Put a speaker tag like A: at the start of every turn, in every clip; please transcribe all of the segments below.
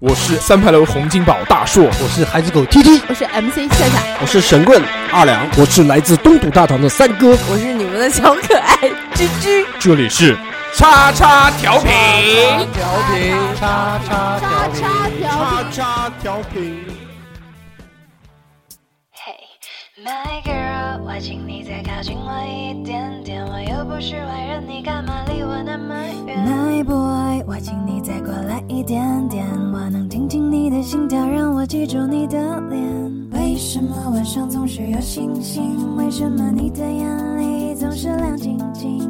A: 我是三牌楼洪金宝大硕，
B: 我是孩子狗 T T，
C: 我是 MC 夏夏，
B: 我是神棍二两，我是来自东土大唐的三哥，
C: 我是你们的小可爱居居。
A: 这里是叉叉调频。
B: 叉叉
C: 叉叉调
B: 叉调频。
D: Hey, my girl，我请你再靠近我一点点，我又不是坏人，你干嘛离我那么远？
E: My boy，我请你再过来一点点，我能听清你的心跳，让我记住你的脸。为什么晚上总是有星星？为什么你的眼里总是亮晶晶？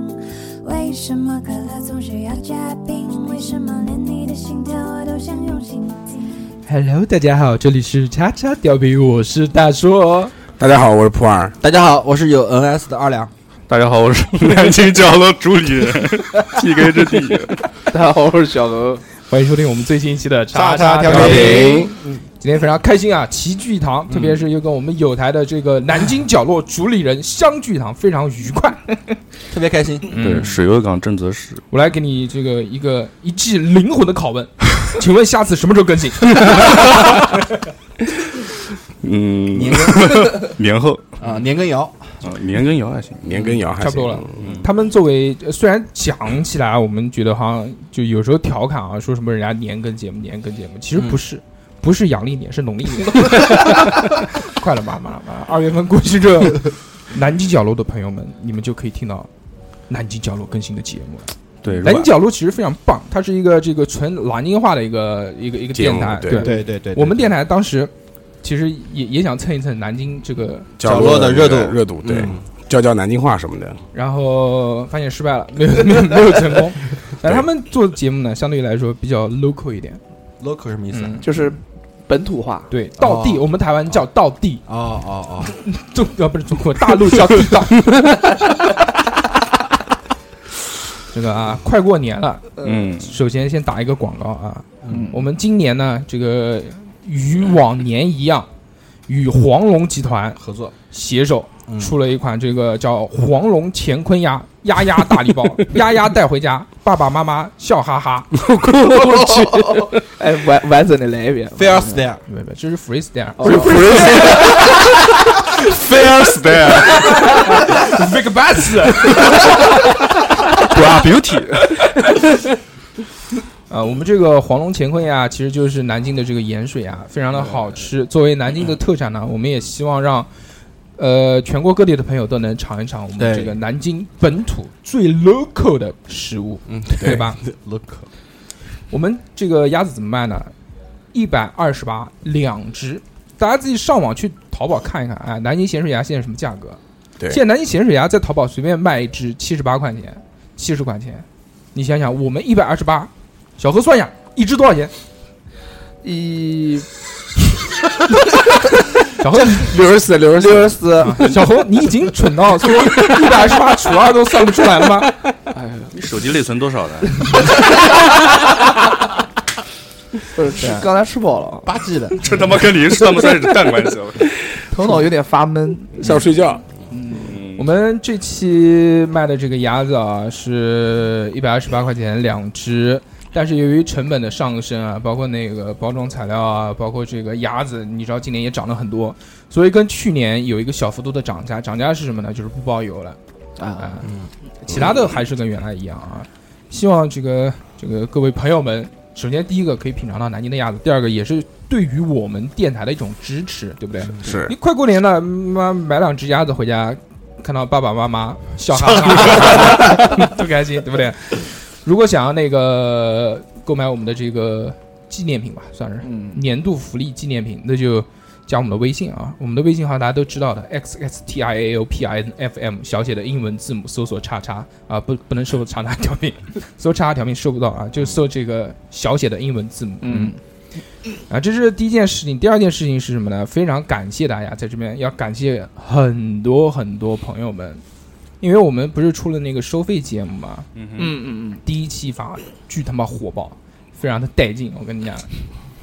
E: 为什么可乐总是要加冰？为什么连你的心跳我都想用心听？
F: Hello，大家好，这里是叉叉调皮，我是大哦硕。
G: 大家好，我是普洱。
B: 大家好，我是有 N S 的二两。
G: 大家好，我是南 京角落主理人 TK 之 地。
H: 大家好，我是小何。
F: 欢迎收听我们最新一期的叉
A: 叉
F: 调
A: 调
F: 皮。
A: 频
F: 今天非常开心啊，齐聚一堂，特别是又跟我们有台的这个南京角落主理人相聚一堂，非常愉快。
B: 特别开心，
G: 嗯对，水月港正则是
F: 我来给你这个一个一记灵魂的拷 问，请问下次什么时候更新？
G: 嗯，
B: 年
G: 年后
B: 啊，年羹尧，
G: 啊，年羹尧还行，
H: 年羹尧还
F: 差不多了。他们作为呃虽然讲起来我们觉得好像就有时候调侃啊，说什么人家年更节目年更节目，其实不是。不是阳历年，是农历 年。快了，马马马！二月份过去之后，南极角落的朋友们，你们就可以听到南极角落更新的节目了。
G: 对，如
F: 南
G: 果
F: 极角落其实非常棒，它是一个这个纯南京话的一个一个一个
H: 节目
F: 电台。
H: 对
F: 对，
B: 对对对
F: 我们电台当时其实也也想蹭一蹭南京这个
H: 角
B: 落的热度
H: 热度对
B: 嗯，
H: 教教南京话什么的，
F: 然后发现失败了，没 有没有没有成功。但他们做节目呢，相对来说比较 local 一点，
B: local 什么意思？
F: 嗯，
H: 就是本土化。
F: 对，道地，
B: 哦
F: 我们台湾叫道地，
B: 哦哦哦，
F: 中呃不是中国大陆叫地道。 这个啊，快过年了，
G: 嗯，
F: 首先先打一个广告啊，
B: 嗯
F: 我们今年呢，这个与往年一样，与黄龙集团
B: 合作
F: 携手
B: 嗯
F: 出了一款这个叫黄龙乾坤鸭鸭鸭大礼包，鸭鸭带回家，爸爸妈妈笑哈哈。
B: 嗯
H: 我去，哎，完完整的来一遍。
B: ，Fair Style，
F: 没有没有，这是 freestyle，
B: 哦
H: 不是不是
G: Fair Style
F: 这个 b 死。
G: Bra Beauty，
F: 啊，我们这个黄龙乾坤鸭其实就是南京的这个盐水鸭，非常的好吃。作为南京的特产呢，我们也希望让呃全国各地的朋友都能尝一尝我们
B: 对
F: 这个南京本土最 local 的食物，
B: 嗯，
F: 对吧？
B: ？local，
F: 我们这个鸭子怎么卖呢？一百二十八两只，大家自己上网去淘宝看一看啊。南京咸水鸭现在什么价格？
H: 对
F: 现在南京咸水鸭在淘宝随便卖一只七十八块钱，七十块钱。你想想，我们一百二十八，小何算一下，一只多少钱？
H: 一
F: 小何，
H: 六十四，六十六十四。
F: 小何，你已经蠢到说一百二十八除二都算不出来了吗？
G: 你手机内存多少的？
H: 不是吃，刚才吃饱了，
B: 八 G 的，
G: 这他妈跟零算不算是蛋关系？
H: 头脑有点发闷。
G: 想睡觉。
F: 我们这期卖的这个鸭子啊，是一百二十八块钱两只，但是由于成本的上升啊，包括那个包装材料啊，包括这个鸭子，你知道今年也涨了很多，所以跟去年有一个小幅度的涨价。涨价是什么呢？就是不包邮了啊、其他的还是跟原来一样啊。希望这个这个各位朋友们，首先第一个可以品尝到南京的鸭子，第二个也是对于我们电台的一种支持，对不对？
G: 是
F: 你快过年了，妈买两只鸭子回家，看到爸爸妈妈笑哈哈，多开心，对 不对？如果想要那个购买我们的这个纪念品吧，算是
H: 嗯，
F: 年度福利纪念品，那就加我们的微信啊，我们的微信号大家都知道的，x x t i a o p i n f m 小写的英文字母搜索叉叉啊，不不能搜叉叉调频， 搜叉叉调频搜不到啊，就搜这个小写的英文字母，
H: 嗯
F: 啊，这是第一件事情。第二件事情是什么呢？非常感谢大家在这边，要感谢很多很多朋友们，因为我们不是出了那个收费节目嘛，
G: 嗯，
H: 嗯嗯
F: 第一期发巨他妈火爆，非常的带劲。我跟你讲，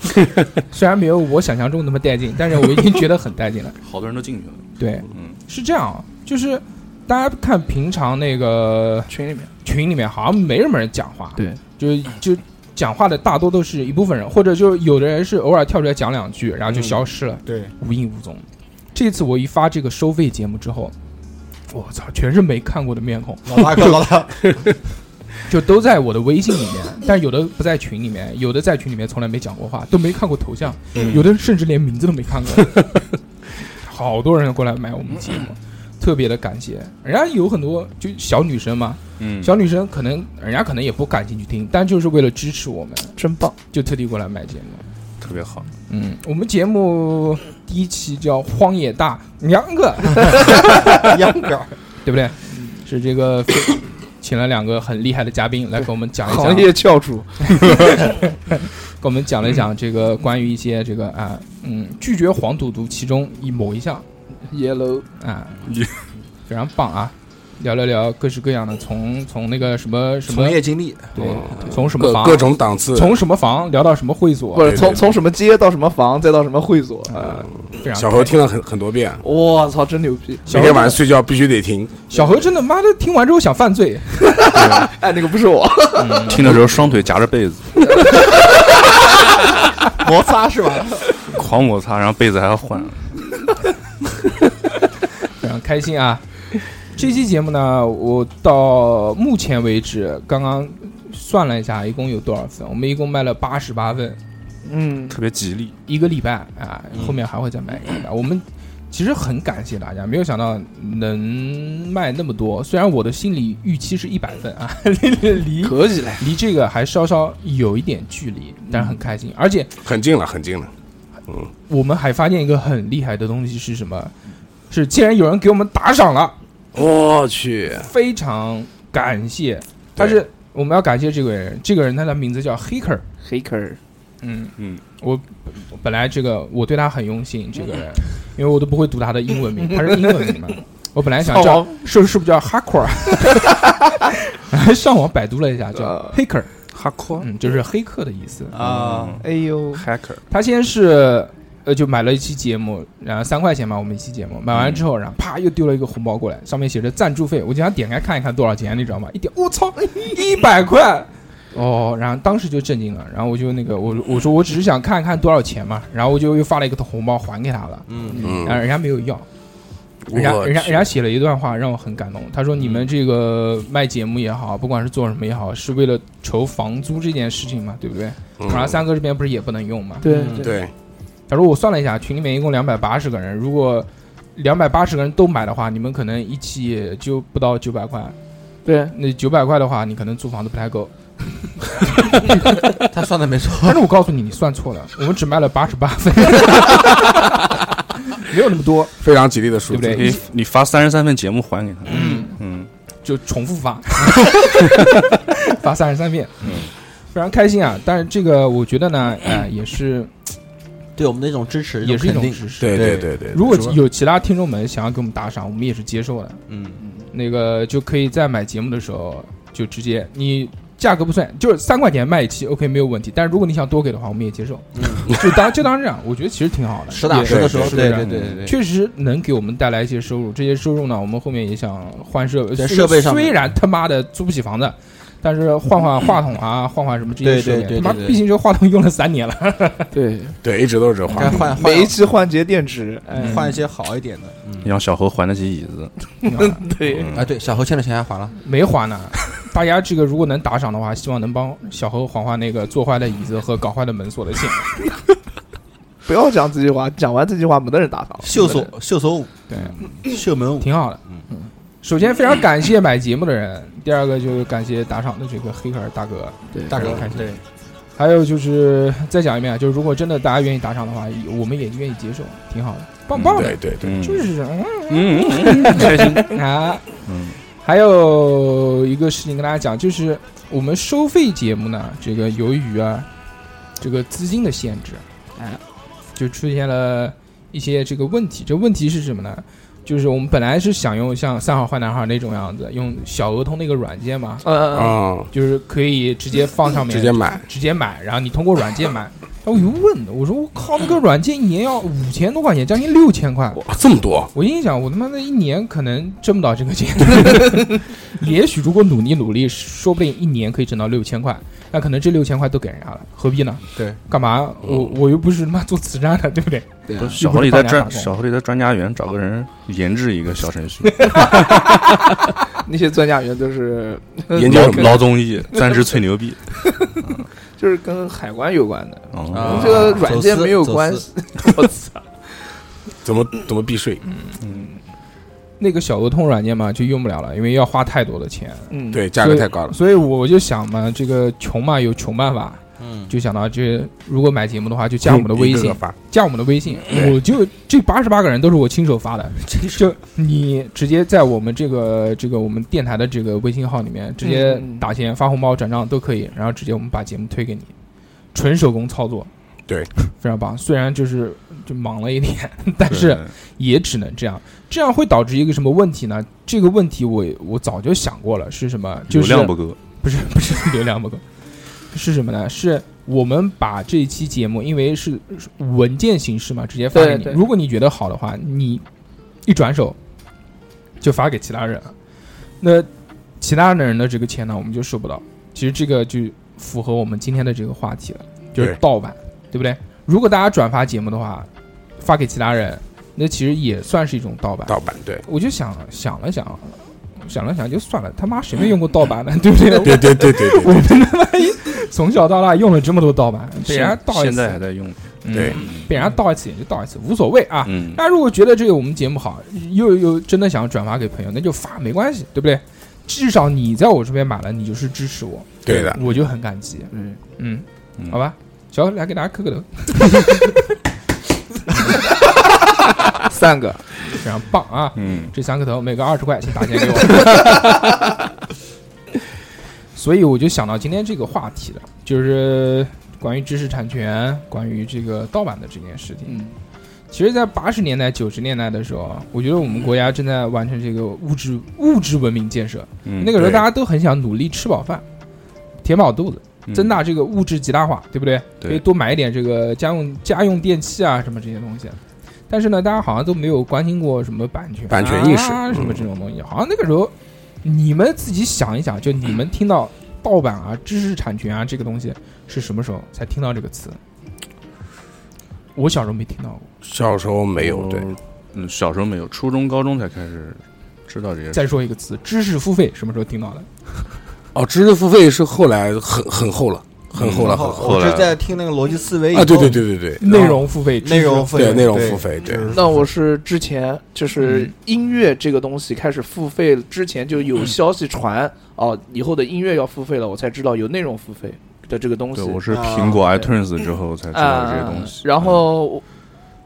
F: 虽然没有我想象中那么带劲，但是我已经觉得很带劲了。
G: 好多人都进去了。
F: 对，
G: 嗯，
F: 是这样啊，就是大家看平常那个
H: 嗯，群里面
F: 群里面好像没什么人讲话，
H: 对，
F: 就就讲话的大多都是一部分人，或者就是有的人是偶尔跳出来讲两句，然后就消失
H: 嗯
F: 了，
A: 对，
F: 无影无踪。这次我一发这个收费节目之后，我操，全是没看过的面孔，
A: 老大哥，老 大，
F: 就都在我的微信里面，但有的不在群里面，有的在群里面从来没讲过话，都没看过头像，有的甚至连名字都没看过。好多人过来买我们节目，特别的感谢。人家有很多就小女生嘛，
G: 嗯，
F: 小女生可能人家可能也不感兴趣听，但就是为了支持我们，
H: 真棒！
F: 就特地过来买节目。
G: 特别好，
F: 嗯，我们节目第一期叫《荒野大娘哥》，
A: 秧歌，
F: 对不对？是这个请了两个很厉害的嘉宾来给我们讲一讲
H: 行业翘楚，
F: 跟我们讲了一
B: 嗯
F: 讲这个关于一些这个啊，嗯，拒绝黄赌毒其中一某一项
H: yellow
F: 啊
G: 你，
F: 非常棒啊！聊了聊各式各样的，从从那个什么什么
A: 从业经历，
F: 对，从什么
B: 啊各
F: 房
B: 各种档次，
F: 从什么房聊到什么会所
H: 不，是
B: 对嗯
H: 从
B: 对
H: 从什么街到什么房，再到什么会所啊！
F: 非常
B: 小何听了很很多遍，
H: 我操，真牛逼！
F: 小
B: 每
F: 何
B: 天晚上睡觉必须得听。
F: 小何真的妈的听完之后想犯罪，
H: 哎，那个不是我，
G: 听的时候双腿夹着被子，
A: 摩擦是 吧？
G: 狂摩擦，然后被子还要换，
F: 非常开心啊！这期节目呢，我到目前为止刚刚算了一下，一共有多少份？我们一共卖了八十八份，
H: 嗯，
G: 特别吉利，
F: 一个礼拜啊，后面还会再卖一个礼拜。我们其实很感谢大家，没有想到能卖那么多。虽然我的心理预期是一百分啊， 离
H: 可以嘞，
F: 离这个还稍稍有一点距离，但是很开心。而且
B: 很近了，很近了。
F: 我们还发现一个很厉害的东西是什么？是既然有人给我们打赏了，
B: 我去，
F: 非常感谢。但是我们要感谢这个人，这个人他的名字叫 Hicker，
H: 黑客儿
F: 嗯
G: 嗯，
F: 我本来这个我对他很用心，这个人，因为我都不会读他的英文名，他是英文名嘛。我本来想
H: 上
F: 叫
H: 网
F: 是是不是叫 Hacker，还上网百度了一下叫
H: 呃
F: Hacker，
G: 哈阔
F: 嗯，就是黑客的意思。
G: 啊
H: 哎呦，
G: ，hacker，
F: 他先是呃就买了一期节目，然后三块钱嘛，我们一期节目买完之后，然后啪又丢了一个红包过来，上面写着赞助费，我经常点开看一看多少钱，你知道吗？一点，我操，一百块。哦，然后当时就震惊了，然后我就那个，我我说我只是想看看多少钱嘛，然后我就又发了一个红包还给他了，
B: 嗯
F: 然，后人家没有要，人家
B: 我
F: 人家
B: 去
F: 人家写了一段话让我很感动，他说你们这个卖节目也好，不管是做什么也好，是为了筹房租这件事情嘛，对不对？
B: 嗯
F: 马上三哥这边不是也不能用嘛，
H: 对
A: 嗯，
B: 对，
F: 假如我算了一下，群里面一共两百八十个人，如果两百八十个人都买的话，你们可能一期也就不到九百块。
H: 对，
F: 那九百块的话，你可能租房子不太够。
A: 他算的没错，
F: 但是我告诉你，你算错了，我们只卖了八十八份，没有那么多，
B: 非常吉利的数
F: 对不
B: 字。
G: 你
F: 对？
G: 你发三十三份节目还给他，嗯
F: 就重复 发，发三十三遍，嗯，非常开心啊！但是这个我觉得呢，呃，也是
I: 对我们的一种支持，
F: 也是一
I: 肯
F: 种
I: 定。
F: 支持。
B: 对对
A: 对
B: 对对，
F: 如果有其他听众们想要给我们打赏，我们也是接受的。
I: 嗯，
F: 那个就可以在买节目的时候就直接你价格不算，就是三块钱卖一期，OK 没有问题。但是如果你想多给的话，我们也接受，
I: 嗯
F: 就当 就当这样，我觉得其实挺好的，
I: 实打实的时候，
F: 是
I: 对
F: 这样嗯
I: 对对对对，
F: 确实能给我们带来一些收入。这些收入呢，我们后面也想换设备，
I: 在
F: 虽
I: 设备上面
F: 虽然他妈的租不起房子。但是换换话筒啊，换换什么这些
I: 对
F: 设
I: 对
F: 备，
I: 对
F: 他妈
I: 对对
F: 毕竟这话筒用了三年了，
H: 对，
B: 对一直都是这
I: 该
B: 话。
I: 换换
H: 每一期换节电池，哎，
I: 换一些好一点的。
G: 让小何还得起椅子，
B: 嗯
H: 对，
I: 啊，对，小何欠的钱还还了，
F: 没还呢。 大家这个如果能打赏的话，希望能帮小何还还那个坐坏的椅子和搞坏的门锁的钱。
H: 不要讲这句话，讲完这句话没得人打赏了，
I: 秀锁秀锁舞，
F: 对，
I: 秀门舞，
F: 挺好的。嗯，首先非常感谢买节目的人，第二个就是感谢打赏的这个黑客大哥，
I: 大
F: 非
I: 哥
F: 常开，心。
I: 对，
F: 还有就是再讲一遍啊，就是如果真的大家愿意打赏的话，我们也愿意接受，挺好的，棒棒的
B: 对，对对，
G: 嗯
F: 就是嗯
G: 嗯，嗯嗯开心，
F: 啊。
G: 嗯，
F: 还有一个事情跟大家讲，就是我们收费节目呢，这个由于啊这个资金的限制，
G: 嗯
F: 啊
H: 哎，
F: 就出现了一些这个问题。这问题是什么呢？就是我们本来是想用像三好坏男孩那种样子，用小额通那个软件嘛，
H: 嗯，嗯
B: 啊，
F: 就是可以直接放上面，
B: 直接买，
F: 直接买，然后你通过软件买。然后我就问的，我说我靠，那个软件一年要五千多块钱，将近六千块。
B: 哇，这么多！
F: 我心想，我他妈的一年可能挣不到这个钱，也许如果努力努力，说不定一年可以挣到六千块，那可能这六千块都给人家了，何必呢？
I: 对，
F: 干嘛？我我又不是他妈做慈善的，对不对？
I: 对啊
F: 又不是
G: 小何里
F: 帮
G: 在
F: 人家打
G: 专
F: 工
G: 小何里在专家园找个人研制一个小程 序，
H: 那些专家员都是
G: 研
H: 究
G: 究
H: 什么
G: 老综 艺，暂时吹牛逼。
H: 就是跟海关有关的，
G: 哦
H: 跟
I: 啊
H: 这个软件没有关系。 我操！
B: 怎么怎么避税？
F: 那个小额通软件嘛，啊就用不了了，因为要花太多的钱，
H: 嗯，，
B: 对，价格太高了。
F: 所以我就想嘛，这个穷嘛有穷办法，
I: 嗯，
F: 就想到这如果买节目的话，就加我们的微
B: 一个
F: 信
B: 个，发
F: 加我们的微信，我就这八十八个人都是我亲手发的，就你直接在我们这个这个我们电台的这个微信号里面直接
H: 嗯嗯
F: 打钱、发红包、转账都可以，然后直接我们把节目推给你，纯手工操作，
B: 对，
F: 非常棒。虽然就是就忙了一点， 但是也只能这样，这样会导致一个什么问题呢？这个问题我我早就想过了，是什么？
G: 对
F: 就
G: 流
F: 是
G: 量不够，
F: 不是 不是流量不够，是什么呢？是我们把这一期节目，因为是是文件形式嘛，直接发给你
H: 对。对
F: 如果你觉得好的话，你一转手就发给其他人了，那其他人的这个钱呢，我们就收不到。其实这个就符合我们今天的这个话题了，就是
B: 对
F: 盗版，对不对？如果大家转发节目的话，发给其他人，那其实也算是一种盗版。
B: 盗版，对，
F: 我就想想了想，想了想就算了，他妈谁没用过盗版呢？对不对？
B: 对对对对
F: 我
B: 对
F: 们他妈一从小到大用了这么多盗版，被人家
G: 现
F: 盗一
G: 现在还
F: 次，
G: 在用。
B: 对，
F: 被人家盗一次也就盗一次，无所谓啊。
G: 嗯，
F: 大家如果觉得这个我们节目好，又又真的想转发给朋友，那就发，没关系，对不对？至少你在我这边买了，你就是支持我，
B: 对的，
F: 我就很感激。
H: 嗯，
F: 嗯，
G: 嗯
F: 好吧，小何来给大家磕个头，
H: 三个，
F: 非常棒啊！
G: 嗯，
F: 这三个头每个二十块，请打钱给我。所以我就想到今天这个话题了，就是关于知识产权，关于这个盗版的这件事情。
H: 嗯
F: 其实，在八十年代、九十年代的时候，我觉得我们国家正在完成这个物质物质文明建设。
G: 嗯
F: 那个时候，
B: 对
F: 大家都很想努力吃饱饭，填饱肚子，
G: 嗯
F: 增大这个物质极大化，对不对？
G: 对
F: 可以多买一点这个家用家用电器啊，什么这些东西。但是呢，大家好像都没有关心过什么版权、
B: 版权意识
F: 啊，
B: 嗯
F: 什么这种东西。好像那个时候，你们自己想一想，就你们听到盗版啊、知识产权啊这个东西是什么时候才听到这个词？我小时候没听到过，
B: 小时候没
H: 哦
B: 有，对，，
G: 嗯，小时候没有，初中、高中才开始知道这些。
F: 再说一个词，知识付费，什么时候听到的？
B: 哦，知识付费是后来很很厚了，很厚了，
G: 嗯
B: 很
G: 后
B: 厚
A: 我
G: 来
A: 是在听那个逻辑思维以
B: 啊！对
A: 后
B: 对对对对，
F: 内容付费，
A: 内容
F: 知识
A: 付
B: 对
A: 费
B: 内容付费对
A: 就是
H: 那我是之前
B: 嗯
H: 就是音乐这个东西开始付费之前就有消息传哦，以后的音乐要付费了，我才知道有内容付费的这个东西
G: 对，。我是
F: 啊
G: 苹果 iTunes 之后才知道这些
H: 啊
G: 东西。嗯
H: 然后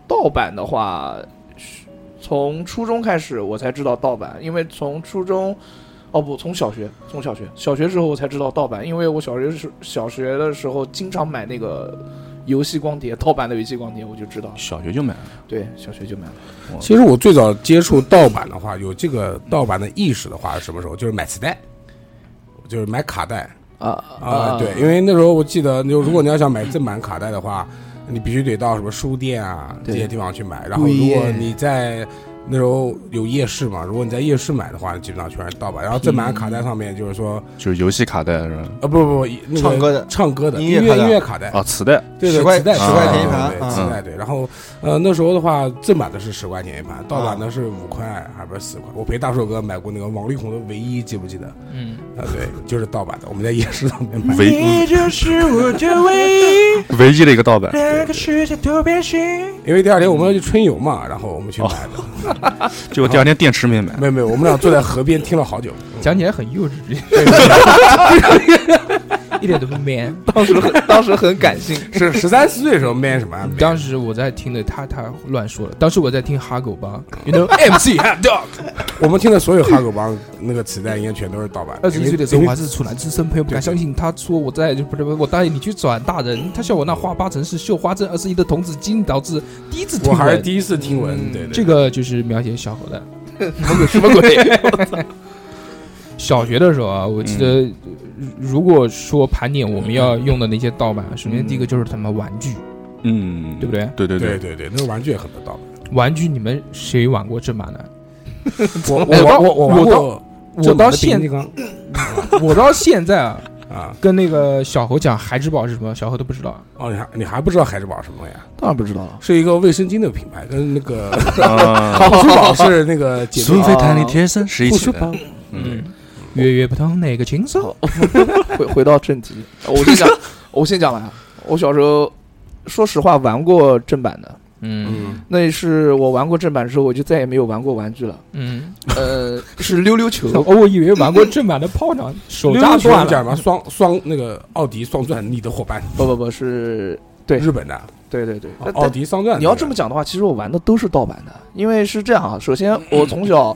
H: 盗版的话，从初中开始我才知道盗版，因为从初中。哦不，从小学，从小学，小学之后我才知道盗版，因为我小学时小学的时候经常买那个游戏光碟，盗版的游戏光碟，我就知道了
G: 嗯，小学就买了，
H: 对，小学就买了。
B: 其实我最早接触盗版的话，有这个盗版的意识的话，是什么时候？就是买磁带，就是买卡带
H: 啊
B: 啊、对，因为那时候我记得，就如果你要想买正版卡带的话，你必须得到什么书店啊这
H: 对
B: 些地方去买。然后
A: 对
B: 如果
A: 耶
B: 你在那时候有夜市嘛，如果你在夜市买的话，基本上全是盗版。然后正
A: 嗯
B: 版卡带上面就是说，
G: 就是游戏卡带是吧？
B: 啊，不不不，那个
A: 唱歌的
B: 唱歌的
A: 音乐
B: 音
A: 卡
B: 乐
A: 带
B: 音乐卡带
G: 啊，磁带，
B: 对对，
A: 10块
B: 磁带
A: 10
G: 块钱一
A: 盘
B: 对
A: 啊
B: 磁带对。然后呃那时候的话，正版的是十块钱一盘，盗版的是五块还不是四块。我陪大硕哥买过那个王力宏的《唯一》，记不记得？
F: 嗯，
B: 啊，对，就是盗版的，我们在夜市上面买。
G: 唯
F: 是我的 唯一，
G: 唯一的一个盗版。
F: 那个世界都变形。
B: 因为第二天我们要去春游嘛，然后我们去买的。
G: 结果第二天电池没买，
B: 没有没有，我们俩坐在河边听了好久。
F: 讲起来很 幼稚， 一点都不 man。
H: 当时很 当时很感性，
B: 是十三四岁的时候 man 什么啊？man
F: 当时我在听的，他他乱说了。当时我在听哈狗帮，You know MC Hot Dog。
B: 我们听的所有哈狗帮那个磁带应该全都是盗版。
F: 二十一岁的时候，
B: 因为
F: 我还是处男之身，朋友不敢相信。他说我在不是不是，我答应你去转大人。他笑我那花八成是绣花针，二十一的童子精导致第一次听
B: 我
F: 闻。
B: 还是第一次听闻。对对，
F: 这个就是描写小何的。
H: 什么鬼？
F: 小学的时候啊，我记得，呃如果说盘点我们要用的那些盗版，首先第一个就是他们玩具，
G: 嗯，
F: 对不对？
G: 对对
B: 对，对对，那个玩具也很多盗版。
F: 玩具你们谁玩过正版的？
B: 我我玩我我玩
F: 我
B: 过
F: 我到现
B: 金刚
F: 我到现在啊，
B: 啊，
F: 跟那个小猴讲孩之宝是什么，小猴都不知道。
B: 哦，你还你还不知道海之宝什么东西啊？
H: 当然不知道了。
B: 是一个卫生巾的品牌，跟 那个
G: 啊，
B: 护舒宝是那个姐妹
G: 苏菲弹力贴身是一
B: 护
G: 起
B: 舒
G: 的
B: 宝，，
G: 嗯，
F: 月月不同哪个轻松？
H: 回回到正题， 我先讲，我先讲完。啊我小时候，说实话玩过正版的，
F: 嗯
B: 嗯，
H: 那是我玩过正版之后，我就再也没有玩过玩具了。
F: 嗯，
H: 呃，是溜溜 球，
F: 哦，我以为玩过正版的炮仗，手
B: 溜
F: 扎
B: 达
F: 断
B: 说
F: 了
B: 叫什。么双双那个奥迪双钻，你的伙伴，
H: 不不不是，对
B: 日本的
H: 对对对，
B: 啊
H: 但
B: 奥迪双钻。
H: 你要这么讲的话，其实我玩的都是盗版的，因为是这样啊。首先，我从小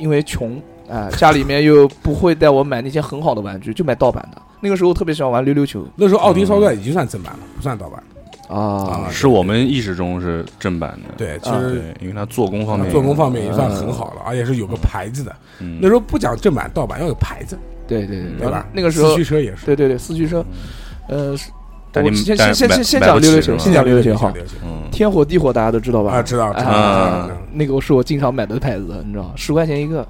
H: 因为穷啊、家里面又不会带我买那些很好的玩具，就买盗版的。那个时候特别喜欢玩溜溜球
B: 那时候奥迪双钻
H: 嗯
B: 已经算正版了，不算盗版
H: 啊
B: 啊。
G: 是我们意识中是正版的，
B: 对，其
H: 啊
B: 实
G: 对，因为它做工方面，
B: 做工方面也
H: 嗯
B: 算很好了，而且是有个牌子的。
G: 嗯，
B: 那时候不讲正版盗版，要有牌子，
H: 对对对，
G: 嗯
B: 对吧？
H: 啊那个时
B: 四
H: 候
B: 驱，车也是，
H: 对对对，四驱车，呃，是
G: 但
H: 我
G: 你
H: 先
G: 但
H: 先先
G: 买
H: 先先
G: 买
H: 讲
G: 不
H: 溜溜
G: 起
H: 球，
G: 是吧
H: 先讲溜溜球好。
G: 嗯，
H: 天火地火大家都知道吧？嗯
B: 啊，知道知道知
G: 啊
B: 道知道。
H: 那个是我经常买的牌子，你知道吗？十块钱一个，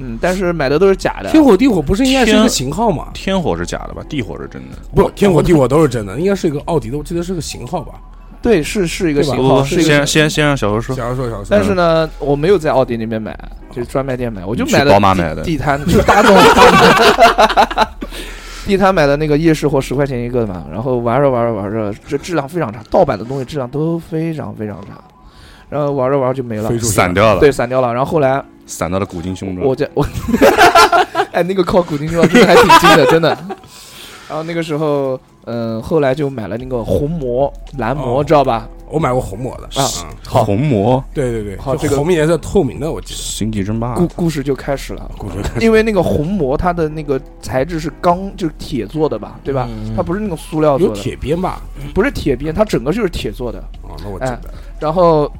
H: 嗯，但是买的都是假的。
B: 天火地火不是应该是一
G: 天
B: 个型号吗？
G: 天火是假的吧？地火是真的，
B: 不，天火地火都是真的，应该是一个奥迪的，我记得是个型号吧。
H: 对，是是一个
B: 对吧
H: 型
G: 不
H: 号，
G: 不，
H: 是一个
G: 先先嗯先让小何说，
B: 小时候小时候，
H: 但是呢，我没有在奥迪那边买，就是专卖店买，我就买
G: 去
H: 的
G: 宝马买的
H: 地摊，就大众大众 地摊买的那个夜市货，十块钱一个嘛。然后玩着玩着玩着，这质量非常差，盗版的东西质量都非常非常差。然后玩着玩着就没了
B: 飞，出去
G: 散掉了，
H: 对，散掉了。然后后来
G: 散到了古今胸
H: 我
G: 中，
H: 在我， 哎，那个靠古今中真的还挺近的，真 的。然后那个时候，嗯、后来就买了那个红魔、蓝魔，
B: 哦
H: 知道吧？
B: 我买过红魔的
H: 啊
B: 嗯
H: 好
G: 红魔
B: 对对对，
H: 好
B: 就
H: 这个
B: 红颜色透明的，我记得。嗯
G: 星际争霸
H: 故故事就开始了。
B: 故事开始
H: 因为那个红魔它的那个材质是钢，就是铁做的吧，对吧？它不是那种塑料做
B: 有
H: 的，
B: 铁边吧？
H: 不是铁边，它整个就是铁做的。
B: 哦，那我记得
H: 然后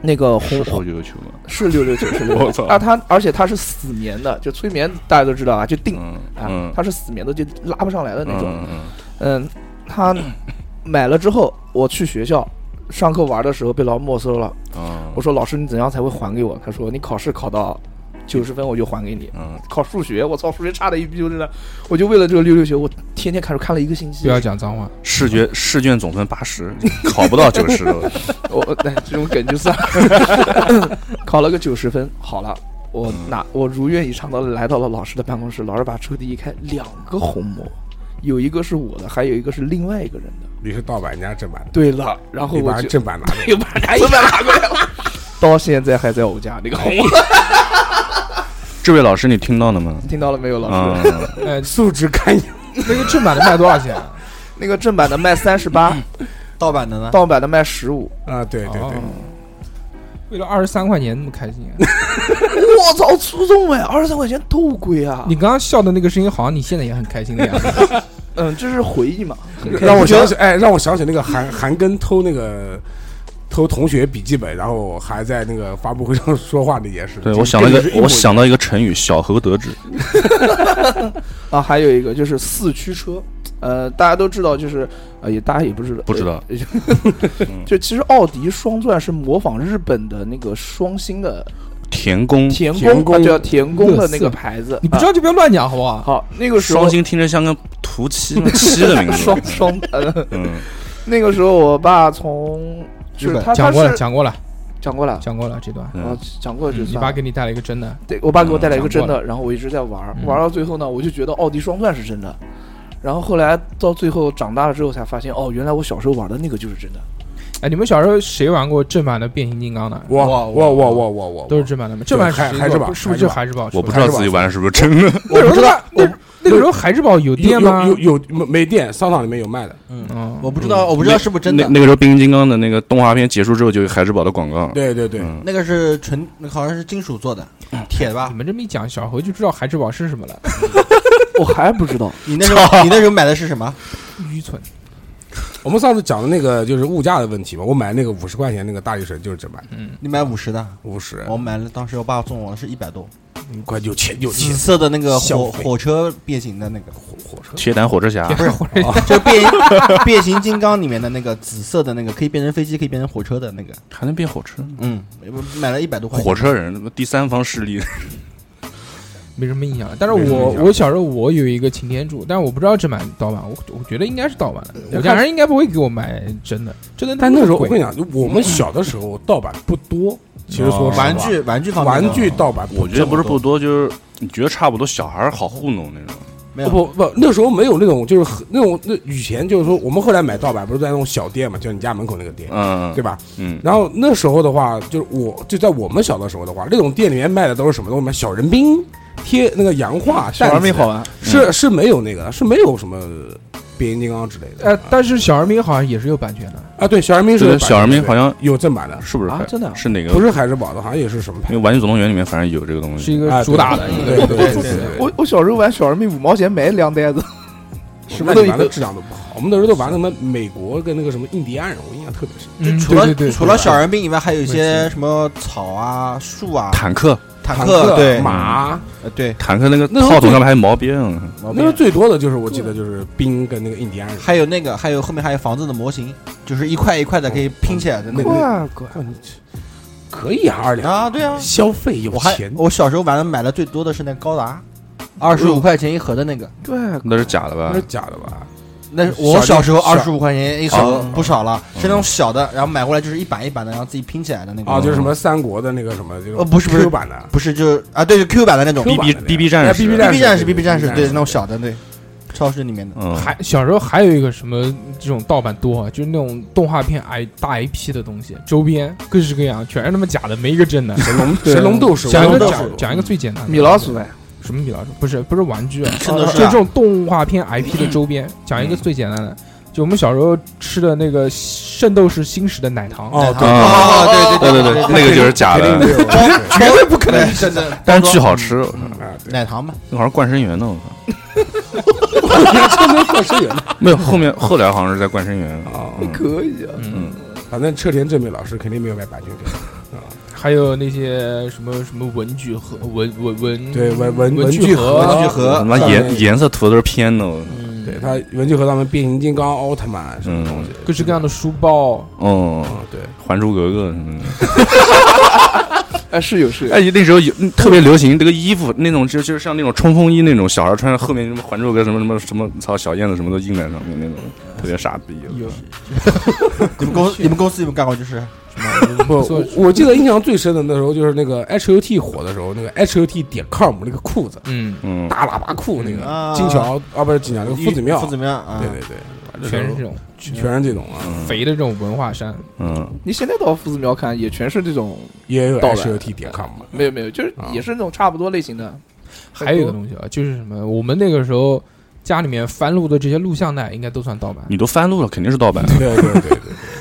H: 那个红
G: 好久有球了，
H: 是六六九是六
G: 我操
H: 六，啊，它而且它是死棉的，就催眠大家都知道啊，就定、
G: 嗯
H: 啊
G: 嗯，
H: 它是死棉的，就拉不上来的那种。
G: 嗯嗯
H: 嗯，他买了之后，我去学校上课玩的时候被老师没收了。
G: 嗯，
H: 我说老师，你怎样才会还给我？他说你考试考到九十分我就还给你。
G: 嗯，
H: 考数学，我操，数学差的一逼，我真的，我就为了这个溜溜球，我天天看书看了一个星期。
F: 不要，讲脏话，
G: 视觉试卷总分八十，考不到九十，
H: 我哎这种梗就算了。考了个 九十分，好了，我拿我如愿以偿的来到了老师的办公室，老师把抽屉一开，两个红魔，有一个是我的，还有一个是另外一个人的。
B: 你是盗版，人家正版的。
H: 对了，然后
B: 你
H: 我
B: 把
H: 就
B: 正版拿走。
H: 又把人又把拿过来了， 哎到现在还在我家那个红魔，
G: 这位老师，你听到了吗？
H: 听到了没有，老师？
G: 啊，
F: 呃，
B: 素质堪忧，
F: 那个正版的卖多少钱？啊
H: 那个正版的卖三十
F: 嗯
H: 八，
I: 盗版的呢？
H: 盗版的卖十五。
B: 啊！对对对
F: 哦，为了二十三块钱那么开心啊、
H: 哎我操，初中哎，二十三块钱多贵啊！
F: 你刚刚笑的那个声音，好像你现在也很开心的样子。
H: 嗯，这是回忆嘛？
B: 让我想起，哎，让我想起那个韩韩庚偷那个偷同学笔记本，然后还在那个发布会上 说话那件事。
G: 对
B: 这
G: 我想了一
B: 这是一
G: 个，
B: 模
G: 我
B: 一样
G: 想到一个成语“小猴得志
H: 啊，还有一个就是四驱车，呃，大家都知道，就是呃，也大家也不知道，
G: 不知道
H: 呃，
F: 嗯
H: 就其实奥迪双钻是模仿日本的那个双星的”，
G: 田宫
H: 田
B: 田
H: 宫，
B: 宫
H: 啊叫田宫的那个
F: 嗯乐色
H: 牌子。
F: 你不知道就不要乱讲，好不好？
H: 啊好，那个时候
G: 双星听着像个涂漆漆的名字，
H: 双双呃，
G: 嗯，
H: 那个时候我爸从就是他
F: 讲
H: 他
F: 过了，
H: 是
F: 讲过了，
H: 讲过了。
F: 讲过了这段。
G: 嗯
H: 啊，讲过就
F: 嗯你
H: 算
F: 爸
H: 了。
F: 给你带了一个真的，
H: 对我爸给我带来一个
F: 讲
H: 真
F: 过了
H: 的，然后我一直在玩儿，
F: 嗯
H: 玩到最后呢，我就觉得奥迪双钻是真的，然后后来到最后长大了之后才发现，哦，原来我小时候玩的那个就是真的。
F: 哎，你们小时候谁玩过正版的变形金刚的？
B: 我我我我我我我
F: 都是正版的吗？正版
B: 还
F: 谁
B: 还是
F: 做
B: 吧
F: 是不是
B: 还是
F: 就
B: 吧
F: 海之宝？
G: 我不知道自己玩的是不是真的，
F: 那时候他
B: 我不知
F: 那那个时候海之宝有
B: 有
F: 店吗？
B: 有有有没没店，商场里面有卖的。
F: 嗯，
I: 我不知道，我不知道是不是真
G: 那
I: 的。
G: 那个时候变形金刚的那个动画片结束之后，就有海之宝的广告，
B: 对对对，
G: 嗯，
I: 那个是纯，那个好像是金属做的，
B: 嗯
I: 铁的吧
F: 你？们这么一讲，小猴就知道海之宝是什么了。
H: 我还不知道，
I: 你那时 候你那时候买的是什么？
F: 愚蠢，
B: 我们上次讲的那个就是物价的问题嘛，我买那个五十块钱那个大力神就是正版的，
I: 你买五十的，
B: 五十，
I: 我买了，当时我爸送我的是一百多，嗯
B: 快有钱有钱
I: 紫，色的那个火
B: 消费
I: 火车变形的那 个，
B: 火车
G: 铁胆火车侠，
I: 不是，就变变形金刚里面的那个紫色的那个，可以变成飞机，可以变成火车的那个，嗯
G: 还能变火车，
I: 嗯，买了一百多块钱，
G: 火车人，第三方势力，
F: 没什么印象了。但是
B: 没什么
F: 我
B: 印象
F: 我小时候我有一个擎天柱，但是我不知道正版盗版，我我觉得应该是盗版的，我家人应该不会给我买真的，真的
B: 呃但那时候我
F: 贵
B: 跟你讲，就我们小的时候盗版不多，其实说
F: 哦
I: 嗯
B: 实话
I: 玩具玩具方面的
B: 玩具盗版不多，
G: 我觉得不是不多，就是你觉得差不多，小孩儿好糊弄那种。
I: 没有
B: 哦不不，那时候没有那种就是很那种那以前就是说我们后来买盗版不是在那种小店嘛，就你家门口那个店，
G: 嗯，
B: 对吧？
G: 嗯，
B: 然后那时候的话，就是我就在我们小的时候的话，那种店里面卖的都是什么东西嘛？小人兵贴那个洋画，
H: 小玩
B: 蛋
H: 命
B: 子
H: 好玩，
B: 是是没有那个的，是没有什么变形金刚之类的。
F: 呃，但是小人兵好像也是有版权的，
B: 啊，对，小人兵是有
G: 这个
B: 版
G: 小人
B: 权
G: 兵
B: 的
G: 好像
B: 有正版的，
G: 是不是
H: 啊
G: 还
H: 真的啊
G: 是哪个？
B: 不，是海之宝的，好像也是什么
G: 因
B: 牌
G: 为《玩具总动员》里面反正有这个东
F: 是
G: 西。
F: 一
B: 啊
F: 个
B: 对
F: 主打的一
B: 对
F: 个。
B: 对对对对，
H: 我我小时候玩小人命五毛钱买两 袋子，
B: 什么
H: 都一
B: 玩的
H: 个
B: 质量都不好。我们那时候都玩什么美国跟那个什么印第安人，我印象特别深。
F: 嗯，
I: 除
F: 对
I: 了
F: 对对，
I: 除了小人兵以外，还有一些什么草啊、树啊、
G: 坦克，
I: 坦
B: 克、
I: 对
B: 马，
I: 呃对，
G: 坦克那个
B: 那时候
G: 炮筒
B: 最
G: 上面还有毛边呢。
I: 毛
B: 那时候
I: 边
B: 最多的就是我记得就是兵跟那个印第安人。
I: 还有那个，还有后面还有房子的模型，就是一块一块的可以拼起来的那
B: 那
I: 个
B: 乖乖，可以啊，二两
I: 啊，对啊，
B: 消费有
I: 我还
B: 钱。
I: 我小时候玩的买的最多的是那高达，嗯二十五块钱一盒的那个，
H: 对，
G: 那是假的吧
B: 那是？假的吧？
I: 那是我小时候
B: 嗯小
I: 二十五块钱一盒
B: 啊
I: 不少了，是那种小的，然后买过来就是一版一版的，然后自己拼起来的那个
B: 啊，就是什么三国的那个什么，这种
I: 呃嗯不是不是
B: Q 版的
I: 不是就是啊，对，就 Q 版的那种
B: Q 版
G: BB
B: 的那
G: BB 战
B: 个
G: 士
B: 哎 BB 战
I: BB 战士，BB 战士，对，
B: 对
I: 那种小的，对，超市里面的。
G: 嗯，
F: 还小时候还有一个什么这种盗版多啊，就是那种动画片 I 大 IP 的东西，周边各式各样，全是他妈假的，没一个真的。
B: 神龙
H: 对
B: 神龙斗士，
F: 讲一
B: 我
F: 个
B: 都
I: 斗
B: 讲
F: 讲
B: 过
F: 讲一个最简单的，
H: 米老鼠呗，
F: 什么米老鼠？不是不是玩具啊，
I: 圣斗
F: 就
I: 士啊
F: 这种动画片 IP 的周边。讲一个最简单的，就我们小时候吃的那个《圣斗士星矢》的奶糖，
B: 哦，对，
I: 啊，对
G: 对对对，那个就是假
B: 肯定
G: 的，
B: 没有
I: 对，绝对不可能，真的。
G: 但是巨嗯好吃，我靠
B: 啊，对，
I: 奶糖嘛，
G: 那好像冠生园呢，我靠，
B: 真的过生人了
G: 没有后面后来好像是在冠生园，
B: 啊！
H: 可以啊，
F: 嗯，
B: 反正车田正美老师肯定没有买版权给他，
F: 还有那些什么什么文具盒、文文文
B: 对文文
F: 文
B: 文具
F: 具
B: 盒
I: 文
F: 盒，
I: 具
G: 他
I: 盒，
G: 妈
B: 上
G: 颜
B: 面
G: 颜色涂的都是偏的，我
F: 嗯
B: 对他文具盒上面变形金刚、奥特曼什么东西，
F: 各式各样的书包，
G: 哦，
B: 啊，对，
G: 《还珠格格》什么的。
H: 哎是有是有，
G: 哎，那时候有嗯特别流行这个衣服，那种就就是像那种冲锋衣那种，小孩穿着后面什么《还珠格格》什么什么什么，操小燕子什么都印在上面那种，特别傻逼。
F: 有
I: 你们公你们公司有没有干过？就是
B: 啊不
F: 做，
B: 我记得印象最深的那时候就是那个 H O T 火的时候，那个 H O T 点 com 那个裤子，
F: 嗯，
G: 嗯，
B: 大喇叭裤那
I: 啊
B: 个，金桥啊不是金桥，那个夫子庙
I: 夫，子庙啊
B: 对，对对，
F: 全是这种
B: 全是这种啊，
F: 肥的这种文化衫，
G: 嗯，
H: 你现在到夫子庙看也全是这种，
B: 也有
H: 盗版
B: H O T 点 com 嘛，
H: 没有没有，就是
B: 啊
H: 也是那种差不多类型的，
F: 还有一个东西啊，就是什么，我们那个时候家里面翻录的这些录像带，应该都算盗版。
G: 你都翻录了，肯定是盗版。
B: 对对对对，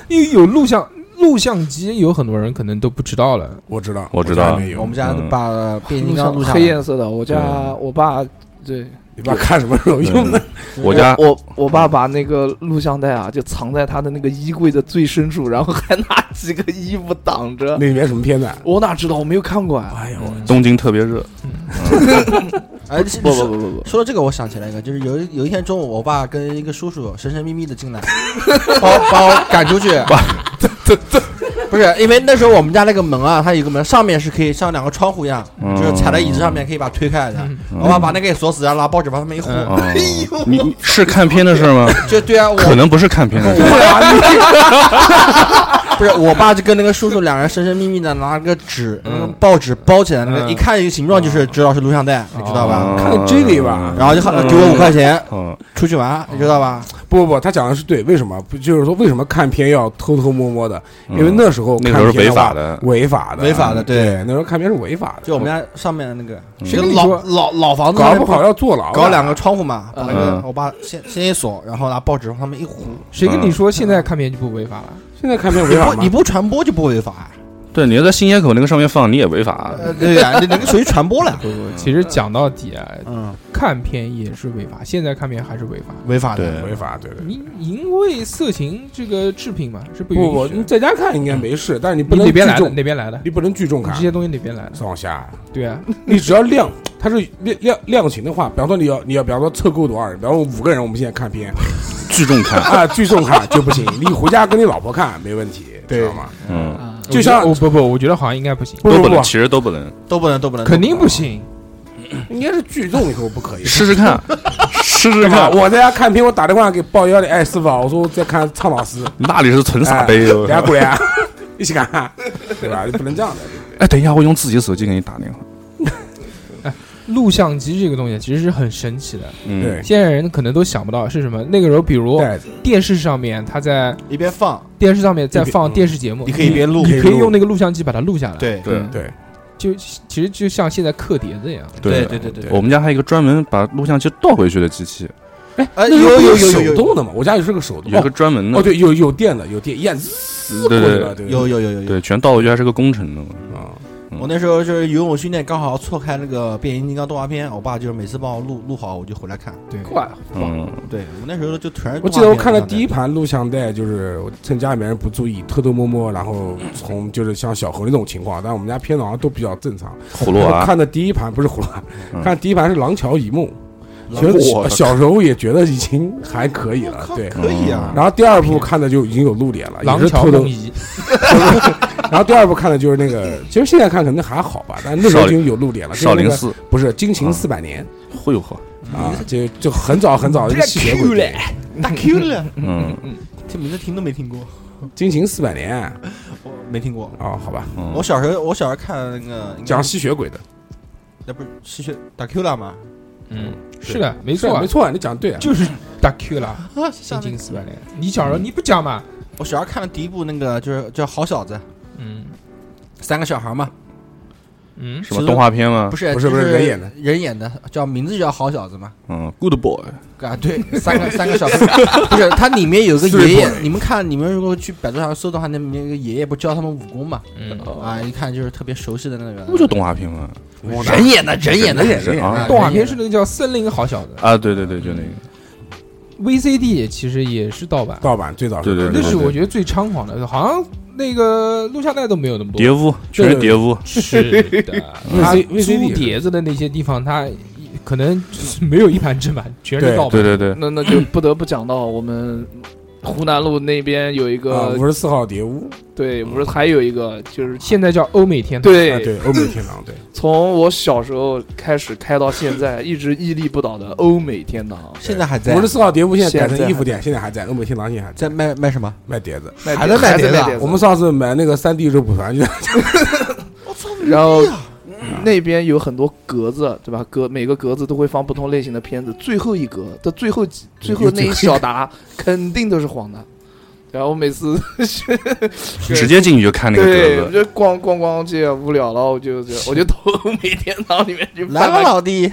F: 因为有录像录像机，有很多人可能都不知道了。
B: 我知道，
G: 我知
B: 家
G: 道
B: 里面有
I: 我们家
G: 嗯
I: 把变形金刚录下
H: 黑
I: 来，
H: 颜色的，我家我爸对。
B: 你爸看什么时候用的？
G: 我家
H: 我我我爸把那个录像带啊，就藏在他的那个衣柜的最深处，然后还拿几个衣服挡着。
B: 那里面什么片段？
H: 我哪知道？我没有看过啊！
B: 哎呦，
G: 东京特别热，
I: 哎，其实
H: 不不不不不，
I: 说到这个，我想起来一个，就是有一有一天中午，我爸跟一个叔叔神神秘秘的进来，把我把我赶出去。 不是，因为那时候我们家那个门啊，它有个门，上面是可以像两个窗户一样，
G: 嗯
I: 就是踩在椅子上面可以把它推开来的。
G: 嗯
I: 我爸把那个给锁死，然后拿报纸往上面一糊。
G: 哦你你是看片的事儿吗？
I: 就对啊，我
G: 可能不是看片的事儿，
I: 不是我爸就跟那个叔叔两人神神秘秘的拿个纸、那
G: 嗯
I: 个报纸包起来，那个
F: 嗯
I: 一看一形状就是知道是录像带，你知道
G: 哦
I: 吧？
B: 看这个吧
I: 然后就给我五块钱
G: 嗯，
I: 出去玩，你知道吧？
B: 不不不，他讲的是对，为什么？不就是说为什么看片要偷偷摸摸的？因为那时候
G: 嗯那时候
B: 看片
G: 是违法
B: 话
G: 的
B: 违法的，
I: 违法的对
B: 那时候看片是违法的，
I: 就我
G: 嗯
I: 们家上面那个，
F: 谁跟你
I: 老
F: 说
I: 老老房子
B: 搞
I: 那
B: 不好要坐牢，啊
I: 搞两个。窗户嘛，把
H: 嗯
I: 那个我爸先先一锁，然后拿报纸往上面一糊。
B: 嗯
F: 谁跟你说现在看片就不违法了？
B: 现在看片
I: 你
B: 违
I: 不
B: 法吗
I: 你？不传播就不违法啊？
G: 对，你要在新街口那个上面放，你也违法。
I: 呃，对呀，你那个属于传播了。
F: 不
B: 嗯
F: 不，其实讲到底啊，
I: 嗯，
F: 看片也是违法，现在看片还是违法。
I: 违法的。
G: 对
B: 嗯违法，对对。
F: 你因为色情这个制品嘛是不允
B: 不不，
F: 许
B: 你
F: 的。
B: 在家看应该没事，但是你不
F: 你
B: 能
F: 哪边
B: 聚
F: 来的？
B: 众，
F: 哪边来的？
B: 你不能聚众
F: 你
B: 看嗯
F: 这。些东西哪边来的？
B: 上下，
F: 对啊，
B: 你只要量，它是量量量情的话，比方说你要你要比方说凑够多少人，比方说五个人，我们现在看片
G: 聚众看，
B: 啊，聚众看就不行，你回家跟你老婆看没问题，知道吗？
G: 嗯，
B: 就像
F: 哦我不不，我觉得好像应该不行，
B: 不
G: 都
B: 不
G: 不能，
B: 不
G: 其，实都不能。
B: 嗯
I: 都不能，都不能，
F: 肯定不行。
B: 应该是聚众以后不可以。
G: 试试看，试试
B: 对吧？
G: 看，
B: 我在家看片，我打电话给报幺零，哎，师傅啊，我说我在看《苍老师》，
G: 那里是纯傻
B: 哎，
G: 逼。我
B: 俩鬼啊， 一起看，对吧？不能这样的。
G: 哎，等一下，我用自己手机给你打电话。
F: 录像机这个东西其实是很神奇的，
G: 嗯，
B: 对
F: 现在人可能都想不到是什么。那个时候，比如
B: 袋子
F: 电视上面，他在
I: 一边放，
F: 电视上面在
B: 一边
F: 放
B: 嗯
F: 电视节目，
I: 你可以一边录，
F: 你可以用那个录像机把它录下来。，
I: 对
G: 嗯对
B: 哎对，
F: 就其实就像现在刻碟子一样。
G: 对
I: 对对对，
G: 我们家还有一个专门把录像机倒回去的机器，
I: 哎，
B: 那
I: 有
B: 有
I: 有有有
B: 手
I: 有
B: 动的嘛？我家也是个手动
G: 有一个
B: 的。
G: 专门
B: 哦，
G: 的，
B: 对，有有电的，有电，燕子
G: 对对
B: 吧？
G: 对
B: 对
I: 有有有有有。
G: 对，全倒回去还是个工程的嘛。
B: 啊，
G: 嗯
I: 我那时候就是游泳训练，刚好错开那个变形金刚动画片，我爸就是每次帮我录录好，我就回来看。
B: 对。
H: 怪
G: 嗯，
I: 对我那时候就突然，
B: 我记得我看了第一盘录像带，就是我趁家里面人不注意，偷偷摸摸，然后从就是像小猴那种情况，但我们家片子好像都比较正常。
G: 葫芦啊娃，
B: 看的第一盘不是葫芦娃，
G: 嗯
B: 看第一盘是《廊桥遗梦》，
F: 嗯
I: 狼
B: 觉得小
G: 我
B: 小时候也觉得已经还可以了，对。
I: 可以啊，
B: 然后第二部看的就已经有露脸了，也
F: 廊
B: 是
F: 桥
B: 偷偷
F: 梦。遗，
B: 然后第二部看的就是那个，其实现在看可能还好吧，但那时候已经有露脸了。
G: 少林
B: 就是
G: 寺，嗯
B: 那个不是《惊情四百年
G: 会有好，》
F: 嗯
B: 啊，就就很早很早就吸血鬼片，
I: 大 Q 了，
G: 嗯
I: 这名字听都没听过，
B: 《惊情四百年》啊，
I: 我没听过。
B: 哦好吧，
G: 嗯，
I: 我小时候，我小时候看那个应该
B: 讲吸血鬼的，
I: 那不是吸血打 Q 了吗？
F: 嗯，是的，没
B: 没
F: 错啊，
B: 没错啊，你讲对啊，
F: 就是打 Q 了，
I: 啊，
F: 进京四百年。你小时候你不讲嘛？
I: 我小时候看的第一部那个就是叫《好小子》，
F: 嗯
I: 三个小孩嘛，
F: 嗯，
G: 什么动画片吗
I: 不？是
B: 不是
I: 就
B: 不是
I: 是
B: 人演的，
I: 人演的叫名字就叫《好小子》嘛。
G: 嗯，Good Boy，
I: 啊，对，三个三个小朋友，不是，它里面有个爷爷，你们看，你们如果去百度上搜的话，那里面有个爷爷不教他们武功嘛？
F: 嗯
I: 啊，一看就是特别熟悉的那个，
G: 那不就动画片吗？
I: 人演的，人演的，
G: 人演的啊
F: 动画片是那个叫《森林好小子
G: 啊，对对对，就那个，》
F: ，VCD 其实也是盗版，
B: 盗版最早
G: 对对对
F: 那是我觉得最猖狂的，好像那个录像带都没有那么多
G: 碟。屋，全是碟屋，
F: 是的， 他
B: VCD
F: 租碟子的那些地方，他可能就是没有一盘正版，全是
B: 对
F: 盗版。
G: 对对对，
H: 那那就不得不讲到我们湖南路那边有一
F: 呃
B: 啊，
H: 个
B: 五，十四号碟屋
H: 对，不是还有一个就是
F: 现在叫欧美天堂。
B: 啊，
H: 对，
B: 对，欧美天堂，对，
H: 从我小时候开始开到现在，一直屹立不倒的欧美天堂，
I: 现在还在啊
B: 五十，四号碟屋现在改
H: 现
B: 成
H: 在
B: 衣服店，现在还在，欧美天堂现在还在
I: 在卖卖什么？
B: 卖碟子。
H: 卖
I: 还在卖
H: 还
I: 碟
H: 在
I: 子啊
H: 卖碟子。
B: 我们上次买那个三 D 肉蒲团，就
H: 然后那边有很多格子，对吧？格每个格子都会放不同类型的片子，最后一格的最后几最后 那一小沓肯定都是黄的。然后我每次
G: 直接进去就看那个
H: 对，我
G: 碟子，
H: 就逛逛逛街无聊了，我就就我就到 每天到里面去
I: 来
H: 翻
I: 吧，
H: 翻，
I: 老弟，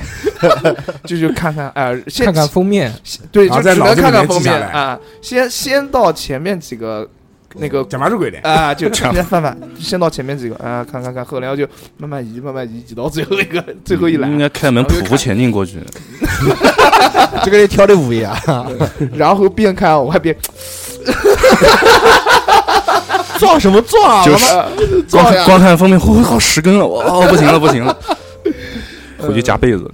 H: 就去看看，哎，先
F: 看看封面，
H: 对，
B: 然后
H: 就
B: 在
H: 只
B: 脑
H: 能
B: 子里
H: 看看
B: 面
H: 封
B: 记下
H: 面
B: 来
H: 啊，先先到前面几个那 个
B: 假麻是鬼的，
H: 啊，就
G: 这样
H: 先翻翻，先到前面几个啊，看看看，后来就慢慢移，慢慢移，移到最后一个，最后一栏
G: 应，该开门匍匐前进过去，
I: 这个人挑的五爷啊，
H: 然后边看我还边
I: 撞什么撞啊？
G: 就是光
H: 照呀
G: 光看封面，呼好十根了，我哦不行了不行了，回去夹被子，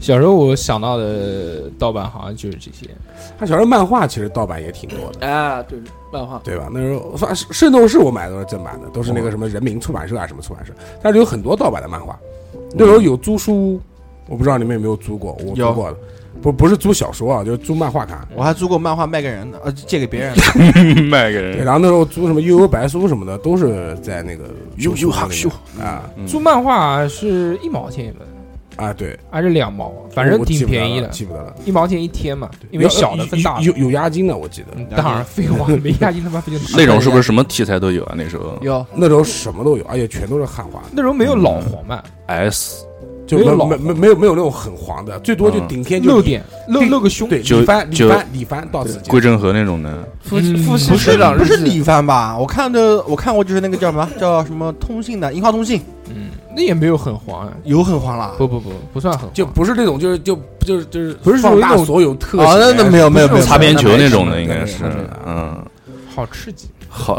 F: 小时候我想到的盗版好像就是这些。
B: 他小时候漫画其实盗版也挺多的，
H: 啊，对，漫画
B: 对吧？那时候反正《圣斗士》我买的都是正版的，都是那个什么人民出版社啊，什么出版社，但是有很多盗版的漫画。那时候有租书屋，我不知道你们有没有租过，我
I: 有
B: 租过的，不不是租小说啊，就是租漫画看。
I: 我还租过漫画卖给人的，呃，借给别人的。
G: 卖给
B: 对，
G: 人，
B: 然后那时候租什么悠悠白书什么的，都是在那个
G: 悠悠哈秀
B: 啊
F: 租漫画是一毛钱一本，
B: 啊，对，
F: 还是两毛，啊反正
B: 我
F: 挺便宜
B: 我
F: 的，
B: 记不得了，记
F: 一毛钱一天嘛
B: 不得了，，
F: 因为小的
B: 呃有
F: 分大的
B: 有。有有押金的，我记得
F: 嗯当然，废话， 没押金他妈费劲死。
G: 那种是不是什么题材都有啊？那时候
I: 有
B: 那时候什么都有，而且全都是汉化的。
F: 那时候没有老黄嘛，
G: S
B: 就
F: 没
B: 没
F: 有老
B: 没没没有没有那种很黄的，最多就
G: 嗯
B: 顶天就
F: 露
B: 李
F: 点露露个胸，
B: 对
G: 就
B: 李帆李
G: 就
B: 帆李帆到此结
G: 归
B: 束。
G: 正和那种的，
H: 夫
F: 嗯
H: 夫妻
I: 不是
H: 市长
I: 不
H: 日
I: 是
H: 记
I: 李帆吧？我看的我看过就是那个叫什么叫什么通信的，樱花通信
F: 嗯，那也没有很黄啊，
I: 有很黄了。哦
F: 不不不，不算很黄
B: 就不是那种，就是就就是就是
F: 不是
B: 放大
F: 属于那种
B: 所有特
I: 啊，那
B: 写
I: 那没有没有没有，
G: 擦边球那种
B: 那
G: 的应该
B: 那
G: 是
B: 那那，
G: 嗯，
F: 好刺激，
G: 好，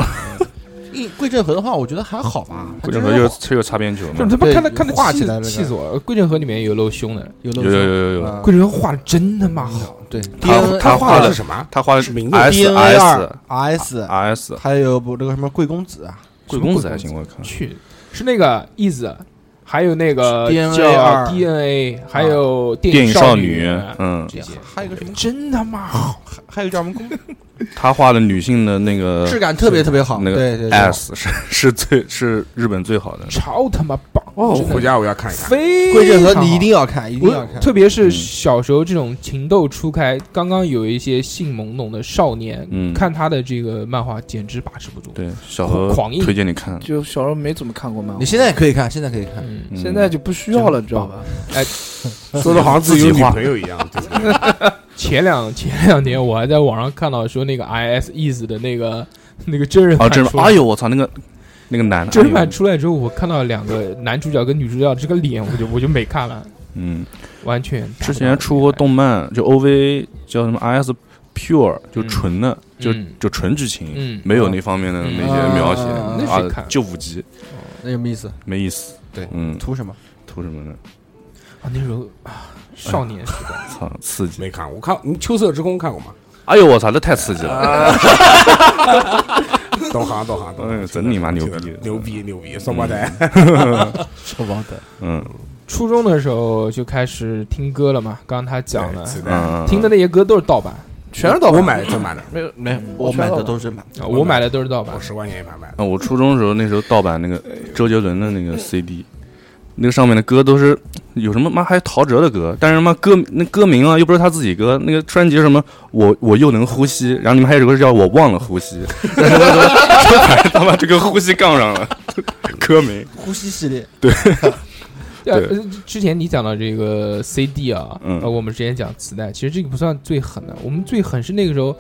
I: 一桂正和的话，我觉得还好吧。
G: 归正和就是就是擦边球
F: 这
G: 嘛，
F: 他妈
I: 对
F: 看他看
I: 画
F: 他
I: 起来了
F: 气气死我了。桂正和里面有露胸的，
I: 有
G: 有有有有有，嗯
I: 啊
F: 桂正和画的真他妈好，
I: 对
G: 他
B: 他
G: 他
B: 画
G: 画
B: 的是
G: 的
B: 什么？
G: 他画的
B: 是名字
G: S
I: DNA
G: S
I: 二 S，
G: S
I: 还有不那个什么贵公子啊，
G: 贵公子还行，我看
F: 去是那个意思，还有那个
I: DNA
F: 叫
I: 二啊
F: DNA，还有
G: 电
F: 影
G: 影
F: 少啊
G: 少女，嗯，
F: 这些
I: 还有一个什么，
F: 真他妈好，
I: 还有一个叫什么公，
G: 她画的女性的那个
I: 质感特别特别好。
G: 那个
I: 对对对，
G: S 是是最是日本最好的，
F: 超他妈棒
B: 哦，
F: 真的
B: 回家我要看一看。
F: 非
I: 桂正和
F: 常
I: 你一
F: 好
I: 定要看，一定要
F: 我
I: 看。
F: 特别是
G: 嗯
F: 小时候这种情窦初开，刚刚有一些性懵懂的少年，
G: 嗯
F: 看他的这个漫画简直把持不住。
G: 对，小何
F: 狂硬
G: 推荐你看，
H: 就小时候没怎么看过漫画
I: 你，现在可以看，现在可以看。
F: 嗯，
G: 嗯
H: 现在就不需要了，你知道吧？
B: 说的好像自己有
G: 自己
B: 女
G: 画
B: 朋友一样，对不对
F: 前两 前两年我还在网上看到说那个 I S E S 的那个 那个真人
G: 哦，
F: 版
G: 真
F: 出
G: 人
F: 来
G: 版，哎呦，我操，那个那个男的，
F: 真人
G: 哎
F: 版
G: 呦
F: 出来之后，我看到两个男主角跟女主角这个脸， 我就我就没看了，
G: 嗯，
F: 完全达不到
G: 之前出过动漫，就 OV 叫什么 RS Pure，就
F: 嗯
G: 纯的，就
F: 嗯
G: 就纯剧情，
F: 嗯
G: 没有那方面的
F: 嗯
G: 那些描写
I: 啊
F: 那谁看
G: 啊，就五集，
I: 那有什么意思？
G: 没意思。
A: 对
G: 嗯，
I: 图什么？
G: 图什么呢？
F: 啊那时候啊少年时代，
G: 操，刺
F: 啊
G: 激！
B: 没看。我看你《秋色之宫》看过吗？
G: 哎呦，我操，这太刺激了！
F: 啊
B: 懂行，懂行，懂
G: 哎
B: 行。
G: 真你妈牛
B: 这个
G: 逼
B: 牛逼，牛逼！双胞胎，
I: 说王的，
G: 嗯
F: 初中的时候就开始听歌了嘛，刚刚他讲 了，
B: 磁带，
G: 嗯，
F: 听的那些歌都是盗版。
H: 全是盗版，
B: 我买的正版的，
H: 没有
I: 没有，
H: 我
I: 我
H: 全
I: 买
H: 盗
I: 的
H: 版
I: 都是买的。
F: 啊我买的都是盗版
B: 我，十块钱一盘买的。
G: 啊，我初中的时候，那时候盗版那个周杰伦的那个 CD，那个上面的歌都是有什么妈还有陶喆的歌，但是妈歌那歌名啊又不是他自己歌，那个专辑是什么我我又能呼吸，然后你们还有首歌叫我忘了呼吸，然后我说反正他妈就跟呼吸杠上了，歌名，
I: 呼吸系列，
F: 呃
G: 对，
F: 之前你讲到这个 CD 啊，
G: 嗯
F: 呃，我们之前讲磁带，其实这个不算最狠的，我们最狠是那个时候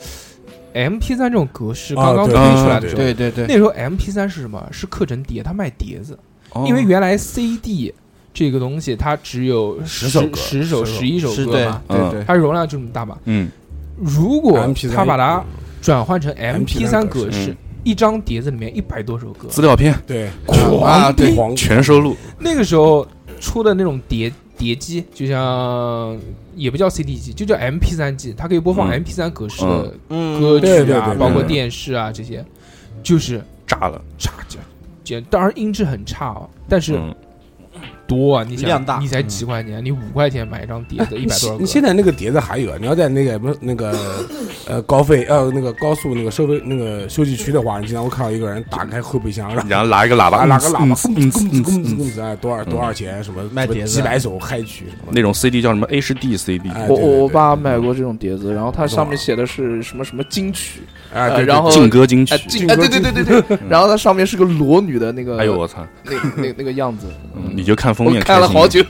F: ，MP 三这种格式
B: 啊
F: 刚刚推
B: 对
F: 出来的时候，
I: 对对对，
F: 那时候 MP 三是什么？是刻成碟，它卖碟子，
G: 哦
F: 因为原来 CD 这个东西它只有
B: 十首歌
F: 十首、
B: 十首
F: 十一首
I: 是
F: 歌
I: 对
F: 嘛，
G: 嗯
I: 对对，
F: 它容量就这么大嘛。
G: 嗯
F: 如果
B: MP3
F: 它把它转换成
B: MP3
F: MP 三格
B: 格
F: 式
G: 嗯，
F: 一张碟子里面一百多首歌，
G: 资料片
B: 对，
I: 啊对
B: 狂
G: 全收录，
F: 那个时候出的那种碟碟机，就像也不叫 CD 机，就叫 MP 三机，它可以播放
G: 嗯
F: MP 三格式
G: 嗯
F: 的
I: 嗯
F: 歌曲啊，
B: 对对对对
F: 包括
G: 对
F: 电视啊这些，就是
G: 炸了，
F: 炸着，简当然音质很差哦，但是
G: 嗯
F: 多啊！你想
I: 量大啊
F: 你才几块钱，你五块钱买一张碟子，一
B: 你
F: 百多
B: 现
F: 少
B: 你
F: 个？
B: 现在那个碟子还有啊？你要在那个不是那个 呃高费呃那个高速那个收费那个休息区的话，你经常会看到一个人打开后备箱，然后
G: 然后拿一个喇叭，
B: 拿拿个喇叭，
G: 嗯
B: 咕
G: 嗯
B: 咚咕咚咕咚咕
G: 嗯嗯
B: 咚咕咚，哎，多少多少钱？什么
I: 卖碟子
B: 几百首嗨曲什么的
G: 那种 CD 叫什么 HD CD，
B: 哎
H: 我
B: 对对对
H: 我我爸买过这种碟子，然后它上面写的是什么什么金曲，
B: 哎，
H: 呃
B: 对对
H: 然后
G: 劲歌金曲
H: 哎，金哎对对对对对，然后它上面是个裸女的那个，
G: 哎呦我操，
H: 那那那个样子，
G: 嗯你就看封
H: 我
G: 面，
H: 看了好久，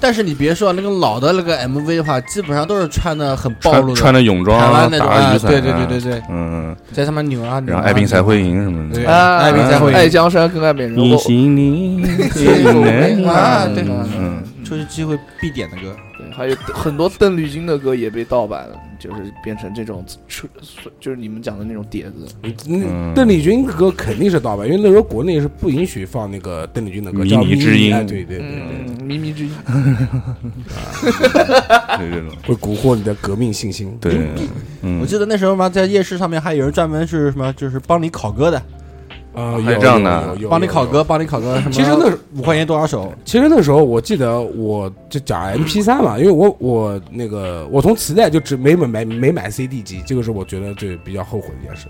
I: 但是你别说那个老的那个 MV 的话，基本上都是穿的很暴露的，
G: 穿穿着泳装，
I: 台湾那种
G: 打着
I: 啊，
G: 雨伞，
I: 对对对对对，
G: 嗯，
I: 在他妈扭啊扭
G: 然
I: 啊，
G: 后爱拼才会
I: 扭啊。
G: 赢什么
I: 对
G: 的。
H: 啊
I: 爱拼才会赢
H: 爱江山更爱美人，
G: 你
H: 我
G: 心里
I: 啊对
G: 嗯，
I: 就是机会必点的歌，
H: 对还有很多邓丽君的歌也被盗版了，就是变成这种出，就是你们讲的那种碟子，
G: 嗯
B: 那邓丽君的歌肯定是盗版，因为那时候国内是不允许放那个邓丽君的歌，
G: 迷
B: 叫
G: 你之
B: 迷
G: 音
B: 哎对对对，
H: 嗯，靡靡之音，
G: 对这种，
B: 会蛊惑你的革命信心。
G: 对，嗯，
I: 我记得那时候嘛，在夜市上面还有人专门是什么，就是帮你考歌的，
B: 啊，
G: 还
B: 有
G: 这样的，
B: 有有有
I: 帮你
B: 有
I: 考
B: 有
I: 歌，帮你考歌，什么
B: 其实那是
I: 五块钱多少首，
B: 其实那时候我记得，我就讲 M P 三嘛，因为我我那个我从磁带就只没买买没买 C D 机，这个是我觉得最比较后悔的一件事。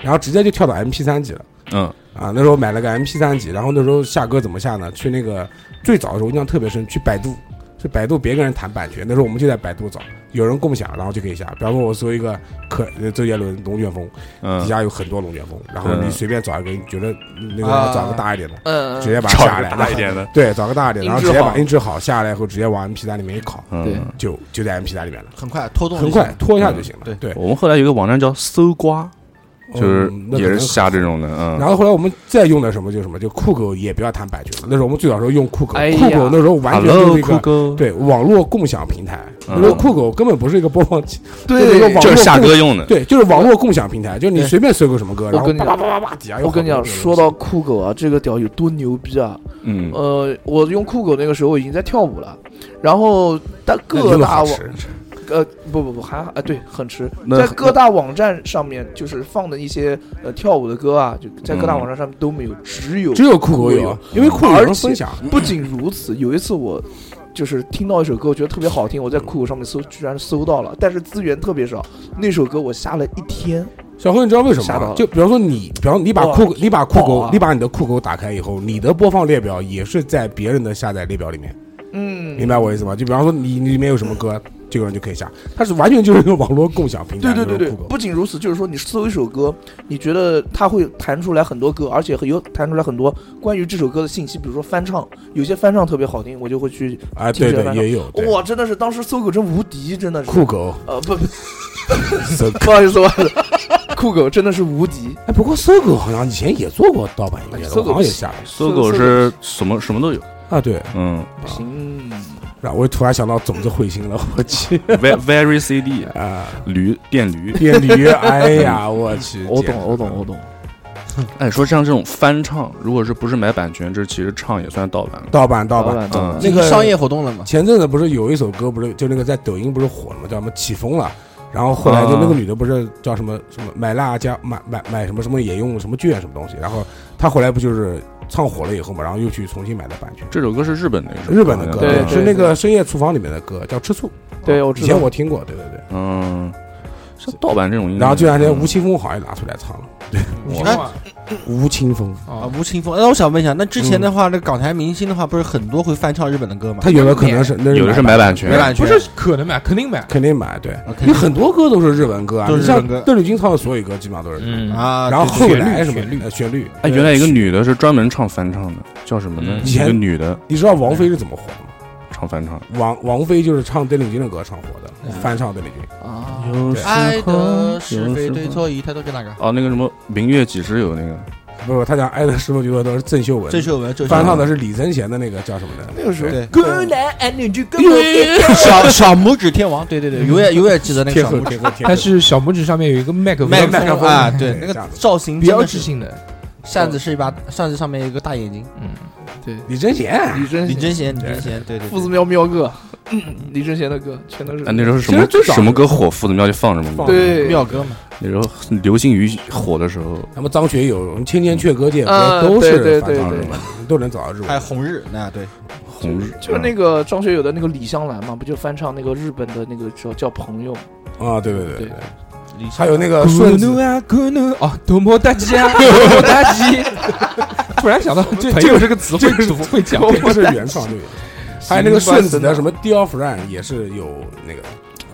B: 然后直接就跳到 M P 三级了
G: 嗯
B: 啊！那时候买了个 M P 三级，然后那时候下歌怎么下呢？去那个最早的时候我印象特别深，去百度，去百度别跟人谈版权，那时候我们就在百度找，有人共享，然后就可以下。比方说我搜一个可呃周杰伦《龙卷风》，底
G: 嗯，
B: 下有很多龙卷风，然后
G: 嗯
B: 你随便找一个，你觉得那个
I: 啊
B: 要找个大一点的，
H: 嗯，
B: 直接把它
G: 找
B: 下
G: 一
B: 来
G: 个，
B: 然
G: 大
B: 后
G: 一点的，
B: 对，找个大一点，然后
H: 音质
B: 直接
H: 好
B: 把音质好下来以后，直接往 MP 3里面一拷，
G: 嗯。
B: 就就在 MP 3里面了，
I: 很快拖
H: 哦
I: 动，
B: 很快，拖一下就行了。
H: 嗯
I: 对
B: 对，
G: 我们后来有个网站叫搜刮，就是
B: 嗯
H: 哦
G: 也是。
B: 那可能
G: 下这种的，嗯，
B: 然后后来我们再用的什么就是什么，就酷狗也不要谈版权了。那时候我们最早时候用酷狗，
H: 哎呀
B: 酷狗那时候完全就是
G: Hello
B: 一
G: 酷
B: 个
G: 狗，
B: 对网络共享平台。
G: 嗯
B: 那时候酷狗根本不是一个播放器，
H: 对，
B: 就是网
G: 就是下歌用的，
B: 对，就是网络共享平台，就是你
I: 对
B: 随便搜个什么歌，
H: 我
B: 然后
H: 跟你
B: 叭
H: 讲
B: 叭叭叭叭底下有
H: 我
B: 好多
H: 跟你
B: 那
H: 讲，
B: 种东西。
H: 说到酷狗啊，这个屌有多牛逼啊！
G: 嗯，
H: 呃，我用酷狗那个时候已经在跳舞了，然后但
B: 那
H: 各
B: 你有
H: 大
B: 好
H: 网
B: 吃
H: 呃，不不不，还啊，对，很迟，
G: 那
H: 在各大网站上面就是放的一些呃跳舞的歌啊，就在各大
G: 嗯
H: 网站上面都没有，只有
B: 只有酷狗有
H: 有，
B: 因为酷狗有
H: 哎
B: 人
H: 而且
B: 分享，
H: 不仅如此，有一次我就是听到一首歌，我觉得特别好听，我在酷狗上面搜，居然搜到了，但是资源特别少。那首歌我下了一天，
B: 小辉，你知道为什么
H: 吓到
B: 吗？
H: 了
B: 就比方说你，比方你把酷，你把酷
H: 爆
B: 狗
H: 啊，
B: 你把你的酷狗打开以后，你的播放列表也是在别人的下载列表里面，
H: 嗯，
B: 明白我意思吗？就比方说你你里面有什么歌，这个人就可以下，它是完全就是一个网络共享平
H: 对
B: 台，
H: 对对
B: 就是
H: 对，
B: 酷狗
H: 不仅如此，就是说你搜一首歌，你觉得它会弹出来很多歌，而且有弹出来很多关于这首歌的信息，比如说翻唱，有些翻唱特别好听，我就会去。
B: 啊，
H: 听
B: 对
H: 起来
B: 对也有，对
H: 哇，真的是当时搜狗真无敌，真的是。
B: 酷狗。
H: 呃不不，不
B: 搜狗
H: 好意思，不 好意思，酷狗真的是无敌。
B: 哎，不过搜狗好像以前也做过盗版音乐的，
H: 哎搜
B: 我
H: 狗
B: 好像也下
G: 搜狗是什么什么都有，
B: 啊，对。
G: 嗯
H: 行，
B: 然后我突然想到种子彗星了， 我去
G: ，Ve-，Very CD
B: 啊，
G: 驴电驴。
B: 电驴，哎呀，我去，
H: 我
B: 简
H: 懂，
B: 直
H: 我懂，我懂。
G: 哎，说像这种翻唱，如果是不是买版权，这其实唱也算盗版了。
B: 盗版，盗版。
H: 版盗版
G: 嗯
B: 那个
I: 商业活动了嘛？
B: 前阵子不是有一首歌，不是就那个在抖音不是火了嘛，叫什么起风了。然后后来就那个女的不是叫什么什么买辣椒买买买什么什么也用什么券什么东西，然后她后来不就是唱火了以后嘛，然后又去重新买的版权，
G: 这首歌是日本的一首歌，
B: 日本的歌啊
H: 对
B: 是
H: 对
B: 那个深夜厨房里面的歌叫吃醋，啊
H: 对，我
B: 以
H: 知
B: 前
H: 道。
B: 我听过，对对对。
G: 嗯，像盗版这种音乐。
B: 然后这两
G: 嗯
B: 天吴青峰好像也拿出来唱了，
G: 我
I: 哎
B: 吴青峰
I: 啊，吴青峰。那我想问一下，那之前的
B: 嗯
I: 话，那港台明星的话，不是很多会翻唱日本的歌吗
B: 他？有的可能是那
G: 有的是买版权，
I: 没版权
F: 不是可能买，肯定买。
B: 肯定买，对，
I: OK
B: 你很多歌都是日文歌啊，
I: 都是
B: 你
I: 日
B: 像
I: 文歌
B: 邓丽君唱的所有歌基本上都是日文歌。
F: 嗯
I: 啊，
B: 然后
I: 对
B: 后来什
F: 旋律旋律
B: 么呃旋律，
G: 哎，原来有一个女的是专门唱翻唱的，叫什么呢？
F: 嗯
G: 一个女的
B: 你知道王菲是怎么火的吗？
G: 唱翻唱，
I: 嗯
B: 王王菲就是唱邓丽君的歌唱火的，翻唱邓丽君。
H: 啊，
G: 有
I: 爱的是非对。错一抬头就那个
G: 哦，那个什么《明月几时有》那个，
B: 不不，他讲爱的十分觉得都是郑秀文，
I: 郑秀文，郑秀文
B: 翻唱的是李贞贤的那个叫什么的？
H: 那个时候
I: 对
H: 哥来爱你就跟
I: 小小拇指天王，对对对，永远永远记得那个
B: 天
I: 小
B: 后
I: 拇指
B: 天后天后
F: 嗯但是小拇指上面有一个麦克风，嗯
I: 麦
B: 麦克
I: 克
B: 风
I: 风啊，对那
B: 这
I: 个
B: 样子
I: 造型真
F: 标
I: 的
F: 志
I: 是
F: 性的，
I: 扇子是一把扇子上面有一个大眼睛，
B: 李贞贤，啊
H: 李贞
I: 李
H: 贤、
I: 贞贤，李贞贤，对对，
H: 父
I: 对
H: 子喵喵哥，嗯李贞贤的歌全都是。
G: 哎，那时候是什
B: 其实最
G: 么
B: 早
G: 什么歌火，父子庙就放什么歌。
H: 对
I: 妙哥嘛，
G: 那时候流星雨火的时候，
B: 那么张学友、千千阙歌这些歌
H: 啊
B: 都是
H: 对对
B: 翻唱日
H: 对
B: 文的，你都能找到日文
I: 还有
B: 的。
I: 红日，那对，
G: 红日啊
H: 就是那个张学友的那个《李香兰》嘛，不就翻唱那个日本的那个叫叫朋友？
B: 啊，对对对对
H: 对
B: 对。还有那
F: 咕
B: 个呃顺子
F: 噜，啊咕噜啊，多么大吉 啊，多么大吉！突然想到，这
B: 朋友
F: 这个是个词汇
B: 这个，是
F: 词汇 讲。
B: 这个是原 创对。还有那个顺子的什么 Dear Friend 也是有那个，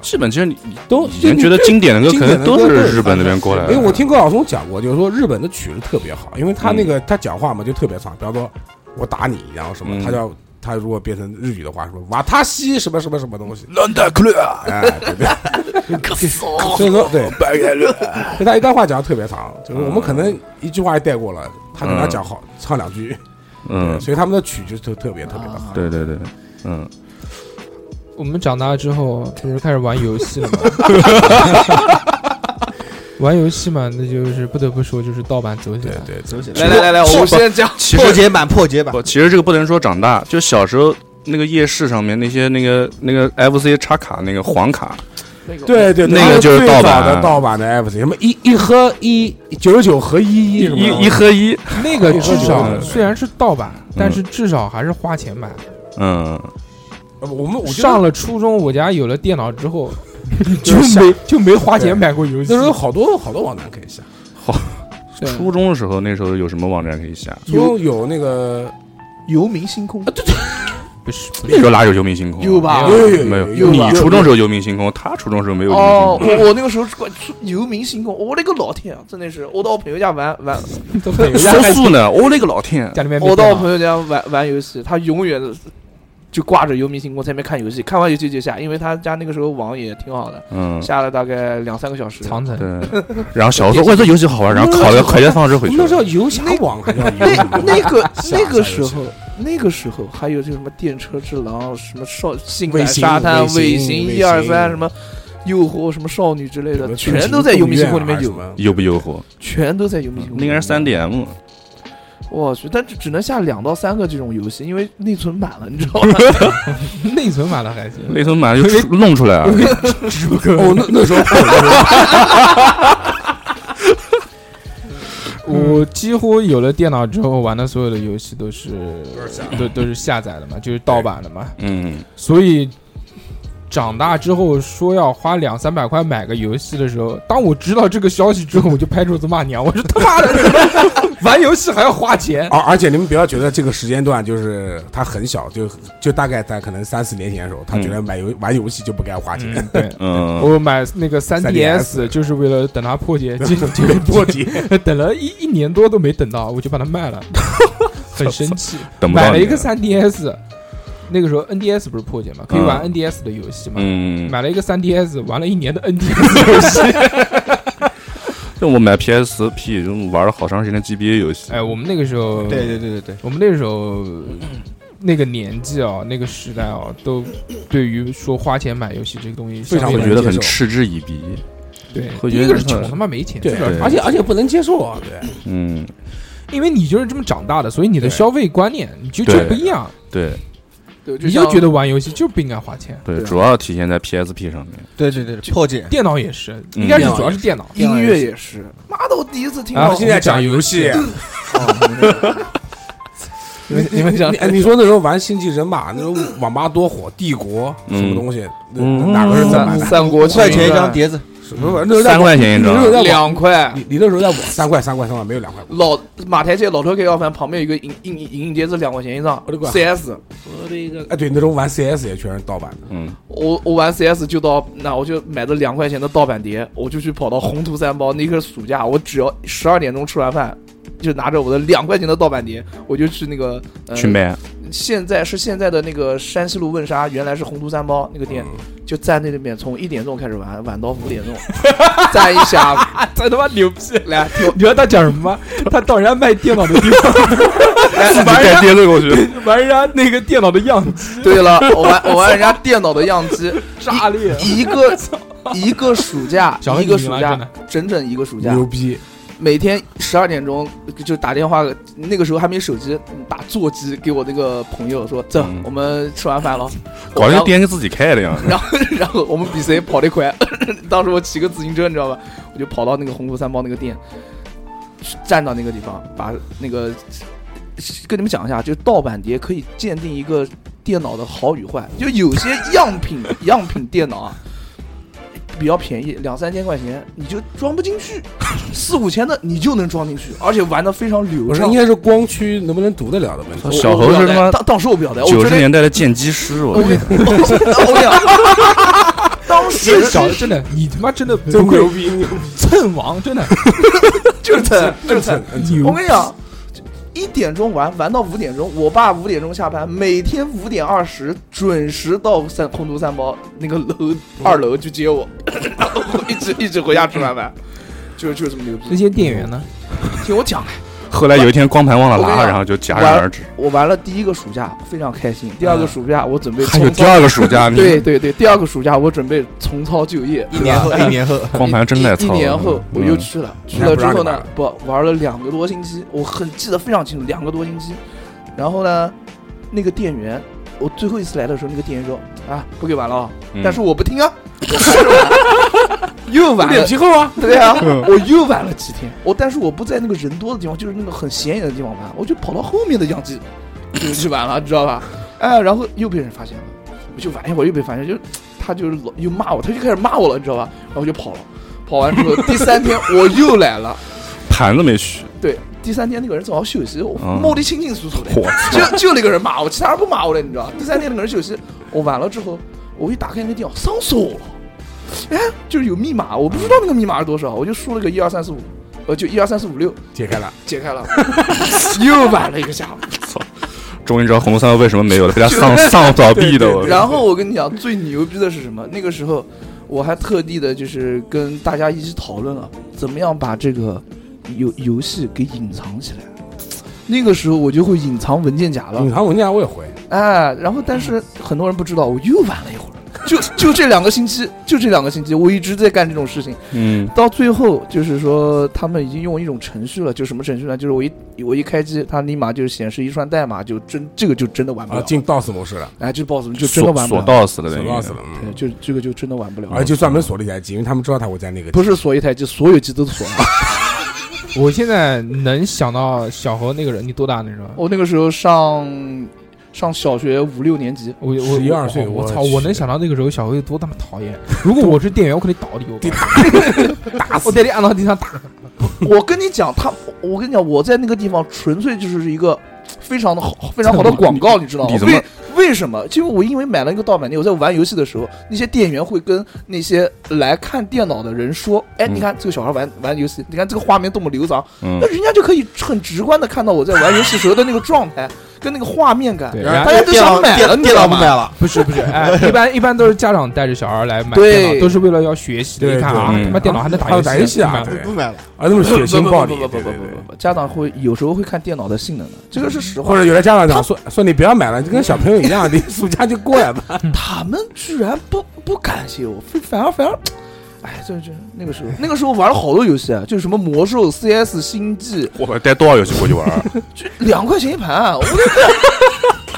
G: 基本其实你
B: 都
G: 以前觉得经典的歌
B: 经
G: 可
B: 典
G: 能
B: 的
G: 都
B: 歌
G: 是
B: 都是
G: 日本那边过来的。
B: 因为哎我听高晓松讲过，就是说日本的曲子特别好，因为他
G: 嗯
B: 那个他讲话嘛就特别长，比方说我打你，然后什么，
G: 嗯
B: 他叫他如果变成日语的话，说瓦塔西什么什么什么东西，
G: 乱打克啊，
B: 哎，对 对，所以说对，
G: 啊
B: 就他一段话讲的特别长，就是我们可能一句话就带过了，他可能要讲好唱两句，
G: 嗯，
B: 所以他们的曲就特特别特别的好，
G: 对对对，嗯，
F: 我们长大之后不是开始玩游戏 了吗？玩游戏嘛，那就是不得不说，就是盗版走起
B: 对
F: 来。
B: 对，
I: 走起
H: 来
I: 来
H: 来来来，我
I: 不
H: 们先讲
G: 其
I: 破
G: 实
I: 解版，破解版
G: 不，其实这个不能说长大，就小时候那个夜市上面那些那个那个 FC 插卡那个黄卡，
H: 那个
B: 对对，对
G: 那个就是
B: 最
G: 盗
B: 早
G: 版
B: 的盗版的 FC，什么一一喝一九十九合一一什么
G: 一一
B: 的
G: 合一，
F: 那个至
G: 对
F: 少
G: 对
F: 虽然是盗版，
B: 嗯
F: 但是至少还是花钱买。
G: 嗯，
B: 呃我们我觉得
F: 上了初中，我家有了电脑之 后，就
B: 就是下
F: 没就没花钱买过游戏
B: 那时。候好多好多网站可以下，
F: 对
G: 初中的时候那时候有什么网站可以下？
B: 有有那个
H: 游民星空，
F: 不是不
G: 那
F: 是
G: 时候哪有幽冥星空啊？
H: 有吧？
F: 啊
B: 有有
G: 没
B: 有
G: 有，你
H: 吧
G: 初中时候幽冥星空，他初中时候没有幽冥
H: 哦，
G: 星空。
H: 我我那个时候关注游民星空，我勒个老天啊！真的是，我到我朋友家玩玩，
F: 都没有人
G: 说
F: 家
G: 素呢，我勒个老天！
F: 家里面没
H: 我到
F: 电
H: 我
F: 脑
H: 朋友家玩玩游戏，他永远就挂着游民星空在那边看游戏，看完游戏就下，因为他家那个时候网也挺好的，
G: 嗯，
H: 下了大概两三个小时。
F: 长城。
G: 对。然后小时候我说游戏好玩，然后考了快捷方式
B: 我
G: 回
B: 们
G: 去
B: 那
G: 了
B: 时。候游侠网还叫游
H: 那
B: 什么
H: 那个
B: 下
H: 那个
B: 下
H: 时
B: 游戏
H: 候，那个时候还有这什么电车之狼，什么少性
B: 卫
H: 感
B: 星
H: 沙滩
B: 卫，
H: 尾
B: 星卫
H: 一二三，
B: 星
H: 什么诱惑，什么少女之类
B: 什
H: 的，
B: 么
H: 全都在游民星空里面
B: 有
H: 有，
G: 诱不诱惑？
I: 嗯
H: 全都在游民星空
G: 那
H: 里
G: 应该
H: 面。
G: 是三 DM，
H: 我去，但只只能下两到三个这种游戏，因为内存满了，你知道吗？
F: 内存满了还行。
G: 内存满了就出弄出来啊，
B: 哦，那那时候
F: 我几乎有了电脑之后，玩的所有的游戏都是都都是下载的嘛，就是盗版的嘛。
G: 嗯，
F: 所以长大之后说要花两三百块买个游戏的时候，当我知道这个消息之后，我就拍桌子骂娘，我说他妈的， 玩游戏还要花钱。
B: 而而且你们不要觉得这个时间段就是他很小，就就大概在可能三四年前的时候，他觉得买游玩游戏就不该花钱，
F: 嗯，对。
G: 嗯，
F: 我买那个三
B: 3DS
F: 就是为了等它破 解，结结
B: 就
F: 果
B: 被破解。
F: 等了一一年多都没等到，我就把它卖 了，很生气。
G: 等不到
F: 买了
G: 你
F: 一个，3DS，那个时候 NDS 不是破解嘛，可以玩 NDS 的游戏嘛。
G: 嗯，
F: 买了一个 3DS，玩了一年的 NDS 游戏。
G: 就我买 PSP 就玩了好长时间的 GBA 游戏，
F: 哎，我们那个时候，
I: 对对对对对，
F: 我们那时候那个年纪啊，那个时代啊，都对于说花钱买游戏这个东西
B: 非常
G: 会
F: 相
G: 觉
F: 对
G: 得
B: 接
G: 很
B: 受
G: 嗤之以鼻，
F: 对，
G: 会
F: 第
G: 觉得
F: 一个是
G: 很
F: 穷他妈没钱，
B: 对
F: 是吧，
B: 而且而且不能接受啊，对，
G: 嗯，
F: 因为你就是这么长大的，所以你的
B: 对
F: 消费观念你就就
G: 对
F: 不一样，
G: 对
H: 对，就
F: 你就
H: 像
F: 觉得玩游戏就不应该花钱。
G: 对，啊主要体现在 PSP 上面，嗯
I: 对对对，破解。
F: 电脑也是，一开始主要是电脑，
H: 音乐也是，妈的，我第一次听
F: 啊
H: 到
F: 现
B: 现
F: 在
B: 在
F: 讲
B: 讲游戏，
H: 你们你们讲
B: 你哎你说那时候玩星际争霸，那时候网吧多火，帝国什么东西，那
G: 嗯
B: 哪个是正版
H: 三
B: 的？
H: 三国
I: 五块钱一张，碟子，
B: 什么玩意儿？那时候在
G: 三块钱一张
B: 那时候在网
H: 两块。
B: 你你那时候在网三块三块三块没有两块，
H: 老马台街老头给要饭旁边有一个影影影影碟子两块钱一张
B: 我的乖
H: ，CS，
B: 哎对，那时候玩 CS 也全是盗版的，
G: 嗯，
H: 我我玩 CS 就到那我就买了两块钱的盗版碟，我就去跑到宏图三包，那个暑假我只要十二点钟吃完饭，就拿着我的两块钱的盗版碟，我就去那个、呃、
G: 去。卖，
H: 现在是现在的那个山西路汶沙，原来是宏图三包那个
B: 嗯
H: 店，就站在那边从一点钟开始玩，玩到五点钟， 站一下午。
F: 这他妈牛逼！
H: 来，听我
F: 你知道他讲什么吗？他到人家卖电脑的地方
G: 自己 带跌落过去，
F: 玩人家那个电脑的样子，
H: 对了，我玩我玩人家电脑的样机，
F: 炸裂！
H: 一个一个暑假
F: 小，黑
H: 一个
F: 你赢
H: 暑
F: 了真
H: 假
F: 的，
H: 整整一个暑假，
B: 牛逼！
H: 每天十二点钟就打电话，那个时候还没手机，打座机给我那个朋友说：“这
G: 嗯
H: 我们吃完饭了。”
G: 搞
H: 然
G: 像
H: 后
G: 店给自己开的样子，
H: 然后 然后我们比谁跑得快。 当时我骑个自行车，你知道吧？我就跑到那个红福三包那个店，站到那个地方，把那个跟你们讲一下，就是盗版碟可以鉴定一个电脑的好与坏。就有些样品 样品电脑啊。比较便宜，两三千块钱你就装不进去， 四五千的你就能装进去，而且玩的非常流
B: 不是
H: 畅
B: 应。该是光驱能不能读得了的问
H: 我
B: 题。
G: 小
H: 我
G: 猴
H: 不
G: 是
H: 晓得
G: 他妈
H: 当当时我不晓得，我
G: 九
H: 觉
G: 十
H: 得
G: 年代的剑击师，我
H: 我跟你我跟你讲， 当时
F: 真的真的，你他妈真的
B: 真
F: 不愧
B: 牛逼！
F: 蹭王，真的
H: 就是他就是他
B: 蹭
H: 我
F: 牛
H: 跟你讲，一点钟玩玩到五点钟，我爸五点钟下班，每天五点二十准时到三洪都三包那个楼二楼去接我， 然后我一直一直回家吃完饭，就是就是这么牛
F: 那
H: 逼。
F: 些店员呢？
H: 听我讲，
G: 后来有一天光盘忘了
H: 我跟你
G: 拿，
H: 讲
G: 然后就戛然而止。
H: 我玩了第一个暑假非常开心，第二个暑假我准备
G: 还有
H: 重
G: 第
H: 操。
G: 二个暑假，你
H: 对对对，第二个暑假我准备重操旧业，
I: 一年后，一年后，
G: 光盘真带嗯
H: 一
G: 操。啊
H: 一年后我又去了，去了之后呢
B: 嗯，
H: 不玩了两个多星期，我很记得非常清楚，两个多星期。然后呢，那个店员，我最后一次来的时候，那个店员说啊，不给玩了啊，
G: 嗯，
H: 但是我不听啊， 我还是玩，又玩了。
B: 厚啊！
H: 对啊，我又玩了几天，我但是我不在那个人多的地方，就是那个很显眼的地方玩，我就跑到后面的样机就去玩了，知道吧？哎，然后又被人发现了，哎我就玩一会儿又被发现，就他就是老又骂我，他就开始骂我了，你知道吧？然后我就跑了，跑完之后第三天我又来了，
G: 盘子没续，
H: 对，第三天那个人正好休息，我
G: 嗯
H: 摸得清清楚楚的，
G: 我
H: 就就那个人骂我，其他人不骂我了，你知道吧？第三天那个人休息，我完了之后，我一打开那个电脑，上锁了，哎，就是有密码，我不知道那个密码是多少，我就输了个一二三四五，呃，就一二三四五六，
B: 解开了，
H: 解开了，又玩了一个下午。
G: 终于知道红三为什么没有 了，被他丧丧倒闭的。我
H: 然后我跟你讲，最牛逼的是什么？那个时候我还特地的就是跟大家一起讨论了，怎么样把这个游游戏给隐藏起来。那个时候我就会隐藏文件夹了
B: 隐，藏文件我也会，
H: 哎，然后但是很多人不知道，我又玩了一会儿，就就这两个星期，就这两个星期，我一直在干这种事情。
G: 嗯
H: 到最后就是说，他们已经用一种程序了，就什么程序呢？就是我一我一开机，它立马就显示一串代码，就真这个就真的玩不
B: 啊，
H: 了，
B: 进 DOS 模式了，
H: 哎，就 boss 就真的
G: 锁
H: 玩不
G: 锁
H: 了，
G: 到死了，
B: 锁
G: 等于
B: DOS 了，嗯
H: 对，就这个就真的玩不了，
B: 而且专门锁了一台机，因为他们知道他会在那个
H: 不是锁一台机，所有机都锁了。啊
F: 我现在能想到小何那个人，你多大那时候？
H: 我那个时候上上小学五六年级，
F: 我我
B: 11 12岁
F: 我
B: 我
F: 操！
B: 去
F: 我能想到那个时候小何有多他妈讨厌。如果我是店员，我肯定倒地，我
B: 地
F: 打 我带你按到地上打。
H: 我跟你讲，他我跟你讲，我在那个地方纯粹就是一个非常的好、非常好的广告，你知道吗
G: 你？怎么
H: 为为什么？就我因为买了一个盗版店，我在玩游戏的时候，那些店员会跟那些来看电脑的人说：“哎，
G: 嗯
H: 你看这个小孩玩玩游戏，你看这个画面多么流畅。”
G: 嗯
H: 那，人家就可以很直观的看到我在玩游戏时候的那个状 态跟那个画面感
F: 对，，
B: 然
F: 然
B: 后
F: 后
H: 大家都
I: 电脑
H: 想买了，
I: 电
H: 你知
I: 电脑
H: 道
I: 不
H: 吗？
I: 买了，
F: 不是不 是，哎，一般一般都是家长带着小孩来买
H: 对
F: 电脑，都是为了要学习。
B: 对
F: 你看啊，
G: 对
F: 他妈电脑还能
B: 还有
F: 打
B: 打游戏啊
F: 你看
B: 对
I: 不买了。
B: 啊，那么血
H: 不
B: 腥暴力，
H: 不不不
B: 对
H: 不
B: 对
H: 不
B: 对
H: 不不，家长会有时候会看电脑的性能的，这个是实话
B: 或。者有的家长讲说说你不要买了，就跟小朋友一样，你 暑假就过来吧。
H: 他们居然不不感谢我，反反而反而，哎，这这那个时候那个时候玩了好多游戏啊，就是什么魔兽、CS、星际，
G: 我带多少游戏过去玩啊 儿？
H: 就两块钱一盘啊、我都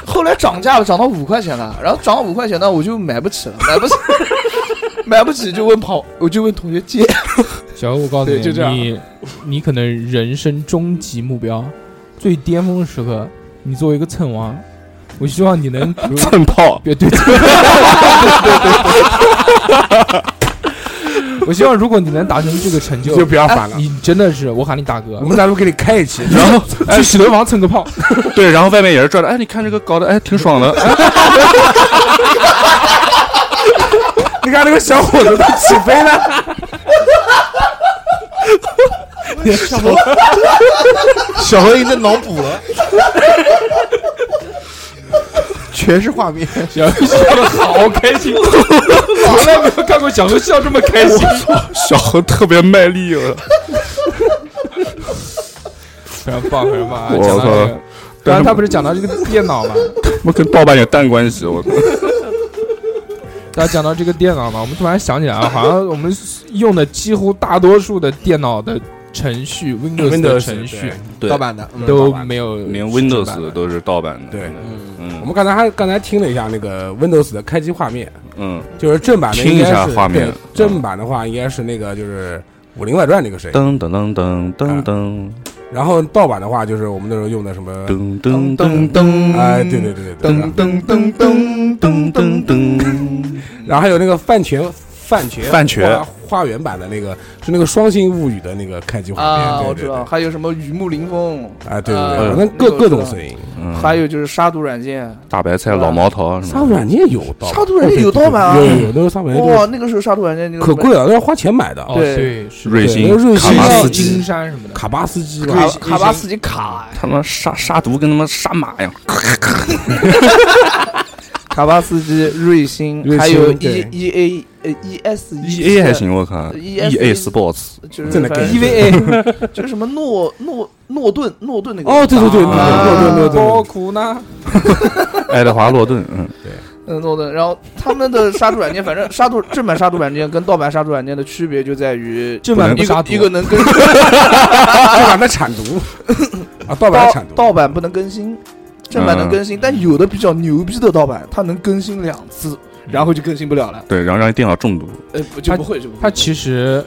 H: 后来涨价了，涨到五块钱了，然后涨到五块钱呢，我就买不起了，买不起， 买不起就问跑，我就问同学借。
F: 小何，我告诉
H: 对就这
F: 你，
H: 样
F: 你你可能人生终极目标、最巅峰时刻，你作为一个蹭王，我希望你能
G: 蹭炮，
F: 别对。我希望如果你能达成这个成就
B: 就，不要烦了。
F: 你真的是我喊你大哥
B: 哎我，们到时候给你开一期，
G: 然 后
F: 去洗头房蹭个泡。
G: 哎对，然后外面也是转的，哎，你看这个搞的，哎，挺爽的，哎
B: 你看那个小伙子他起飞了，
I: 小何已经脑补了，全是画面。
F: 小何笑的好开心，从来没有看过小何笑这么开心。
G: 小何特别卖力，啊 我操
F: 非常棒，非常棒！
G: 我
F: 讲到这
G: 靠
F: 个，刚刚他不是讲到这个电脑嘛？
G: 我跟盗版有淡关系，啊我操
F: 大家讲到这个电脑嘛，我们突然想起来啊，好像我们用的几乎大多数的电脑的程序，Windows 的
B: Windows
F: 程序
G: 对
I: 盗版的，嗯
F: 都没有正版的，
G: 连 Windows 都是盗版的，
B: 对我
G: 嗯
B: 们刚才还刚才听了一下那个 Windows 的开机画面，
G: 嗯，
B: 就是正版的
G: 听
B: 应
G: 一
B: 该是
G: 下画面
B: 对，正版的话应该是那个就是《武林外传》那个声音，
G: 噔噔噔噔噔噔
B: 然后盗版的话就是我们那时候用的什么，
G: 噔噔啊噔噔，
B: 哎，对对，对对对，
G: 噔噔噔噔噔噔噔，
B: 然后还有那个饭权饭权
G: 饭权
B: 花花园版的那个是那个《双星物语》的那个开机画面，
H: 啊，
B: 对
H: 我
B: 对
H: 知道，
B: 对
H: 还有什么雨幕临风，
B: 哎，对对
H: 啊
B: 对，反
G: 嗯
B: 正各
H: 那个我
B: 各
H: 知
B: 种
H: 道
B: 声音，
G: 嗯
H: 还有就是杀毒软件，
G: 大白菜、老毛啊桃什
B: 杀毒
G: 么的，
B: 软件有盗版，
H: 杀毒软件有盗版啊
B: 有有有，那个杀毒软件就是
H: 哇，那个时候杀毒软件那个
B: 哎可贵了，那要花钱买的。
F: 哦，
H: 对
F: 对，是
G: 瑞
B: 对
G: 幸
B: 那个瑞
G: 卡
B: 幸
G: 巴
F: 马
G: 斯基
F: 金。山什么的，
B: 卡巴斯基吧
H: 卡，卡巴斯基卡，哎
G: 他妈杀杀毒跟他妈杀马一样，
H: 卡巴斯基、瑞星
B: 瑞，星
H: 还有 E
B: 对
H: E A 呃 E S
G: E A 还，行，我看
H: ES
G: A Sports，
H: 就是
B: 真的
H: 反正
B: E
F: EVA
H: 就是什么诺诺诺顿诺顿那个
B: 哦，对对对，
G: 啊
B: 对对对
F: 包
B: 对
F: 苦呢？
G: 爱德华诺顿，嗯，
H: 嗯诺顿，然后他们的杀毒软件，反正杀毒正版杀毒软件跟盗版杀毒软件的区别就在于
F: 正版不
H: 一
F: 杀
H: 个
F: 毒
H: 一个能更
B: 对，盗版的产毒啊， 盗版的
H: 盗
B: 产毒，嗯
H: 盗版不能更新，正版能更新，但有的比较牛逼的盗版，它能更新两次，
B: 嗯
H: 然后就更新不了了，
G: 对，然后让你电脑中毒，
H: 呃不就不会就不会
F: 它其实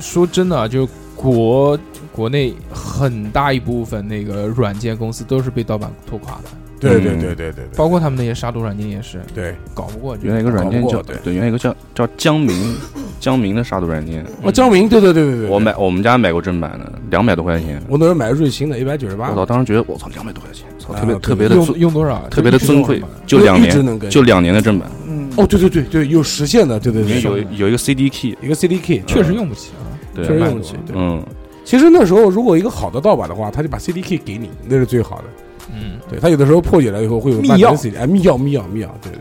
F: 说真的啊，就国国内很大一部分那个软件公司都是被盗版拖垮的，
B: 对对对对对对
F: 包括他们那些杀毒软件也是
B: 对。
F: 搞不过。
G: 原来一个软件
B: 搞不
G: 叫
B: 过哦对
G: 对，原来一个叫叫江明，江明的杀毒软件，嗯
B: 哦，江明，对对对对对，
G: 我买我们家买过正版的，两百多块钱，
B: 我那时候买瑞星的，一百九十八
G: 我，操，当时觉得我操两百多块钱，操特别
B: 啊
G: 特别的
F: 用
G: 尊
F: 用多少？
G: 特别的
F: 就一直用
G: 尊贵
F: 是吧，
G: 就两
B: 一直
G: 年
B: 能更
G: 就两年的正版，
H: 嗯
B: 哦，对对对对，有实现的，对对
G: 里面
B: 对，
G: 有有一个 CD key，
B: 一个 CD key，
F: 确
G: 嗯
F: 实用不起啊。
G: 对
B: 确实
G: 卖
B: 用不
G: 过
B: 起对
G: 嗯，
B: 其实那时候如果一个好的盗版的话，他就把 CD key 给你，那是最好的。
F: 嗯，
B: 对他有的时候破解了以后会有
F: 密
B: 万
F: 钥
B: 能 CD，哎，密钥密钥密钥，对对。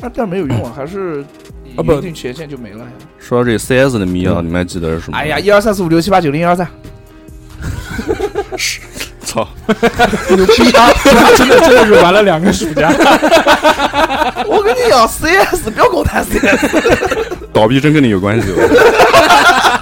H: 但但没有用啊，还是
B: 嗯啊不
H: 一定权限就没了呀。
G: 说到这 CS 的啊
B: 嗯
H: 哎
G: 迷药，你们还记得是什么？
H: 哎呀，，一二三四五六七八九零一二三，
G: 操！
F: 牛逼啊！ 真的真的是玩了两个暑假，
H: 我跟你讲，CS 不要跟我谈 CS。
G: 倒闭真跟你有关系。哦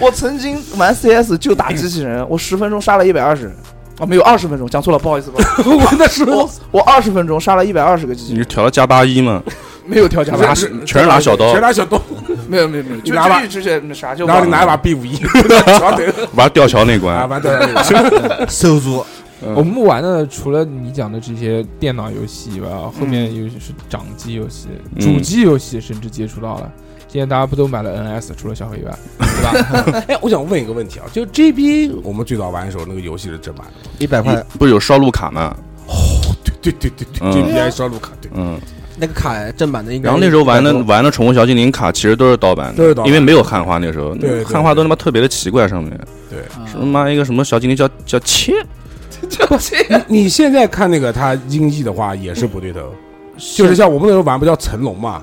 H: 我曾经玩 CS 就打机器人，我十分钟杀了一百二十人。啊，没有二十分钟，讲错了，不好意思，不好意思
B: 我那时
H: 我
B: 候
H: 我二十分钟杀了一百二十个机器
G: 你是
H: 人，
G: 调到加八一 吗？
H: 没有跳加
G: 拿
H: 吧？
G: 是全是拿小刀
B: 全，拿小 刀，
H: 没有没有没有，就
B: 拿吧
H: 就直接那啥就
B: 然后
H: 完
B: 你
H: 了
B: 拿一把 B 五一，全得
G: 玩吊桥那
B: 啊，
G: 关。
B: 完蛋 了。
I: 嗯
A: 收租
F: 我们玩的除了你讲的这些电脑游戏吧，后面尤其是掌机游戏、
G: 嗯
F: 主机游戏，甚至接触到了。现在大家不都买了 NS，除了小黑以外，对吧？
B: 哎，我想问一个问题啊，就 GB 我们最早玩的时候，那个游戏是正版的吗，
I: 一百块
G: 不是有烧录卡吗？
B: 对对对对
G: 嗯
B: ，GB 还烧录卡，对，
G: 嗯，
I: 那个卡正版的应该。
G: 然后那时候玩的玩的宠物小精灵卡其实都是盗版
B: 都
G: 的，
B: 是盗版
G: 因为没有汉化那时候，
B: 对对对
G: 汉化都他妈特别的奇怪，上面什么妈一个什么小精灵叫叫切，
B: 你你现在看那个它音译的话也是不对头，就是像我们那时候玩不叫成龙嘛，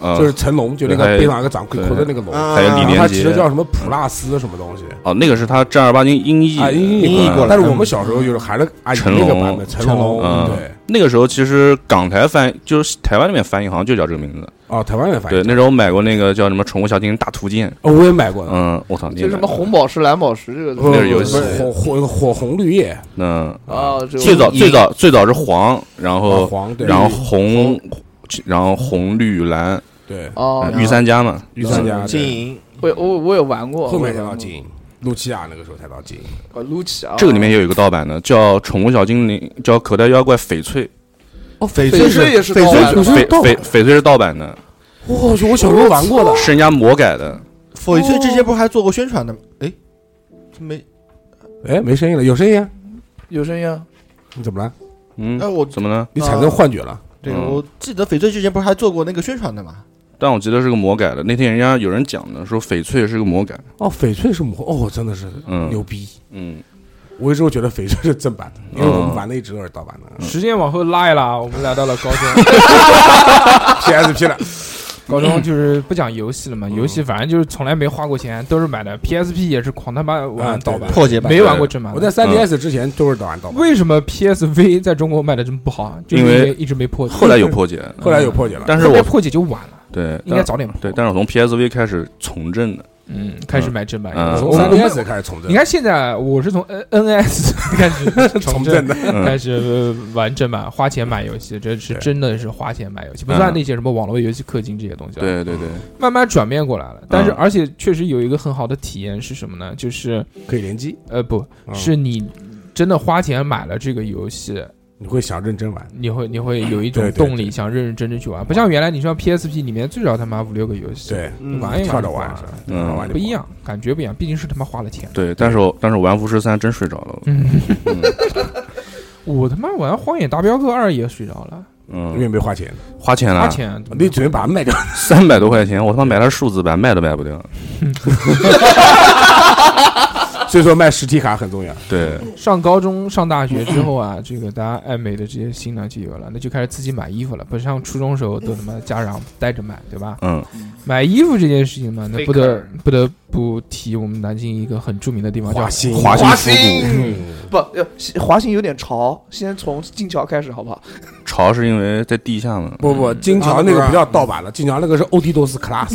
G: 啊
B: 就是成龙，就那
G: 对还
B: 个
G: 有
B: 背上有个掌盔
G: 对
B: 扣的那个龙，
I: 啊
G: 还有李
B: 然后
G: 连
B: 它其
G: 杰
B: 实，叫什么普拉斯什么东西
G: 哦，那个是他正儿八经音译
B: 啊，
G: 的
B: 音
I: 译
B: 译
I: 过来
B: 但是我们小时候就是还是阿姨
G: 成
B: 那个
G: 龙
B: 版本，成
I: 成
B: 龙
G: 嗯
B: 对，
G: 那个时候其实港台翻就是台湾那边翻译好像就叫这个名字。
B: 哦，台湾也翻译
G: 对，，那时候我买过那个叫什么《宠物小精灵大图鉴》。
B: 哦，我也买过的，
G: 嗯，我操，那
H: 就什么
G: 个
H: 红宝石、蓝宝石这个
B: 不
H: 东
G: 那
H: 西
G: 是游戏
B: 不火火火红绿叶，
G: 嗯，
H: 啊，这个
G: 最早最早最早是黄，然
B: 啊
G: 后
B: 黄对，
G: 哦然后红，然后红绿蓝，
B: 对
H: 哦
G: 嗯，御三家嘛。
B: 御三家
I: 金
B: 对
I: 银，
H: 我我我有玩过，
B: 后面才到金银，露琪亚那个时候才到金银，
H: 啊，撸起啊，
G: 这个里面也有一个盗版的，叫《宠物小精灵》，叫《口袋妖怪翡翠》，
B: 哦，翡
H: 翡翠也是盗版的
G: 翡
B: 翡翠是啊盗版
G: 翡翡翠是盗版的，
B: 我去，我小时候玩过的，
G: 是人家魔改的。
I: 翡翠之前不是还做过宣传的吗？哎，
H: 哦
I: 没，
B: 哎，没声音了，有声音啊，
H: 有声音啊，
B: 你怎么了？
G: 嗯
I: 哎，，
B: 哦
I: 我
G: 怎么呢？
B: 你产生幻觉了？
I: 对
G: 嗯
I: 我记得翡翠之前不是还做过那个宣传的吗？
G: 但我记得是个魔改的。那天人家有人讲的，说翡翠是个魔改。
B: 哦，翡翠是魔，哦，真的是牛
G: 嗯
B: 逼！
G: 嗯，
B: 我一直都觉得翡翠是正版的，因为
F: 嗯
B: 我们玩的一直都是盗版的
F: 时间往后拉一拉，我们来到了高中。
B: ，PSP 了。
F: 嗯高中就是不讲游戏了嘛，游戏反正就是从来没花过钱，都是买的。PSP 也是狂他妈玩
B: 啊对
F: 盗版，
I: 破解版
F: 没玩过正版
B: 我
F: 的。
B: 在 3DS 之前都是盗版盗版，
F: 为什么 PSV 在中国卖的这么不好啊？就是
G: 因为
F: 一直没破解。
G: 后来有嗯破解，
B: 后来有破解了。
G: 但是
F: 后来
G: 我
F: 破解就晚了，
G: 对
F: 应该早点破。
G: 对，但是我从 PSV 开始从政的。
F: 嗯，开始买正版
G: 嗯
F: 游戏。
B: 从
F: 我们
B: 3DS 开始从
F: 你
B: 政，
F: 看现在我是从 N NS 开 始
B: 从
F: 从
B: 政
F: 政
B: 的嗯
F: 开始呃玩正版，花钱买游戏，这是
B: 对
F: 真的是花钱买游戏，不算
G: 嗯
F: 那些什么网络游戏氪金这些东西啊。
G: 对对对，
F: 慢慢转变过来了。但是
G: 嗯
F: 而且确实有一个很好的体验是什么呢？就是
B: 可以联机，
F: 呃不
B: 嗯
F: 是你真的花钱买了这个游戏，
B: 你会想认真玩。
F: 你会你会有一种
B: 对对
F: 动力想认认真真去玩，不像原来你像 PSP 里面最少他妈五六个游戏，
B: 对，
I: 嗯
F: 玩一
B: 跳着
F: 玩
B: 玩
F: 就完了
B: 跳着玩就
F: 不一。样，感觉不一样，毕竟是他妈花了钱。
G: 对，但是我但是我玩巫师三真睡着了，
F: 我他妈玩《荒野大镖客二》也睡着了，
B: 因为
G: 嗯，
B: 没花钱，
G: 花钱
B: 啊
F: 花
G: 了，
F: 钱
B: 你准备把它卖掉。
G: 三百多块钱，我他妈买了数字版，卖都卖不掉。
B: 所以说卖实体卡很重要。
G: 对，
F: 上高中、上大学之后啊， 这个大家爱美的这些心呢就有了，那就开始自己买衣服了。不像初中时候都他妈家长带着买，对吧？
G: 嗯，
F: 买衣服这件事情嘛，那不得
H: Faker
F: 不得不提我们南京一个很著名的地方叫
B: 华兴
G: 华
H: 华
G: 兴复
H: 兴
F: 嗯
H: 不，呃西华兴有点潮，先从金桥开始好不好？
G: 古潮是因为在地下嘛，
B: 不不，金桥那个不叫盗版了，金桥那个是欧迪多斯 class，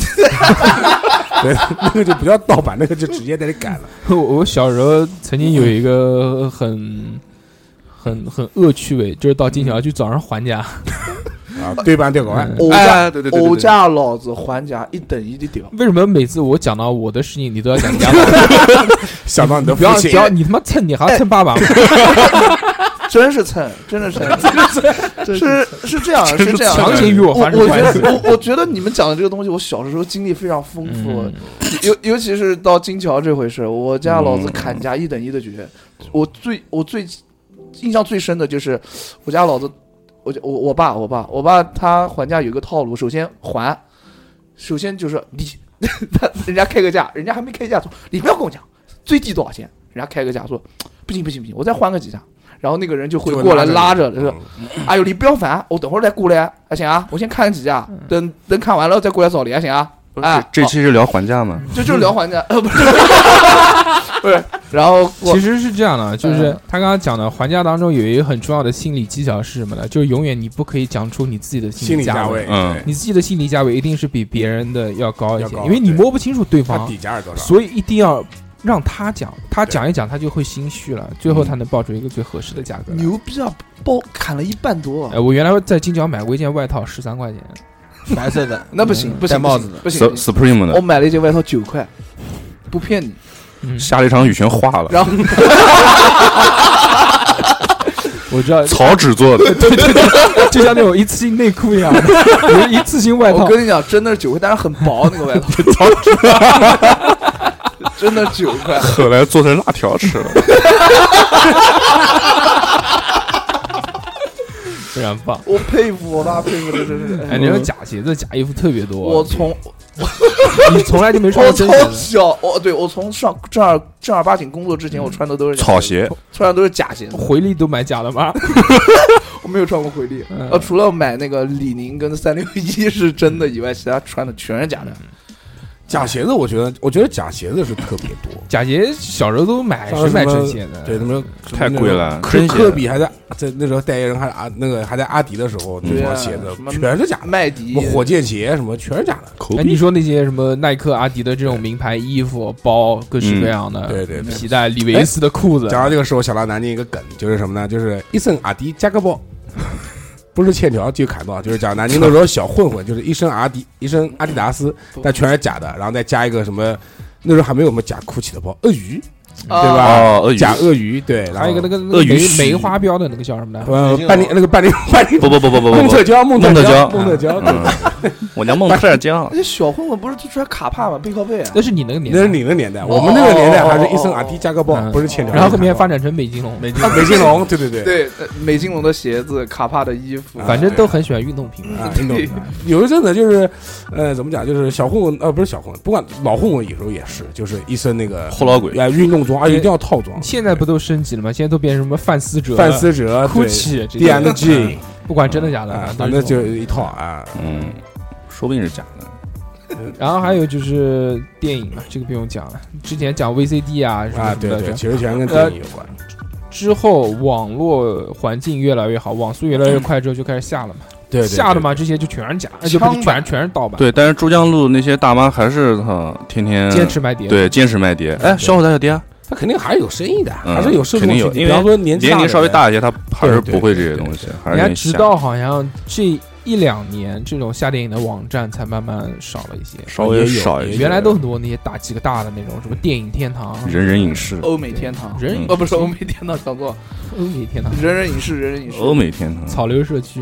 B: 对，那个就不叫盗版，那个就直接在这改了。
F: 我我小时候曾经有一个很很很恶趣味，就是到金桥去找人还 价。
B: 啊，对半对搞外，
H: 欧家
G: 哎，对对对
H: 欧
G: 对对，
H: 家老子还家一等一的屌，
F: 为什么每次我讲到我的事情，你都要讲 你家
B: 想到你的
F: 不
B: 父
F: 要不
B: 亲，哎
F: 要你他妈蹭你还要蹭爸爸吗？
H: 真是蹭， 真的蹭，是是这样，是这样。
F: 强行与我
H: 我
F: 发
H: 我
F: 生
H: 觉
F: 关系。
H: 得我我觉得你们讲的这个东西，我小时候经历非常丰富，
F: 嗯
H: 尤尤其是到金桥这回事，我家老子砍价一等一的绝。我最我最印象最深的就是我家老子，我我我爸我爸我爸他还价有一个套路，首先还，首先就是你 他人家开个价，人家还没开价说你不要跟我讲最低多少钱，人家开个价说不行不行不行，我再换个几家。然后那个人就会
B: 就
H: 过来
B: 拉
H: 拉
B: 着嗯
H: 着，就是哎呦，你不要烦，我等会儿再过来，还行啊，我先看几家，等等看完了再过来找你，还行啊。哎，
G: 这
H: 好
F: 嗯
G: 期是聊还价嘛，
H: 就就是聊还价，呃，不是，不是，然后我
F: 其实是这样的，就是
H: 嗯
F: 他刚刚讲的，还价当中有一个很重要的心理技巧是什么呢？就是永远你不可以讲出你自己的
B: 心理价
F: 价
B: 位，
G: 嗯
B: 对，
F: 你自己的心理价位一定是比别人的要高一些
B: 要，高
F: 因为你
B: 对
F: 摸不清楚对
B: 它
F: 方，啊
B: 底价是多少？
F: 所以一定要让他讲，他讲一讲他就会心虚了，最后他能报出一个最合适的价格来。
H: 牛逼啊，包砍了一半多
F: 哎，，我原来在金角买过一件外套，十三块钱，
I: 白色 的，
H: 那不行，不
I: 戴
H: 行，
I: 帽子的
H: 不行，
G: ，Sup-
H: 不行，
G: Supreme
H: 我
G: 的，
H: 买了一件外套九块，不骗你。
F: 嗯，
G: 下了一场雨全化了，
H: 然后
F: 我知道，
G: 草纸做的，
F: 对对对，就像那种一次性内裤一样的，有一次性外
H: 我
F: 套，
H: 跟你讲，真的是九块，但是很薄那个 外套，
G: 草纸
H: 真的九块。
G: 后来做成辣条吃了。
F: 非常棒。
H: 我佩服，我爸佩服的真是。
F: 哎，你说假鞋子、假衣服特别多，啊
H: 我从
F: 你从来就没穿
H: 我
F: 过真鞋
H: 从
F: 子，
H: 小，我对我从上正儿正儿八经工作之前，
F: 嗯
H: 我穿的都是假
G: 草，鞋，
H: 穿的都是假鞋，
F: 回力都买假的 吗？
H: 我没有穿过回力。
F: 嗯
H: 呃，除了买那个李宁跟三六一是真的以
F: 嗯
H: 外，其他穿的全是假的。
B: 假鞋子，我觉得，我觉得假鞋子是特别多。
F: 假鞋小时候都买，
B: 像
F: 谁
B: 什么
F: 买真鞋的？嗯
B: 对，他们
G: 太贵了
B: 科
G: 真鞋
B: 科比还在在那时候代言人还是阿那个还在阿迪的时候，那
H: 对啊
B: 双鞋子
H: 什么嗯
B: 全是假的，
H: 麦
B: 什
H: 迪
B: 么火箭鞋什么全是假的。
G: 口
F: 哎，你说那些什么耐克、阿迪的这种名牌衣服、包，各式各样的，
B: 嗯对对哎对
F: 皮带、李维斯的裤子，
B: 讲到这个时候，想到南京一个梗，就是什么呢？就是一身阿迪加个包， 不是欠条就砍到，就是讲南京那时候小混混，就是一身阿迪，一身阿迪达斯，但全是假的，然后再加一个什么，那时候还没有什么假 GUCCI 的包，鳄鱼，
H: 对
B: 对吧？
G: 哦鳄鱼
B: 假鳄鱼，对，然后
F: 还有一个那个那
G: 鳄
F: 个
G: 鱼
F: 梅
G: 须
F: 梅花标的那个叫什么来？
B: 呃半年那个半年 半年
G: 不不不不不不
B: 孟特
G: 不，
B: 娇，孟
G: 孟特
B: 娇，
G: 娇，
B: 孟特娇，
G: 嗯，我叫孟 特娇
H: 那，些小混混不是都穿卡帕吗？背靠背啊。
F: 那是你那
G: 嗯
F: 个年代，
B: 那是你的年
F: 哦
B: 代，我们那个年代还是一身阿迪加个包
F: 嗯，
B: 不是欠条。
F: 哦然后后面发展成美津浓，美津
B: 美金龙，对对对，
H: 对，呃美津浓的鞋子，卡帕的衣服，
F: 反正都很喜欢运动品
B: 啊
F: 牌。，
B: 运动品牌有一阵子就是，呃，怎么讲，就是小混混，呃，不是小混混，不管老混混有时候也是，就是一身那个
G: 后老鬼
B: 啊，运动装，而且一定要套装。
F: 现在不都升级了吗？现在都变成什么范思哲、
B: 范思哲、对
F: GUCCI 这
B: D
F: 些
B: N G
F: 不管真的假的
B: 啊，，
F: 都
B: 反
F: 是
B: 正
F: 这种
B: 就一套啊。
G: 嗯，说不定是假的。
F: 然后还有就是电影嘛，这个不用讲了。之前讲 VCD 啊什么
B: 啊，
F: 什
B: 对
F: 么
B: 对，
F: 的，
B: 其实全跟电影有关。
F: 之后网络环境越来越好，网速越来越快之后就开始下了嘛，
B: 对对，
F: 下
B: 对
F: 了？嘛，这些就全是假，而且
H: 枪
F: 不
H: 版
F: 是全全是盗版，
G: 对，但是珠江路那些大妈还是哈，天天
F: 坚持买碟，
G: 对坚持卖碟。哎，小伙子小爹，
B: 他肯定还是有生意的，
G: 嗯
B: 还是有受
G: 肯
B: 众
G: 定
B: 群
G: 有
B: 体。
G: 因
B: 比
G: 为
B: 方说年纪
G: 年龄稍微
B: 的人，
G: 大一些，他还是
B: 对对
G: 不会这些东西，还是
F: 人家
G: 得
F: 直
G: 下
F: 到好像这一两年，这种下电影的网站才慢慢少了一些，
G: 稍微
B: 也有
G: 少一
B: 也
G: 些。
B: 有
F: 原来都很多那些大几个大的那种什么电影天堂、
G: 人人影视，
H: 欧美天堂，
F: 人
G: 嗯
H: 哦，不是欧美天堂，讲错，
F: 欧美天堂、
H: 人人影视，人人影视，
G: 欧美天堂，
F: 草榴社区，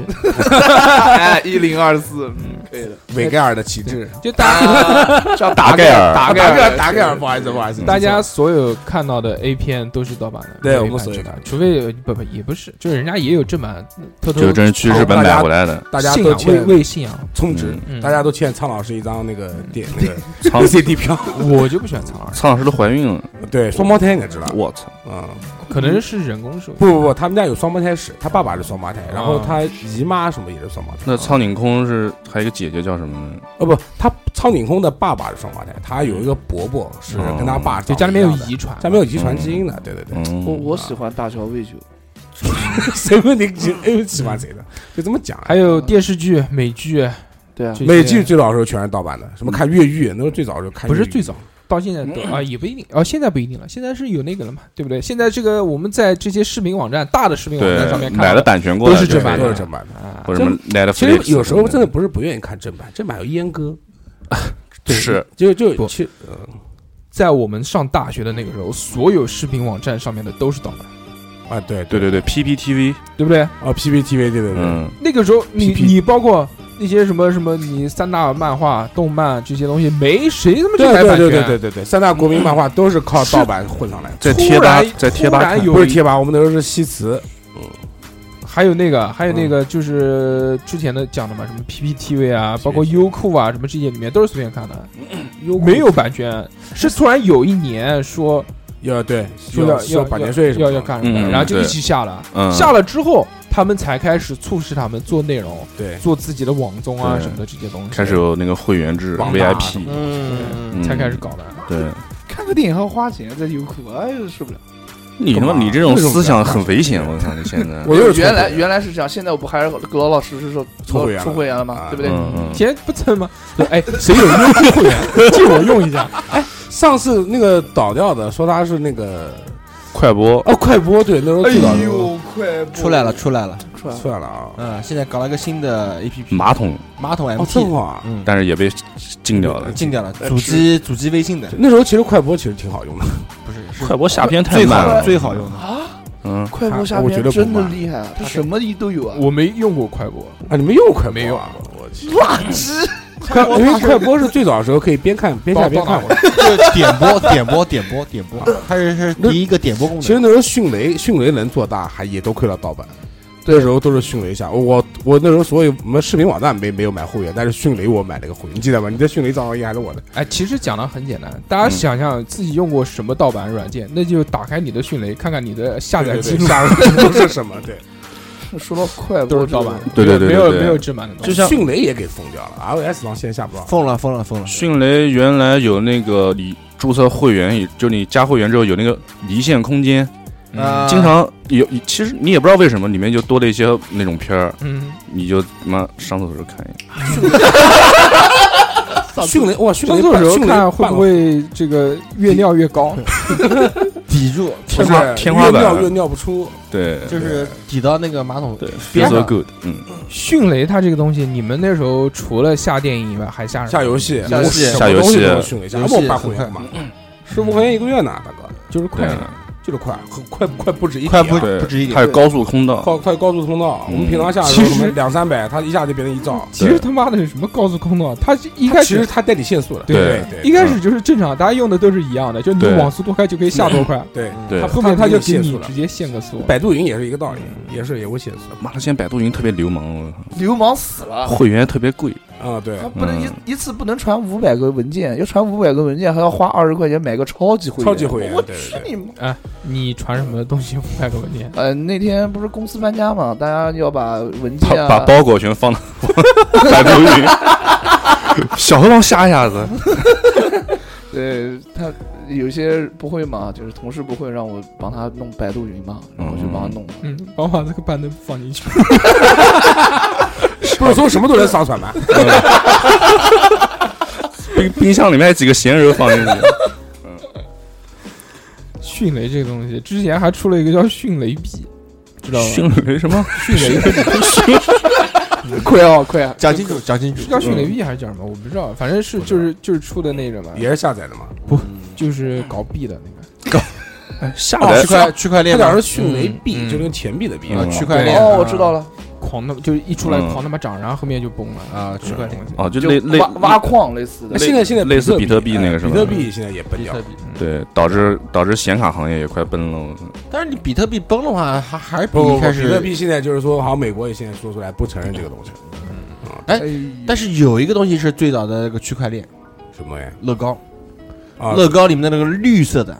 H: 哎，一零二四，可以的。
B: 维盖尔的旗帜，
F: 就大家
H: 啊叫
G: 达盖尔嗯
H: 达
B: 达
H: 盖
B: 盖
H: 尔，
B: 尔，啊达盖尔，不好意思，不好意思，
F: 大家所有看到的 A 片都是盗版的，
B: 嗯对
F: 没有
B: 我们
F: 版
B: 所有
F: 权的
B: 看，
F: 除非有呃不不也不是，就是人家也有正版，偷偷
G: 这个真是去日本买回来的，
B: 大家
F: 信
B: 都
F: 仰为
B: 欠
F: 为信仰，
B: 充值
F: 嗯，
B: 大家都欠苍老师一张那个 电那个
G: 苍
B: VCD 票。
F: 我就不喜欢苍耳，
G: 苍老师都怀孕了，
B: 对，双胞胎你知道
G: 我操！
B: 啊、
F: 可能是人工授
B: 不不不，他们家有双胞胎史，他爸爸是双胞胎，然后
F: 啊
B: 他姨妈什么也是双胞胎。
G: 那苍井空是还有一个姐姐叫什么呢？
B: 哦不，他苍井空的爸爸是双胞胎，他有一个伯伯是
G: 哦
B: 跟他爸
F: 就
B: 长
F: 家里
B: 得一
F: 面有
B: 样的
F: 遗传，
B: 家里面有遗传基因的，对对对，
G: 嗯，
H: 我我喜欢大乔未久，
B: 谁问你谁喜欢谁的，就这么讲。
F: 嗯
B: 啊
F: 还有电视剧、美剧，
H: 对啊
F: 这，些
B: 嗯美剧最早的时候全是盗版的，什么看越狱，啊那时候最早就看
F: 不是
B: 越狱
F: 最早。到现在都
B: 嗯
F: 啊也不一定哦，现在不一定了，现在是有那个了嘛，对不对？现在这个我们在这些视频网站、大的视频网站上
G: 对
B: 嗯
F: 面看
G: 买
F: 到
G: 了
F: 的
G: 版权过来
F: 都是
G: 对
F: 正版的
B: 都是正版的。
F: 啊，
G: 或者什么 n e t f
B: 其
G: l
B: 实有时候真的不是不愿意看正版，正版有 阉割，对
G: 是
B: 就就
F: 不
B: 去呃
F: 在我们上大学的那个时候，所有视频网站上面的都是盗版，
B: 啊对
G: 对对对，PPTV，
F: 对不对？
B: 啊 PPTV 对对对，
G: 嗯，
F: 那个时候你
B: PP
F: 你包括那些什么什么你三大漫画、动漫这些东西，没谁他妈去
B: 对
F: 买
B: 对
F: 版权。啊
B: 对对对对对，三大国民漫画都是靠盗版混上来 的，
G: 在
F: 突
G: 贴吧
F: 然，
G: 在贴吧
F: 突然
G: 看，
F: 有
B: 不是
F: 一
B: 贴吧，我们那时候是西祠，
F: 还有那个还有那个就是之前的讲的嘛，什么 PPTV 啊，包括优酷啊什么这些里面都是随便看的，没有版权。是突然有一年说
B: 要对
F: 说
B: 要
F: 要
B: 百
F: 要
B: 年税什么
F: 要
B: 的
F: 要干什么
G: 嗯
F: 的，然后就
G: 对
F: 一起下了。
G: 嗯
F: 下了之后，他们才开始促使他们做内容，
B: 对
F: 做自己的网综啊
G: 对
F: 什么的这些东西，
G: 开始有那个会员制
B: 网吧
G: VIP，
I: 嗯，
G: 嗯
F: 才开始搞的。
G: 对，
H: 看着个电影还要花钱，在优酷，哎呦受不了。
G: 你他妈
B: 干嘛
G: 你这种
B: 为什么
G: 思想
B: 不要
G: 很危险，我操！你现在，
H: 嗯
B: 我就是
H: 原来
B: 原
H: 原来是这样，现在我不还是老老实实说
B: 凑会员了
H: 出会员了吗
B: 啊？
H: 对不对？
G: 嗯嗯，
F: 钱不蹭吗？对哎，
B: 谁有优酷会员 借我用一下？哎，上次那个倒掉的说他是那个
G: 快播，
B: 哦快播对，那时候最早的时候，
H: 哎快
I: 出来了，，出来了，
H: 出来了！
B: 算了啊，
I: 嗯，现在搞了一个新的 A P P，
G: 马桶，
I: 马桶 M
B: 哦
I: T，
B: 正好啊，
I: 嗯，
G: 但是也被禁掉了。
I: 禁掉了，
H: 呃
I: 主机主机微信 的，
B: 那时候其实快播其实挺好用的，
I: 不是是
G: 快播下篇太
I: 最
G: 慢
I: 好
G: 了，
I: 最好用的，
G: 嗯，
H: 快播下
B: 我觉
H: 边
B: 得不
H: 真的
B: 慢
H: 厉害，它什么一都有啊！
F: 我没用过快播，
B: 啊，你们用过快播啊
F: 没有
B: 我去，
H: 垃 圾，
B: 快因为快播是最早的时候可以边看边下边看
F: 到。
I: 就是点播点播点播点播，它是是第一个点播功
B: 其实
I: 能，
B: 那时候迅雷，迅雷能做大，还也都亏了盗版。那时候都是迅雷下，我我那时候所有我们视频网站没没有买会员，但是迅雷我买了个会员，你记得吗？你在迅雷账号应该还是我的，
F: 哎，其实讲的很简单，大家想想自己用过什么盗版软件，那就打开你的迅雷，看看你的下载记录，
B: 下载记录是什么？对，
H: 说到快
F: 都
H: 播
F: 是盗版，
G: 对对对
F: 没
G: 对
F: 有
G: 对
F: 没有正版的东西。
G: 就像
B: 迅雷也给封掉了，iOS 上现在下不到。
I: 疯了疯了疯了，
G: 迅雷原来有那个你注册会员以，就你加会员之后有那个离线空间，
H: 嗯
B: 嗯
I: 啊
G: 经常有，其实你也不知道为什么里面就多了一些那种片儿，
F: 嗯，
G: 你就他妈上厕所时候看一眼。
B: 迅雷哇，迅
F: 上
B: 雷
F: 厕所
B: 办
F: 时候
B: 迅雷
F: 看会不
B: 办了
F: 会这个越尿越高？
I: 抵住，
G: 天花
B: 不是
G: 天花板
B: 越尿越尿不出，
G: 对，
I: 就是抵到那个马桶
G: 对
I: 边
G: ，feel
I: 上
G: so good，嗯，
F: 迅雷它这个东西，你们那时候除了下电影以外，还下什么
B: 下游戏
I: 下游戏
B: 什么东西
G: 下游戏
B: 都是迅雷下，
I: 游
B: 要
I: 戏
B: 不我办会员干嘛？十五块钱一个月呢，大哥，就是
G: 对
B: 快，就是快，快快不止一啊
I: 快
B: 点
I: 不
G: 对，
I: 不止一
G: 还
I: 点，
G: 有高速通道，
B: 快快高速通道，
G: 嗯
B: 我们平常下的时候
F: 其实
B: 什么两三百，它一下就变成一兆。
F: 其实他妈的什么高速空洞，它一
B: 它
F: 开
B: 其实
F: 始
B: 它代理限速了，
F: 对
B: 对
F: 一开始就是正常，大家用的都是一样的，就你
G: 对
F: 网速多快就可以下多快，
B: 对
G: 对
B: 它
F: 后
B: 后
F: 面
B: 面
F: 它
B: 它
F: 就
B: 就
F: 给
B: 限
F: 你
B: 速了
F: 直。接限个速。
B: 百度云也是一个道理，也是也会限速
G: 妈的，现在百度云特别流氓，我靠
H: 流氓死了。
B: 嗯
G: 会员特别贵，
B: 啊，对
H: 他，不能一一次不能传五百个文件，要传五百个文件还要花二十块钱买个超级会员。
B: 超级会员
H: 我
B: 对
H: 去
B: 对对
H: 你妈！
F: 哎，你传什么东西五百个文件？
H: 呃，那天不是公司搬家嘛，大家要把文件
G: 把
H: 啊，
G: 把包裹全放到 百度云， 小河帮吓一下子，
H: 对他有些不会嘛，就是同事不会让我帮他弄百度云嘛，然后我就帮他弄。
F: 嗯，帮我把这个板凳放进去。
B: 不是说什么都能上传吗？
G: 嗯冰冰箱里面还有几个咸肉放进去，
F: 迅雷这个东西，之前还出了一个叫迅雷币，知道吗？
G: 迅雷什么？
F: 迅雷币
H: 快啊快啊！
I: 讲清楚讲清楚
F: 是，叫迅雷币还是叫什么？我不知道，反正是就是就是出的那种嘛，
B: 也是下载的嘛。
F: 就是搞币的那个。
G: 下
B: 嗯啊
I: 哦
G: 载
I: 区块区块
B: 它
I: 链
B: 讲
I: 嘛
B: 是迅雷币，
F: 嗯
B: 就跟钱币的币
G: 嗯
I: 啊，区
B: 哎
I: 块
F: 对
I: 链
H: 哦，我知道了，
F: 狂他妈就是一出来
G: 嗯
F: 狂他妈涨，然后后面就崩了。
I: 啊，区块链。
G: 哦，就
H: 就
G: 类类
H: 挖挖矿类似的
B: 那。现在现在
G: 类似
B: 比
G: 比特币那个是吧
B: 比特币现在也崩掉了，
F: 嗯
G: 对，导致导致显卡行业也快崩了。我操
I: 但是你比特币崩的话，还还是比
B: 不不
I: 一
B: 不，
I: 开
B: 比特
I: 始。
B: 币现在就是说，好像美国也现在说出来不承认这个东西，
I: 但是有一个东西是最早的那个区块链，
B: 什么呀？
I: 乐高，
B: 啊
I: 乐高里面的那个绿色的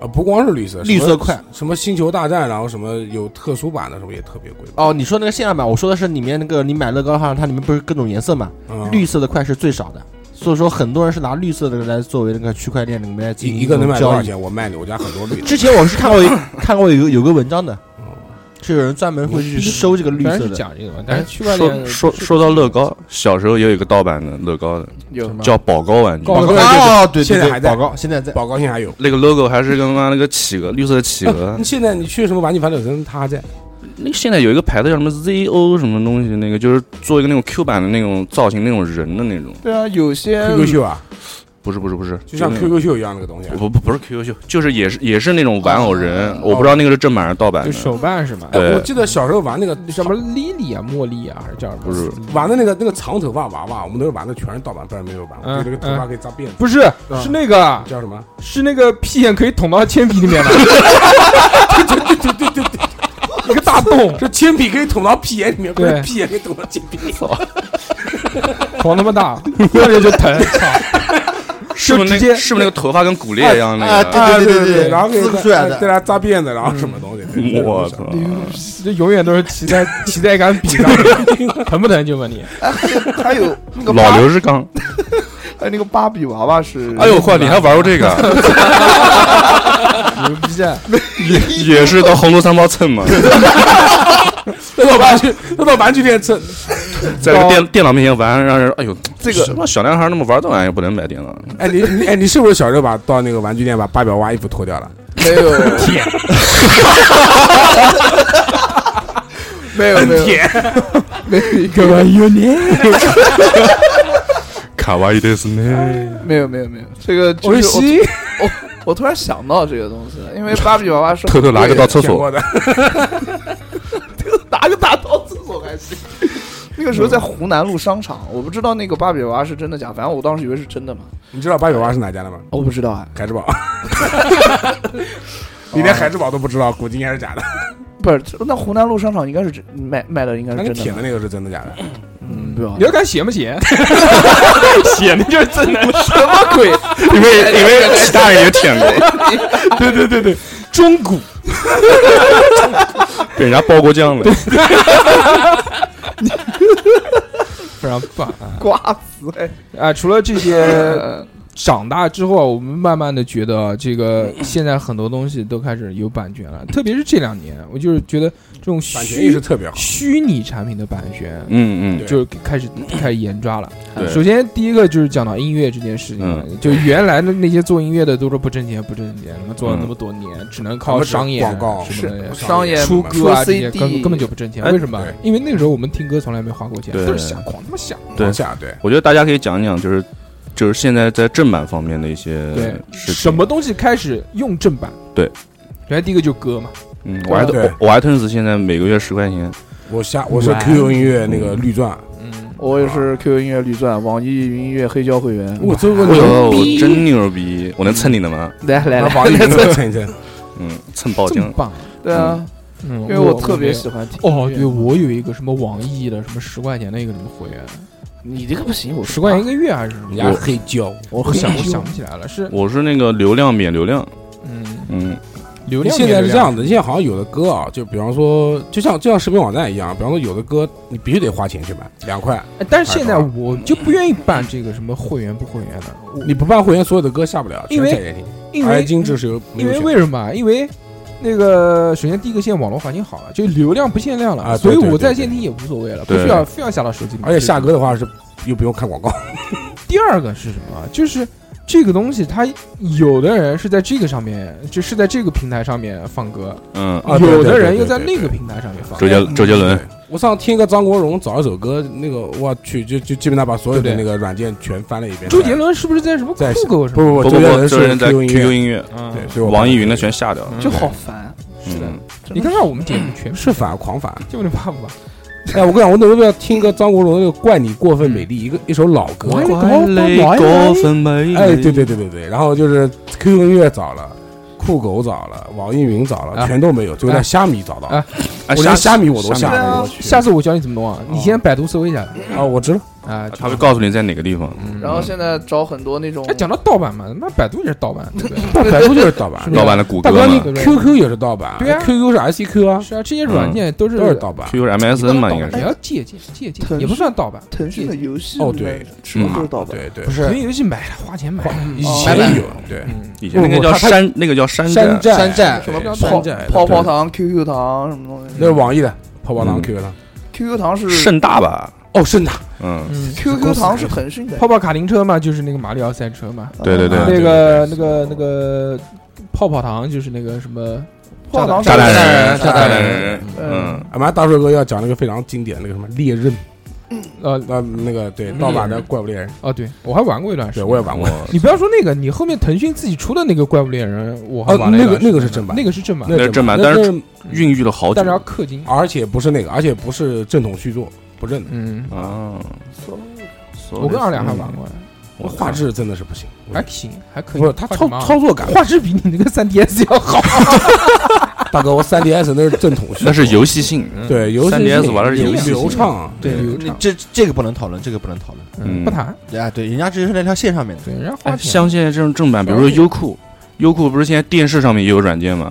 B: 啊，不光是绿色，
I: 绿色块
B: 什么什么星球大战，然后什么有特殊版的什么也特别贵吧？
I: 哦，你说那个限量版，我说的是里面那个你买乐高的话，它里面不是各种颜色嘛，
B: 嗯
I: 绿色的块是最少的，所以说很多人是拿绿色的来作为那个区块链里面来进行
B: 一一个能卖多
I: 交
B: 少
I: 易。
B: 钱？我卖你，我家很多绿的。
I: 之前我是看 过一看过有有个文章的，
B: 哦
I: 是有人专门会去收这个绿
F: 当然
I: 色
F: 是
I: 的，
F: 讲这个嘛，但是区块
G: 说
F: 链
G: 说说到乐高，小时候也有一个盗版的乐高的，
H: 有
G: 叫宝高玩具
I: 高
B: 高，对对对
I: 哦，对，对
B: 现在
I: 对
B: 还在
I: 宝高，现在在
B: 宝高现在还有。
G: 那个 logo 还是个妈那个企鹅，绿色的企鹅
B: 那。现在你去什么玩具反斗城，它还在。
G: 那个现在有一个牌子叫什么 ZO 什么东西，那个就是做一个那种 Q 版的那种造型，那种人的那种。
H: 对啊，有 些
F: 嗯
B: QQ 秀啊，
G: 不是不是不是，
B: 就像
G: 那种
B: QQ 秀一样那个东西啊。
G: 嗯不不不是 QQ 秀，就是也是也是那种玩偶人，我不知道那个是正版还是盗版
F: 就
G: 的。
F: 手办是吗？
G: 对
B: 哎我记得小时候玩那个
F: 什么 Lily 啊、茉莉啊，还是叫什么？
G: 不是
B: 玩的那个那个长头发娃娃，我们那时候玩的全是盗版，不知道你们有没有玩过？
F: 嗯
B: 就那个头发可以扎辫子，
F: 不是，是那个，
B: 叫什么？
F: 是那个屁眼可以捅到铅笔里面的，
B: 对对对对对，
F: 一个大洞，
B: 这铅笔可以捅到屁眼里面，不
F: 对
B: 是屁眼可以捅到铅笔里面。
F: 狂他妈大，过来就疼，操！
G: 是不是那
F: 就直接
G: 个是不是那个头发跟骨裂一样那个？
I: 啊对对对对
B: 然后给
I: 撕不出来的
B: 对他扎辫子，然后什么东西？对对
G: 我
B: 对
G: 操！
F: 这永远都是骑 在骑在一杆笔上，疼不疼就问你。
H: 还有那个
G: 老
H: 八
G: 刘是刚
H: 哎，那个芭比娃娃是，
B: 啊
G: 哎呦我靠，你还玩过这 个？啊
H: 牛逼啊！
G: 也也是到红楼三包蹭 嘛，
B: 那到玩具，那到玩具店蹭，
G: 在那个电电脑面前玩，让人哎呦，
H: 这个
G: 什么小男孩那么玩这玩意儿不能买电脑，
B: 哎，你你哎，你是不是小时候把到那个玩具店把芭比娃娃衣服脱掉了？
H: 没有， 没有没有没有一个
G: 卡哇伊的是呢。
H: 没有没有没有，这个就
B: 我
H: 是是
B: 西
H: 我我我突然想到这个东西，因为芭比娃娃是
G: 偷偷拿个到厕
B: 见
G: 所
B: 过，的，
H: 拿个大刀厕所还行。 那个时候在湖南路商场，我不知道那个芭比娃娃是真的假，反正我当时以为是真的嘛。
B: 你知道芭比娃娃是哪家的吗？
H: 我不知道啊，
B: 海之宝。你连海之宝都不知道，估计应该是假的。
H: 不是那湖南路商场应该是真卖卖的应该
B: 那
H: 是
B: 个
H: 嗯真
B: 铁
H: 的
B: 的
H: 吧，
B: 那个是真的假的？
H: 嗯，对吧
F: 你？要看写不 写，写那就是真的。
H: 什么鬼？
G: 因为因为其他人也舔过，
F: 对对对对，中古
G: 被人家包过浆了。
F: 非常棒啊！
H: 瓜子哎，
F: 啊，除了这些，长大之后啊，我们慢慢的觉得啊，这个现在很多东西都开始有版权了，特别是这两年，我就是觉得这种
B: 版权意识
F: 虚
B: 特别好。
F: 虚拟产品的版权，
G: 嗯嗯，
F: 就是开始开始严抓了。
G: 对
F: 首先第一个就是讲到音乐这件事情了，就原来的那些做音乐的都说不挣钱不挣钱，他妈做了那么多年，只能靠商业
B: 广告
F: 什么的。
H: 商业
F: 出
B: 歌。
F: 歌啊，
H: 出
F: 这些
H: CD
F: 根根本就不挣钱，
G: 哎
F: 为什么
B: 对？
F: 因为那个时候我们听歌从来没花过钱，
G: 对
F: 都是瞎狂他妈想。
G: 对
B: 往下对，
G: 我觉得大家可以讲一讲，就是就是现在在正版方面的一些
F: 对，
G: 事情。
F: 什么？东西开始用正版？
G: 对，
F: 原来第一个就是歌嘛，
G: 嗯，我还
B: 对
G: 我我 iTunes 现在每个月十块钱，
B: 我下我是
F: 软
B: QQ 音乐那个绿钻，
F: 嗯，
H: 我也是 QQ 音乐绿钻、网易云音乐黑胶会员。
B: 我这个
G: 我
B: 牛
G: 有
B: 逼，
G: 真牛逼！我能蹭你的吗？
H: 来嗯来
B: 拿
H: 来，
B: 网易云的蹭一蹭，
G: 嗯，蹭爆
F: 这
G: 浆
F: 么。棒，
H: 对啊，
F: 嗯，
H: 因为我特别喜欢听。
F: 哦，对，，我有一个什么网易的什么十块钱的一个什么会员，
H: 你这个不行，我
F: 十块钱一个月还是什么？
G: 我
B: 黑胶，
F: 我
H: 我
F: 想
H: 黑
F: 我
H: 胶
F: 想不起来了，是
G: 我是那个流量免流量，
F: 嗯，
G: 嗯，
F: 流量
B: 现在是这样
F: 的，
B: 子，现在好像有的歌啊，就比方说，就像就像视频网站一样，比方说有的歌你必须得花钱去买，两块，
F: 哎但是现在我就不愿意办这个什么会员不会员的，我
B: 你不办会员，所有的歌下不了，
F: 因为
B: 全在线听。
F: 因
B: 而
F: 为
B: 今这是由没
F: 因
B: 有
F: 为
B: 钱
F: 为什么啊？因为那个首先第一个，现在网络环境好了，就流量不限量了，
B: 啊对
F: 所以
B: 对
F: 我
B: 对
F: 在
B: 对
F: 线听也无所谓了，不
G: 对
F: 需要非要下到手机里面去。
B: 而且下歌的话是又不用看广告，
F: 第二个是什么？啊就是这个东西，它有的人是在这个上面，就是在这个平台上面放歌，
G: 嗯，
B: 啊对
F: 有
B: 对
F: 的
B: 对
F: 人
B: 对
F: 又在
B: 对
F: 那
B: 对
F: 个平台上面放
G: 周
F: 歌。
G: 杰周杰伦，
B: 我上次听一个张国荣找一首歌，那个我去就就基本上把所有
F: 对
B: 的
F: 不
B: 那
F: 对
B: 个软件全翻了一遍。
F: 周杰伦是不是在什么
B: 在
F: 酷狗什
B: 不
F: 么？
G: 不
B: 不不，
G: 不
B: 周杰
G: 不，
B: 伦
G: 周杰
B: 是
G: 伦在
B: QQ 音
G: QQ
B: 乐，
G: 音乐，啊
F: 嗯，
B: 对，所以我
G: 网易云的全下掉。
H: 就好烦。啊
F: 是的。
G: 嗯，
F: 你看看我们节目全
B: 是反狂反。
F: 就那怕不怕？
B: 哎，我跟你讲，我准备要听个张国荣那个《怪你过分美丽》，一个一首老歌。
G: 过分美
B: 哎，对对对对对，然后就是 QQ 音乐找了，酷狗找了，网易云找了，
F: 啊
B: 全都没有，只有在虾米找到。
F: 啊
G: 哎
B: 我连虾米我
G: 虾
B: 都
G: 米
B: 下
H: 对啊
B: 了，我去
F: 下次我教你怎么弄啊！你先百度搜一下
B: 啊，我知道，
F: 啊。
G: 他会告诉你在哪个地方。
F: 哦嗯
H: 然后现在找很多那种
F: 哎，，讲到盗版嘛，他妈百度也是盗版，对不对？
B: 但百度就是盗版
F: 是，
G: 盗版的谷
B: 嗯大
G: 歌
B: 哥你
G: 嘛
F: 对不对
B: QQ 也是盗版，
F: 对啊
B: q q 是 ICQ 啊，
F: 是啊，这些软件都是
B: 都是盗版。
G: ，QQ 是 MSN 嘛，应该
F: 也
G: 是。
F: 要借鉴借鉴，
H: 腾
F: 也不算 盗版。
H: 腾讯的
F: 借鉴
H: 游戏
B: 哦对，
H: 什
G: 嗯
H: 么都是盗版。
B: 对对
I: 不，
F: 腾
I: 是
F: 讯游戏买了，花钱买嗯的。
B: 以前有对
F: 嗯，
G: 以前那个叫山，那个叫山
B: 山
G: 寨。
B: 寨
I: 山寨
B: 对
F: 什么
B: 山寨
H: 泡泡
B: 对
H: 糖、QQ 糖什么东西？
B: 那是网易的泡泡糖
G: 嗯
B: QQ 糖
H: ，QQ 糖是
G: 盛大吧，
B: 哦盛大
G: 嗯，
F: 嗯，
H: QQ 糖是腾讯的，
F: 泡泡卡丁车嘛，就是那个马里奥赛车嘛，
G: 对对对，
F: 那个那个那个泡泡糖就是那个什么
H: 泡泡糖是
G: 炸弹人，
H: 人，
G: 炸
H: 弹
G: 弹人，嗯
H: 嗯，
B: 啊，马上大帅哥要讲那个非常经典的那个什么猎刃，
F: 呃
B: 呃，那个对盗版的怪物猎人，
G: 嗯
F: 哦，对我还玩过一段时
B: 对
F: 间，
B: 我也玩过，
G: 我
F: 你不要说那个，你后面腾讯自己出的那个怪物猎人，我还
B: 哦
F: 玩了一段
B: 那个那个
F: 时间
B: 是正版
F: 那个是正版，
G: 那是正版但是孕育了好久
F: 但是要氪金。
B: 而且不是那个，而且不是正统续作，不认的，
F: 嗯，
G: 啊。
F: 我跟二两
B: 嗯
F: 还
G: 嗯
F: 玩过呢，
B: 我画质真的是不行，
F: 还行，还可以。
B: 不是它
F: 哎画质啊
B: 操
F: 蛮好
B: 操作感，
F: 画质比你那个三 DS 要好。
B: 大哥我 3DS 那是正统续作，
G: 那是游戏性，
F: 嗯
B: 对游戏
G: 3DS 玩的是游戏
B: 流畅，啊
F: 对流
I: 你
F: 畅，
I: 这这个不能讨论，这个不能讨论。
F: 嗯
G: 嗯
F: 不谈。
I: 啊，对，人家这是那条线上面的，
F: 对，人家花
G: 哎，
F: 钱。
G: 像现在这种正版，比如说优酷，优酷不是现在电视上面也有软件吗？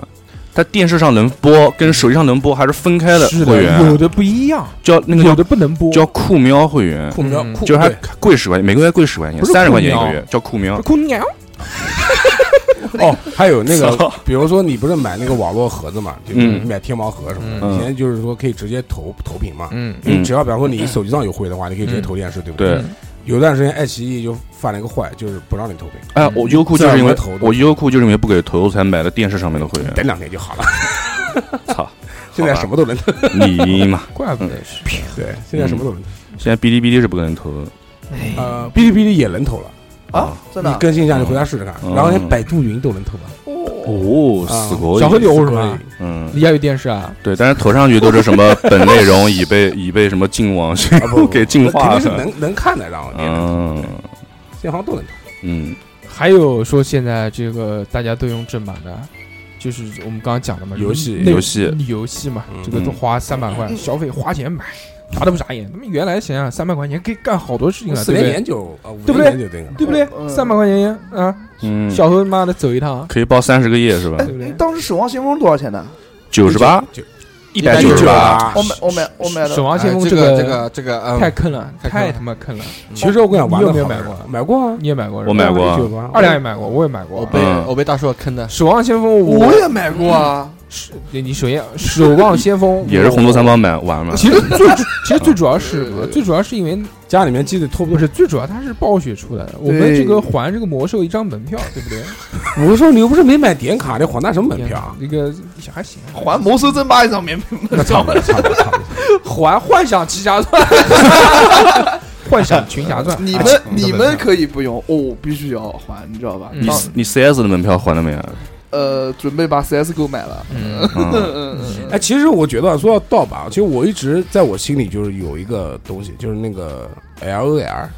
G: 它电视上能播跟手机上能播还是分开的
F: 是
G: 会
F: 的，有
G: 员，啊
F: 的不一样，
G: 叫那个
F: 有
G: 叫
F: 的不能播，
G: 叫酷喵会员，
B: 酷喵
F: 嗯
B: 酷
G: 就是它
B: 对
G: 贵十块钱，每个月贵十块钱，
B: 不是
G: 三十块钱一
B: 酷
G: 个
B: 喵
G: 月，叫酷喵。
F: 酷鸟，
B: 哦，还有那个，比如说你不是买那个网络盒子嘛，就是
G: 嗯
B: 买天猫盒什么的，
G: 嗯
B: 以前就是说可以直接投投屏嘛，
F: 嗯
B: 你
G: 嗯
B: 只要比方说你手机上有会的话，你可以直接投电视，对不对？
G: 对，
B: 有段时间爱奇艺就犯了一个坏，就是不让你投屏，
G: 哎，我优酷就是因
B: 自然会
G: 为
B: 投的
G: 我优酷就是因为不给投才买的电视上面的会
B: 等
G: 员。
B: 两天就好了。
G: 操，
B: 现在什么都能投，
G: 你妈！
F: 怪不得是。
B: 对，现在什么都能投，
G: 现在哔哩哔哩是不给人投的。
B: 呃，哔哩哔哩也能投了，
H: 啊，真的
B: 你
H: 啊，
B: 更新一下，你回家试试看，
G: 嗯
B: 然后连百度云都能投了。
G: 哦，
B: 啊
G: 死狗！
F: 小何牛是
B: 是吧
F: 吧？
G: 嗯，
F: 你家有电视啊？
G: 对，但是投上去都是什么本内容已被已被什么净网
B: 啊不，
G: 给净化
B: 肯定是
G: 了。
B: 能能看的，然后
G: 嗯
B: 现在好像都能投。
G: 嗯，
F: 还有说现在这个大家都用正版的，就是我们刚刚讲的嘛，
B: 游戏
F: 内
G: 游戏嗯
F: 游戏嘛
B: 嗯，
F: 这个都花三百块消费花钱买，啥都不眨眼。他们原来想想三百块钱可以干好多事情了，
B: 四
F: 对不
B: 年
F: 对？
B: 研究，呃，五
F: 对
B: 年
F: 不对
B: 研究对
F: 对不对？
H: 嗯
F: 三百块钱啊，
G: 嗯，
F: 小何妈的走一趟，啊
G: 可以报三十个页是吧
H: 哎，？
F: 对不对
H: 你当时《守望先锋》多少钱呢？
G: 九十八，
B: 九
G: 一
I: 百
G: 九
I: 九
G: 十
I: 十
G: 八
I: 八。
H: 我买，我买，我买了。
F: 守望先锋
G: 哎
I: 这
F: 个
I: 这个这个
F: 太
I: 嗯，
F: 坑了，
I: 太坑
F: 太
I: 了
F: 他妈坑了。
B: 其实我跟你讲，玩
F: 你有
B: 的
F: 没有
B: 好
F: 买
B: 玩
F: 过
B: 买过啊，
F: 你也买过是吧？
G: 我买过啊
B: 九八
F: 二两也买过，我也买过
I: 我
F: 啊。
I: 被
G: 嗯
I: 我被大硕坑的，
F: 守望先锋，
H: 我也买过啊，
F: 是你首先守望先锋
G: 也是红头三
F: 包。
G: 帮买玩嘛。
F: 其实最其实最主要是什么？最主要是因为
B: 家里面机子拖不
F: 不
B: 住，
F: 是最主要，它是暴雪出来的。我们这个还这个魔兽一张门票，对不对？
B: 我说你又不是没买点卡，你还那什么门票啊？
F: 那个还行，
H: 还魔兽争霸一张免费门
B: 操 你操你操
F: 还幻想奇侠传， 幻想群侠传。
H: 你
F: 哎
H: 们你们可以不用，我必须要还，你知道吧？
F: 嗯
G: 你
H: 当
G: 你 CS 的门票还了没啊？
H: 呃，准备把 CSGO 买了。
F: 嗯
G: 嗯
H: 嗯嗯
B: 哎，其实我觉得啊说到盗版，其实我一直在我心里就是有一个东西，就是那个 L O L，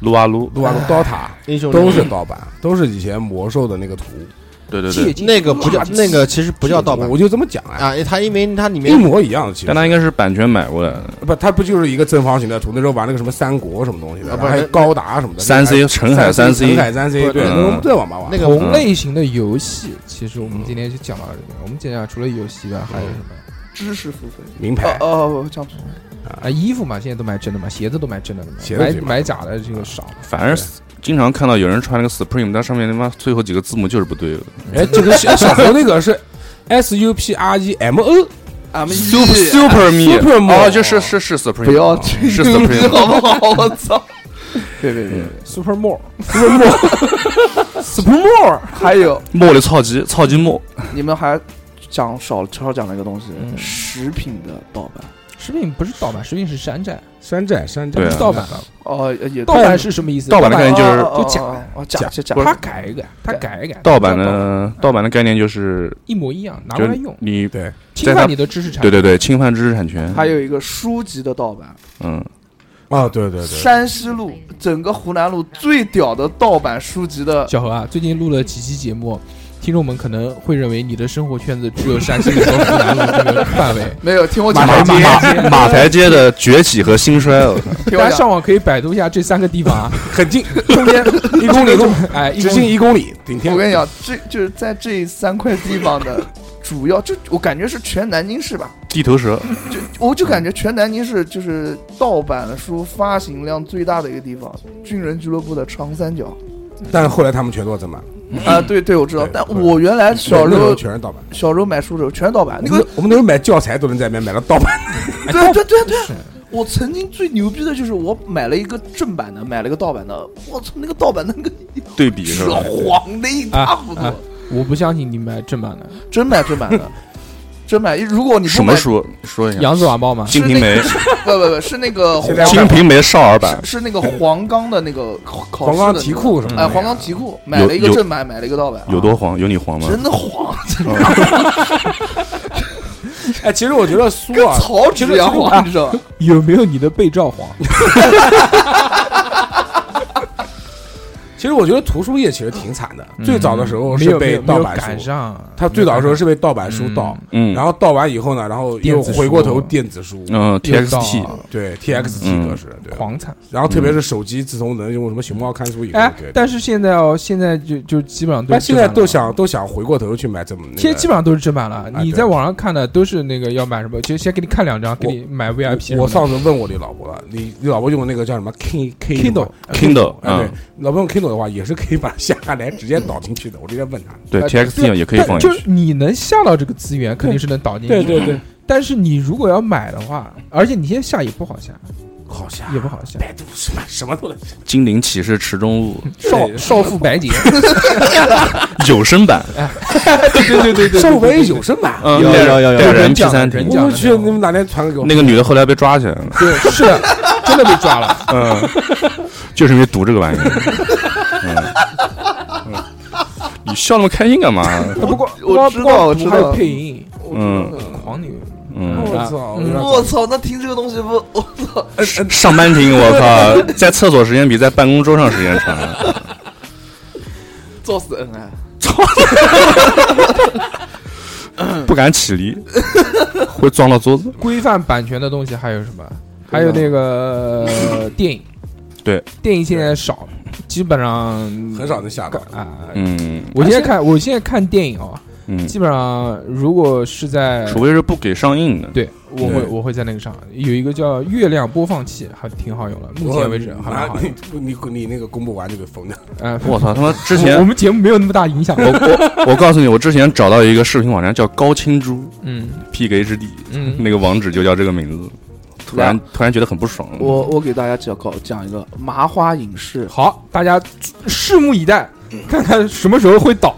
G: 撸啊撸，
B: 撸啊撸、刀塔
I: 英雄
B: 都是盗版，都是以前魔兽的那个图，
G: 对对对，
I: 那个不叫那个，其实不叫盗版
B: 我就这么讲啊，
I: 啊，它因为它里
B: 一
I: 面
B: 模一样的，其实
G: 但他应该是版权买过来的。
B: 不，它不就是一个正方形的图？那时候玩那个什么三国什么东西
I: 啊
B: 的，然
I: 不
B: 后
I: 是
B: 还有高达什么的，
G: 三 C 澄海三 C，
B: 陈海三 C，对，
G: 嗯
B: 那时候再往嘛玩
I: 那个
F: 同类型的游戏，其实我们今天就讲到这边。我们讲讲除了游戏以外还有什么？
H: 知识付费。
B: 名牌
H: 哦，哦，这样子。
F: 啊，衣服嘛，现在都买真的嘛，鞋子都买真的了嘛
B: 鞋，子
F: 买
B: 最买
F: 买假的这个少。
G: 反正经常看到有人穿那个 Supreme，但上面他妈最后几个字母就是不对的。
B: 哎，这个小小猴那个是 S U P R E M O，
H: 俺们
G: Super Super Me，
B: Super Me
G: 哦，就是是是 Supreme，哦
H: 不要吹
G: 是
H: 牛逼
G: Supreme，
H: 好不好？我操！别别别！
F: Super More，
H: 还有
G: 茉莉草鸡，草鸡茉，
H: 你们还讲少少讲了一个东西
F: 嗯，
H: 食品的盗版。
F: 食品不是盗版，食品是山寨，
B: 山寨山寨
G: 对啊
F: 盗版。
H: 哦，也
F: 盗版是什么意思？
G: 盗版的概念就是
H: 就
F: 就假
H: 哦假假假
G: 不是
F: 他改一改，他改一改。
G: 盗版的盗版的概念就是
F: 一模一样，拿过
G: 就
F: 来
G: 是
F: 用，
G: 你
B: 对
F: 侵
G: 在
F: 犯
G: 它
F: 你的知识产
G: 对
F: 权。
G: 对对侵犯知识产权，
H: 还有一个书籍的盗版，
G: 嗯
B: 啊，对对对，
H: 山西路整个湖南路最屌的盗版书籍的，
F: 小何啊，最近录了几期节目，听众们可能会认为你的生活圈子只有山西和湖南路这个范 围。
H: 没有听我
G: 马
H: 讲，
G: 台
H: 听
G: 街马台街的崛起和兴衰，我靠
H: 我
F: 大家
H: 讲，
F: 上网可以百度一下这三个地方 啊，
B: 很 近，
F: 中间
B: 一公里路，
F: 哎，一
B: 直
F: 公
B: 径
F: 里
B: 一公里，顶天。
H: 我跟你，讲，这就是在这三块地方的主要，就我感觉是全南京市吧，
G: 地头蛇，
H: 就我就感觉全南京市就是盗版书发行量最大的一个地方，军人俱乐部的长三角
B: 但是后来他们全做正版，
H: 啊，对对，我知道
B: 对，
H: 但
B: 对
H: 我原来小时
B: 那
H: 候
B: 全是盗版。
H: 小时候买书的时候全是盗版，那
B: 我
H: 个
B: 们我们那时候买教材都能在里面买到盗版，
H: 对对对对，我曾经最牛逼的就是我买了一个正版的，买了一个盗版的，我操，那个盗版的那个
G: 对比是
H: 是
G: 吧？
H: 黄的一塌糊涂，
F: 啊啊我不相信你买正版的
H: 真买正版的，真买。如果你不
G: 什
H: 买？
G: 么，书说一
F: 《
G: 下？
F: 扬子啊晚报》吗
G: 《金瓶梅》
H: 不不不，是那 个黄
G: 《金瓶梅》少儿版
H: 是是那个黄冈的那个考考
B: 黄
H: 试
B: 冈
H: 的
B: 题
H: 那个
B: 库什么的。
H: 哎，黄冈题库买了一个正版，买了一个盗版，啊
G: 有多黄？有你黄吗？
H: 真的黄，
B: 哎，其实我觉得书
H: 跟
B: 啊，
H: 草纸一样
F: 啊
H: 黄，你知道吗？
F: 有没有你的被照黄？
B: 其其实我觉得图书业其实挺惨的，
F: 嗯
B: 最早的时候
F: 没
B: 是
F: 有没
B: 被
F: 有没
B: 盗
F: 有
B: 版
F: 赶
B: 书，
F: 上，
B: 它最早的时候是被盗版书盗，
G: 嗯，
B: 然
G: 后
B: 后盗完以后呢，然后
F: 电
B: 又
F: 子
B: 回过头
F: 书
B: 电子书，
G: 嗯
F: 又到
G: ，TXT
B: 对 TXT
G: 嗯
B: 格式，对，
F: 狂惨。
B: 然后特别是手机自从能用什么熊猫看书以后
F: 哎，
B: 对，
F: 但是现在哦，现在就就基本上都
B: 但
F: 是
B: 现
F: 正版
B: 在
F: 了
B: 都想都想回过头去买这么那
F: 现在
B: 个
F: 基本上都是正版了，
B: 哎
F: 你
B: 对
F: 在网上看的都是那个要买什么，就先给你看两张，给你买 VIP 什么的。
B: 我上次问我你老婆了，你你老婆用的那个叫什么 King K
F: Kindle
G: Kindle
B: 哎对
G: 嗯，
B: 老婆用 Kindle 的话也是可以把它下来直接导进去的。我直接问他，
G: 对
F: 呃
G: TXT 也可以
F: 但
G: 放进
F: 就
G: 去。
F: 是你能下到这个资源，肯定是能导进去。
B: 对对对，
F: 但是你如果要买的话，而且你现在下也不好下，
B: 好下
F: 也不好下。
B: 百度什么什么都能
G: 精灵骑士池中物
F: 少少妇白洁，
G: 有声版，
F: 对对对对，
B: 上回有声版。
G: 嗯，
I: 有有有有
G: 带人
F: 人
G: P
F: 讲的
G: 三
F: 人
G: 体，
F: 讲的
B: 我去，你们哪天传给我？
G: 那个女的后来被抓起来了，
F: 对，是的，真的被抓了。
G: 嗯，就是因为读这个玩意儿。嗯，嗯你笑那么开心干嘛？
F: 不过
H: 我知道我知
F: 还有
H: 道
F: 配音，
G: 嗯
F: 狂牛，
G: 嗯，
B: 我操！
F: 嗯
B: 我
H: 我操，那听这个东西不，我操，
G: 上班听，我靠，在厕所时间比在办公桌上时间长。啊
H: 造死恩爱。
G: 不敢起立，会撞到桌子。
F: 规范版权的东西还有什么？还有那个呃电影，
G: 对，
F: 电影现在少，基本上嗯
B: 很少能下到。
F: 啊。
G: 嗯
F: 我现在看，我现在看电影啊，
G: 嗯，
F: 基本上如果是在
G: 除非是不给上映的。
F: 对，我会
G: 对
F: 我会在那个上有一个叫月亮播放器，还挺好用的，目前为止还蛮
B: 啊
F: 好用
B: 你。你你那个公布完就给封掉。
F: 嗯，
G: 我操他妈！之
F: 我我
G: 前
F: 们节目没有那么大影 响。
G: 我我我告诉你，我之前找到一个视频网站叫高清猪
F: 嗯
G: P K H D，
F: 嗯，
G: 那个网址就叫这个名字。突然突然觉得很不爽。
H: 我我给大家讲搞讲一个麻花影视，
F: 好，大家拭目以待，看看什么时候会倒。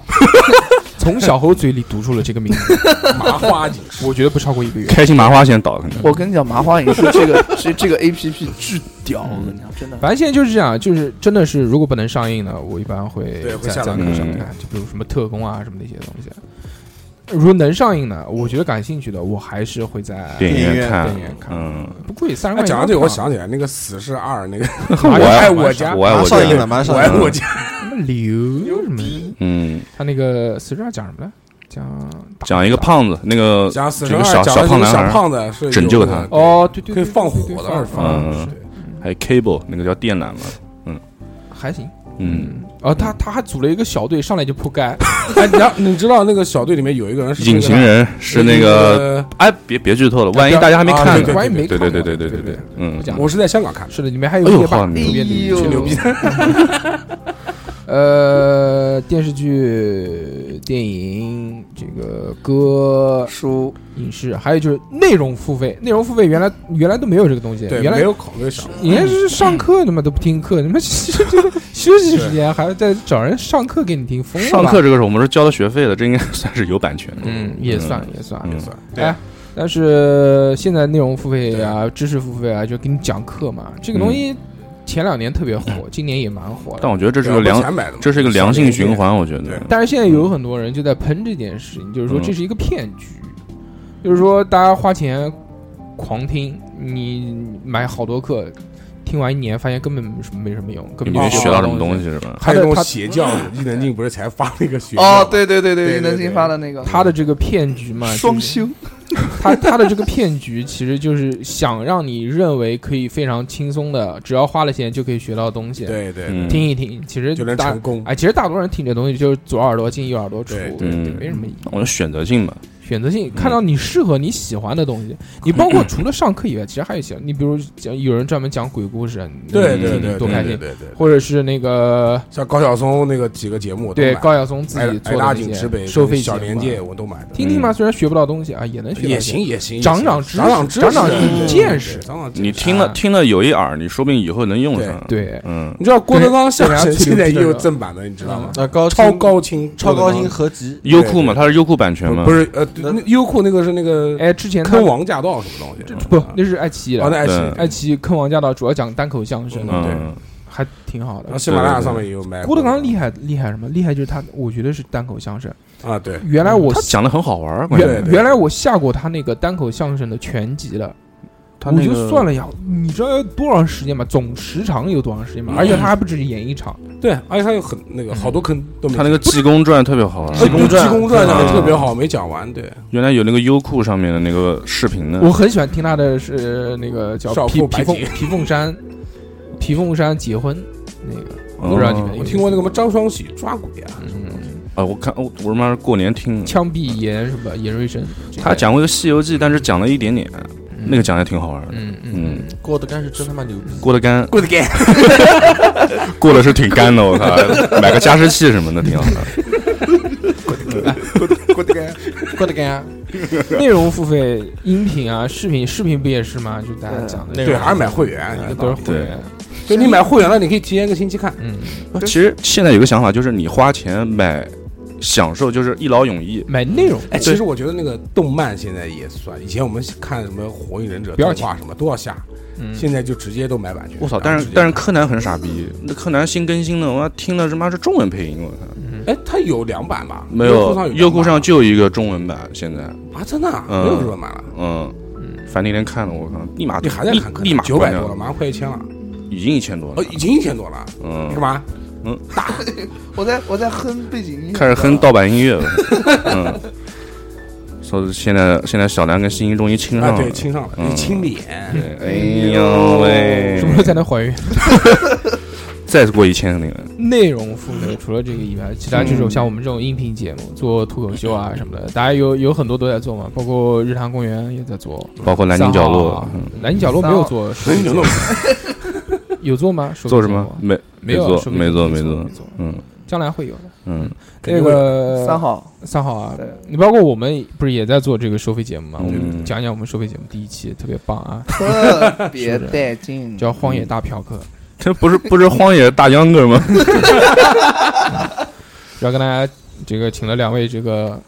F: 从小猴嘴里读出了这个名字，
B: 麻花影视，
F: 我觉得不超过一个月。
G: 开心麻花先倒，可能
H: 我跟你讲，麻花影视这个这这个 A P P 巨屌，我跟你讲，真的。
B: 嗯
F: 反正现在就是这样，就是真的是，如果不能上映的，我一般会
B: 对会
F: 在
B: 下
F: 在
B: 载
F: 那个上面看，就比如什么特工啊什么那些东西。如果能上映的，我觉得感兴趣的，我还是会在
G: 电影
B: 电
G: 院
B: 影
G: 看
F: 电影院。看
G: 嗯，
F: 不贵，三十
B: 哎
F: 块钱。
B: 讲到这个，我想起来那个《死侍二》，那个
G: 我爱
B: 爱我家
G: 我爱
I: 马
G: 我
I: 上上映
G: 家。
I: 了，马上上
B: 我爱
I: 映了。
B: 我家，
F: 什么刘什么？
G: 嗯，
F: 他那个四十二讲什么来？讲
G: 讲一个胖子，那个
B: 讲死侍
G: 呃这个小，
B: 二讲
G: 小
B: 的
G: 胖
B: 那个
G: 男孩
B: 小
G: 儿
B: 胖子是有
G: 拯救
B: 那个
G: 他
F: 哦，对对，
B: 呃可
F: 对
B: 以放火
F: 对对
B: 的二
F: 放
G: 嗯
F: 是
G: 还有 Cable 那个叫电缆嘛。
F: 还行。
G: 嗯，
F: 哦，他他还组了一个小队上来就扑街，
B: 哎，你知道你知道那个小队里面有一个人是
G: 隐形人是那个，哎，别别剧透了，万一大家还没
B: 啊
G: 看
B: 对
G: 呢。
F: 万一没
G: 对
F: 看过。
G: 对对对
F: 对
G: 对
F: 对
G: 对，
F: 不
G: 嗯，
F: 讲了。
B: 我是在香港看的，
F: 是的，里面还有
G: 哎呦
F: 夜
G: 好
F: 霸，
G: 牛
F: 牛逼
H: 哎呦
F: 牛逼。 呃，电视剧、电影、这个歌、
H: 书
F: 影视，还有就是内容付费。内容付费原来原来都没有这个东西，
B: 对，
F: 原来
B: 没有考虑想过。
F: 人家是上课他妈都不听课， 他妈休息时间还要再找人上课给你听，疯了吧
G: 上课，这个时候我们是交的学费的，这应该算是有版权的。
F: 嗯，也算也算。
G: 嗯
B: 算
F: 哎，但是现在内容付费啊、知识付费啊，就给你讲课嘛，这个东西
G: 嗯
F: 前两年特别火， 今年也蛮火的。
G: 但我觉得这
B: 这
G: 是个良，
B: 买的嘛，
G: 这是一个良性循环，我觉
B: 对
G: 得。
F: 但是现在有很多人就在喷这件事情，就是说
G: 嗯
F: 这是一个骗局，就是说大家花钱狂听，你买好多课，听完一年发现根本什么没什么用，根
G: 你
F: 本
G: 没
F: 就
G: 学到什么
F: 西。
G: 东西是吧？
B: 还有那
F: 他
B: 种邪教， 伊能静不是才发那个邪教
H: 哦，，对对对
B: 对
H: 对，
B: 对
H: 能
B: 对
H: 新发的那个
F: 他的这个骗局嘛，就是
H: 双休，
F: 他他的这个骗局其实就是想让你认为可以非常轻松的，只要花了钱就可以学到东西。，
B: 对对，
G: 嗯，
F: 听一听，其实
B: 就能
F: 大
B: 成功。
F: 哎，其实大多人听这东西就是左耳朵进右耳朵出，
B: 对嗯
G: 对对
F: 没什么意义。
G: 我就选择性吧。
F: 选择性看到你适合你喜欢的东西，你包括除了上课以外，其实还有一些，你比如讲有人专门讲鬼故事，啊你
B: 对
F: 听
B: 对
F: 听
B: 对，
F: 嗯多
B: 对
F: 开
B: 对
F: 心。
B: 对对，对
F: 或者是那个
B: 像高晓松那个几个节目，我都
F: 对
B: 买
F: 高晓松自
B: 挨
F: 己
B: 挨
F: 做
B: 大
F: 的
B: 井
F: 那
B: 之
F: 些
B: 北
F: 收费
B: 小
F: 节
B: 年
F: 目啊
B: 界我都买的，
F: 听听嘛，虽然学不到东西啊，也能学到
B: 也
F: 些
B: 行也行，
F: 长长知识
B: 长长知识，
F: 长长见识
B: 对长长见识
G: 你听了
F: 啊
G: 听了有一耳，你说不定以后能用上。，
F: 对，
G: 嗯
B: 你知道郭德纲相
F: 对
B: 声
F: 人家去
B: 现
F: 牛
B: 在也
F: 逼的
B: 有
F: 了
B: 正版的，你知道吗？
I: 呃，高
B: 超
I: 清
B: 高清，
I: 超高
B: 郭
I: 清
B: 德
I: 合集，
G: 优酷嘛，它是优酷版权
B: 纲，
G: 嘛。
B: 不，是呃，那优酷那个是那个
F: 哎，之前他
B: 坑王驾到什么东西？
F: 不，那是爱奇艺
B: 哦，那
F: 的，
B: 爱奇
G: 对
B: 艺，
F: 爱奇艺坑王驾到主要讲单口相声的，
G: 嗯，
F: 还挺好
B: 然后
F: 的。
B: 喜马拉雅上面也有卖。
F: 郭德纲厉害厉害什么？厉害就是他，我觉得是单口相声。
B: 啊，对，
F: 原
G: 嗯
F: 来我
G: 他讲的很好玩儿，关
B: 对
G: 键
F: 原
B: 对
F: 原来我下过他那个单口相声的全集的，
G: 他那
F: 我
G: 个
F: 就算了呀，你知道要多长时间吗？总时长有多长时间吗？而且他还不止演一场，
B: 对，而且他有很那个好多坑都没。
G: 他那个《济公传》特别好玩
B: 呃
I: 济公传
B: 济公传讲的
G: 啊
B: 特别好，没讲完。对，
G: 原来有那个优酷上面的那个视频呢。
F: 我很喜欢听他的是那个叫
B: 少
F: 皮
B: 妇
F: 皮
B: 白
F: 凤
B: 洁
F: 皮凤山，皮凤山结婚那个，我不知道你们有没有
B: 我听过那个什么张双喜抓鬼啊，
F: 嗯
G: 啊，我看我我他妈过年听的，
F: 枪毙严什么严瑞生，
G: 他讲过一个《西游记》，但是讲了一点点，那个讲的挺好玩的。
F: 嗯嗯
G: 嗯，
I: 郭德纲是真他妈牛逼，
G: 过得干，
B: 过得干。
G: 过得是挺干的，我靠，买个加湿器什么的挺好 的。
I: 郭德纲
F: 内容付费音频啊，视频视频不也是吗？就大家讲的
I: 对
B: 对，还是买会员，一
F: 哎
B: 个
F: 都
B: 道
F: 是
B: 理。
F: 会员，
B: 就你买会员了，你可以提前一个星期看。
F: 嗯，
G: 其实现在有个想法，就是你花钱买享受，就是一劳永逸。
F: 买内容
B: 哎，其实我觉得那个动漫现在也算，以前我们看什么《火影忍者》
F: 不要
B: 动画什么都要下，
F: 嗯
B: 现在就直接都买版权。
G: 我操！
B: 然后
G: 但是
B: 啊直接
G: 但是柯南很傻逼，那柯南新更新的，我听了他妈是中文配音，我操！
B: 哎，它有两版吧？
G: 没
B: 优酷上
G: 有，
B: 有
G: 优酷上
B: 两
G: 就有一个中文版，现在
B: 版啊，真的啊
G: 嗯
B: 没有日文版了。
G: 嗯，反正那天看了，我靠，立马
B: 你还在看？
G: 立立马
B: 九百
G: 关掉
B: 多了，马上快一千了，
G: 已经一千多了
B: 哦，，已经一千多了，
G: 嗯，
B: 是？吧？
H: 我在我在哼背景音乐，
G: 开始哼盗版音乐了，嗯。所以现在现在小兰跟欣欣终于亲上
B: 啊，
G: 了，
B: 对，亲上了，
G: 嗯
B: 你亲脸，
G: 对哎呦喂！
F: 什么时候才能还原？
G: 再过一千那个？
F: 内容付费除了这个以外，其他这种像我们这种音频节目，做脱口秀啊什么的，大家有有很多都在做嘛，包括日坛公园也在做，
G: 包括南京角落
F: 三号啊
G: 嗯
F: 南京角落没有做，
B: 能牛弄。
F: 有做吗？手机
G: 做什么
F: 节目？
G: 没
F: 啊没有
G: 做
F: 手机
G: 没
F: 节
G: 做
F: 目没
G: 没做
F: 没，做，
G: 嗯
F: 将来会有的。
G: 嗯，
F: 那个
H: 三号，
F: 三号啊
H: 对，
F: 你包括我们不是也在做这个收费节目嘛？我
G: 嗯
F: 们讲一讲我们收费节目第一期特别棒啊，
H: 特别
F: 是的
H: 带劲，
F: 叫《荒野大嫖客》，
G: 这不是不是荒野大秧歌吗？
F: 然后跟大家这个请了两位这个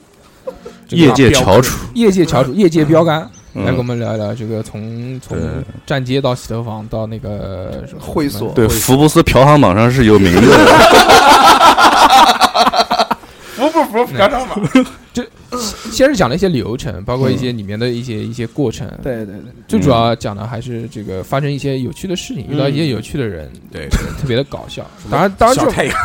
F: 这个
G: 业界翘楚，
F: 业界翘楚、业界标杆
G: 嗯
F: 来跟我们聊一聊这个从从
G: 对
F: 站街到洗头房到那个什么
H: 会所
G: 对，福布斯嫖娼榜上是有名字 的，
H: 服不服？嫖娼嘛，
F: 先是讲了一些流程，包括一些里面的一些一些过程。，
H: 对对对，
F: 最主要讲的还是这个发生一些有趣的事情，遇到一些有趣的人，
B: 对，
F: 特别的搞笑。当然，当然这
B: 小
F: 种
B: 太阳，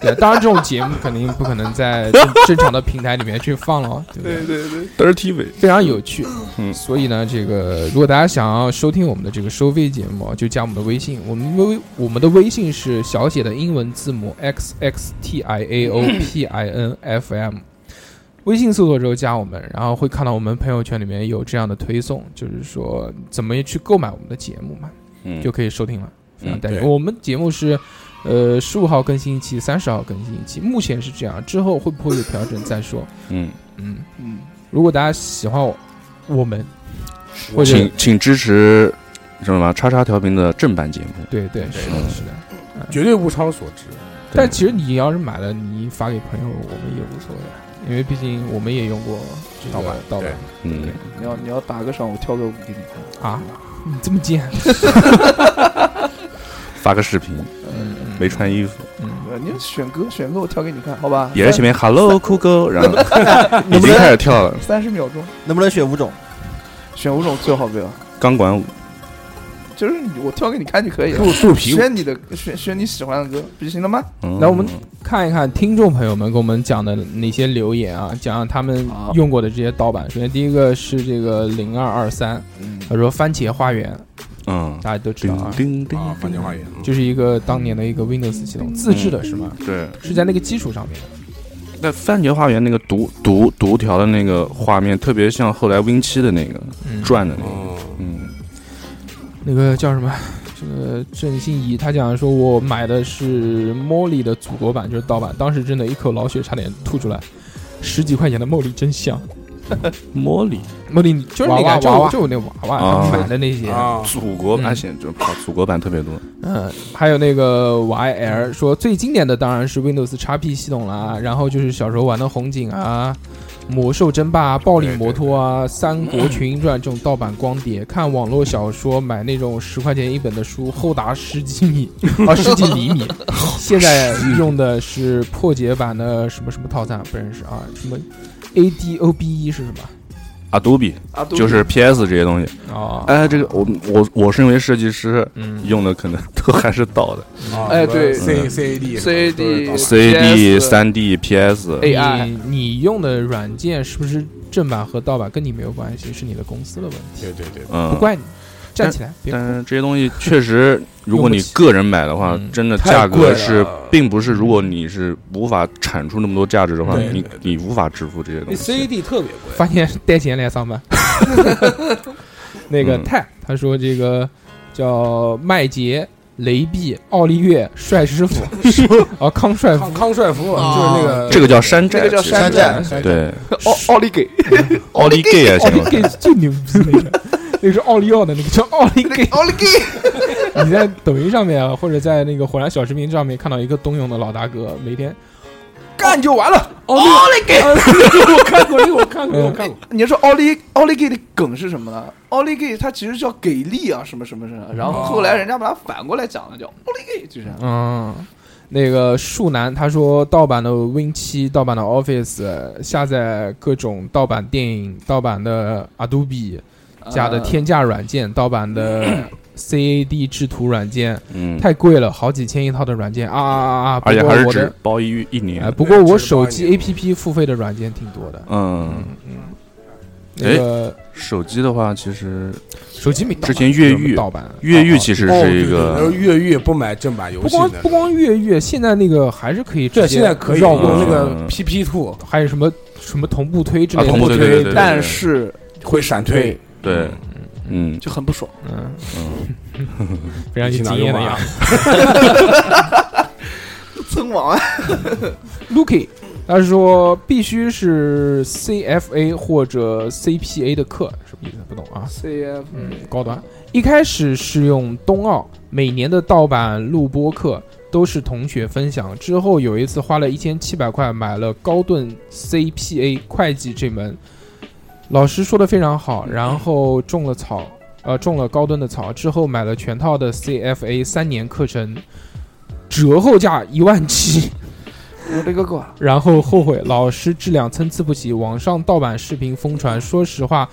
F: 对，当然这种节目肯定不可能在正正常的平台里面去放了，对不对？
H: 对对，
G: 都是 TV。
F: 非常有趣，
G: 嗯
F: 所以呢，这个如果大家想要收听我们的这个收费节目，就加我们的微信，我们微我们的微信是小写的英文字母 x x t i a o p i n f m，微信搜索之后加我们，然后会看到我们朋友圈里面有这样的推送，就是说怎么去购买我们的节目嘛，
G: 嗯，
F: 就可以收听了。非常
G: 嗯
F: 带
B: 对
F: 劲。我们节目是，呃，十五号更新一期，三十号更新一期，目前是这样，之后会不会有调整再说。
G: 嗯，
F: 嗯，
H: 嗯，
F: 如果大家喜欢我我们，或者
G: 请请支持什么吧叉叉调频的正版节目。
F: 对对是的
G: 嗯
F: 是的。
B: 绝对物超所值。
F: 但其实你要是买了，你发给朋友，我们也无所谓，因为毕竟我们也用过这个
B: 盗版
F: 盗版
G: 嗯，
H: 你要你要打个赏，我跳个舞给你看，
F: 啊，你这么 贱，
G: 发个视频，
F: 嗯嗯
G: 没穿衣服，
F: 嗯，
H: 呃你选歌选歌我跳给你看，好吧？
G: 也在前面 Hello 酷狗，然 后已经开始跳了
H: 三十秒钟，
I: 能不能选五种？
H: 选五种最好不要，
G: 钢管舞。
H: 就是你我跳给你看就可以了。
B: 肚肚皮舞
H: 选你的，选选你喜欢的歌，不就行了吗？
G: 嗯
F: 来我们看一看听众朋友们给我们讲的那些留言啊，讲讲他们
H: 好
F: 用过的这些盗版。首先第一个是这个零二二三，
H: 嗯，
F: 他说番茄花园，
G: 嗯，
F: 大家都知道
G: 叮
F: 啊，
G: 叮叮，
B: 啊，番茄花园，嗯
F: 就是一个当年的一个 Windows 系统自制的是吗？
G: 对。
F: 是在那个基础上面的。
G: 那番茄花园那个独独独条的那个画面，特别像后来 Win 七的那个
F: 嗯
G: 转的那个，
B: 哦，
G: 嗯，
F: 那个叫什么？这个郑欣宜，他讲说，我买的是 Molly 的祖国版，就是盗版，当时真的一口老血差点吐出来。十几块钱的 Molly 真香
G: 茉莉，
F: ，Molly 就是那
B: 娃娃
F: 个，就
B: 娃
F: 我
B: 娃
F: 就我那娃娃
G: 啊
F: 他们买的那些，
B: 啊，
G: 祖国版
F: 嗯
G: 显就跑祖国版特别多，
F: 嗯，还有那个 YL 说最经典的当然是 Windows XP 系统啦，然后就是小时候玩的红警啊、魔兽争霸、啊、暴力摩托啊、三国群英传这种盗版光碟，看网络小说，买那种十块钱一本的书，厚达十几米 啊十几厘米。现在用的是破解版的什么什么套餐，不认识啊，什么 ADOBE 是什么？
G: Adobe，
H: 啊，
G: 就是 PS 这些东西。
F: 哦，
G: 哎，这个我我我身为设计师
F: 嗯，
G: 用的可能都还是盗的
H: 哎对
B: 啊，C C A D
H: CAD
G: ，CD、
H: PS
G: 三 D、PS。
H: AI
F: 你你用的软件是不是正版和盗版跟你没有关系，是你的公司的问题，
B: 对对对，
G: 嗯
F: 不，怪你。站起来，别
G: 但是这些东西确实，如果
F: 用不
G: 你
F: 起
G: 个人买的话
F: 嗯，
G: 真的
B: 太
G: 价
B: 贵
G: 格
B: 了
G: 是，并不是如果你是无法产出那么多价值的话，
B: 对
G: 你
B: 对对
G: 你无法支付这些东西。
B: C A D 特别贵，
F: 发现带钱来上班。 那个
G: 嗯
F: 泰他说这个叫麦杰、雷碧、奥利月、帅师 傅啊，康帅
B: 康
F: 傅，
B: 康帅福就是那个
G: 这个叫山寨，
H: 这个叫
G: 其实
H: 山寨
B: 山寨
G: 对，
H: 奥奥利给，
G: 奥利给也
F: 奥
G: 行
F: 利。给最牛逼那个， 那个是奥利奥的那个叫奥利给。
H: 奥利给，
F: 你在抖音上面啊，或者在那个火燃小视频上面看到一个冬泳的老大哥，每天
H: 干就完了。
F: 奥利给，我看过，这个我看过，
B: 嗯
F: 我看过。
H: 哎你说奥利奥利给的梗是什么呢？奥利给它其实叫给力啊，什么什么什么，然
F: 哦
H: 后后来人家把它反过来讲了，叫奥利给，就是
F: 嗯，那个树男他说，盗版的 Win 七、盗版的 Office、下载各种盗版电影、盗版的 Adobe 加
H: 啊
F: 的，天价软件、盗版的 CAD 制图软件，
G: 嗯，
F: 太贵了，好几千一套的软件啊啊啊啊！
G: 而且
F: 不过
G: 还是
F: 我
G: 只
F: 的，
G: 包一
F: 哎，
G: 一年。
F: 不过我
B: 只包
F: 手
B: 一
F: 机
B: 年
F: APP 付费的软件挺多的。
G: 嗯，
F: 那个
G: 手机的话，其实
F: 手机没盗版
G: 哎之前越狱
F: 盗版
G: 越狱
F: 啊
G: 其实
B: 哦
G: 是
B: 对
G: 一
B: 对然
G: 个
B: 后越狱不买正版游
F: 不
B: 戏
F: 光
B: 的，
F: 不光越狱，现在那个还是可以直接
B: 这现在可以
F: 绕
B: 用
F: 过
B: 那
F: 那个，
B: 个 P P Two
F: 还有什么什么同步推之
G: 啊，
F: 类的
G: 同步对对对对，
H: 但是
B: 会闪退，
G: 对，嗯，
H: 就很不爽。
F: 嗯
G: 嗯，
F: 非常有
B: 去哪
F: 经
B: 用
F: 验的样
B: 啊
F: 子。？
H: 蹭网啊，
F: Lucky，他说必须是 CFA 或者 CPA 的课，什么意思？不懂啊。
H: CF
F: 嗯，高端。一开始是用冬奥每年的盗版录播课，都是同学分享。之后有一次花了一千七百块买了高顿 CPA 会计这门，老师说的非常好，然后种了草，呃，种了高顿的草。之后买了全套的 CFA 三年课程，折后价一万七。
H: 我勒个乖！
F: 然后后悔老师质量参差不齐，网上盗版视频疯传。说实话，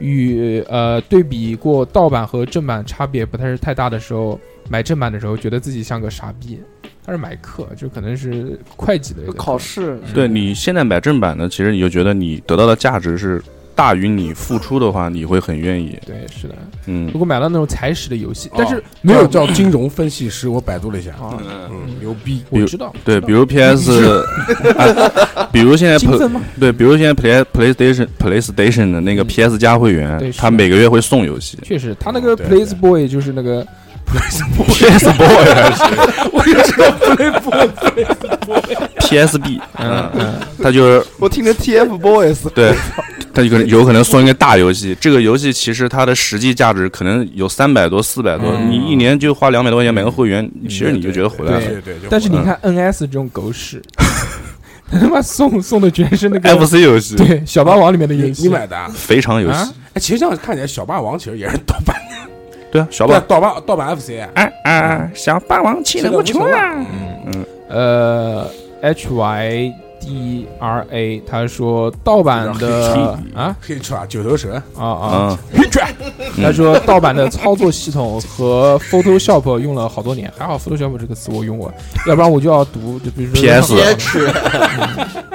F: 与呃对比过盗版和正版差别不太是太大的时候，买正版的时候觉得自己像个傻逼。他是买课，就可能是会计类的
H: 考
F: 试。
H: 试
G: 对你现在买正版的，其实你就觉得你得到的价值是大于你付出的话，你会很愿意。
F: 对，是的。
G: 嗯
F: 如，果买了那种踩屎的游
G: 哦
F: 戏，但是
B: 没有叫金融分析师，我百度了一下，
F: 啊，
B: 嗯，牛逼，
F: 我知道，
G: 对，
F: 知道
G: 比如 PS，啊比如现在
F: 金
G: P
F: 分吗？
G: 对，比如现在 Play PlayStation PlayStation 的那个
F: 嗯
G: PS 加会员
F: 对，
G: 他
F: 是
G: 每个月会送游 戏。
F: 确实，他那
G: 哦
F: 个
B: 对对
F: Place Boy 就是那个
G: PS Boy
F: 我就知道 Place Boy，
G: PSB，
F: 嗯
G: 嗯，
F: 嗯，
G: 他就是
H: 我听着 TFBOYS
G: 对，它有可能有可能送一个大游戏。这个游戏其实它的实际价值可能有三百多、四百多，
F: 嗯
G: 你一年就花两百多块钱买个会员，其实你就觉得回来
F: 对
G: 了。
B: 对对，就
F: 但是你
G: 嗯
F: 看 NS 这种狗屎， 他他妈送送的全是那个
G: FC 游戏，
F: 对，小霸王里面的
B: 你
F: 游戏，
B: 你买的啊，
G: 肥肠游
F: 啊
G: 戏，
B: 哎，其实这样看起来，小霸王其实也是盗版，
G: 对啊，小
B: 对
G: 霸
B: 盗版盗版 FC，
G: 啊啊，小霸王气
B: 现在
G: 得
B: 无
G: 我
B: 穷
G: 穷
B: 了
G: 啊！，
F: 呃，H Y D R A，他说盗版的啊
B: 可以吃啊，九头蛇，
F: 啊啊，
G: 啊，嗯
F: 他说盗版的操作系统和 Photoshop 用了好多年，还好 Photoshop 这个词我用过，要不然我就要读，就比如说
G: PS
I: 别吃，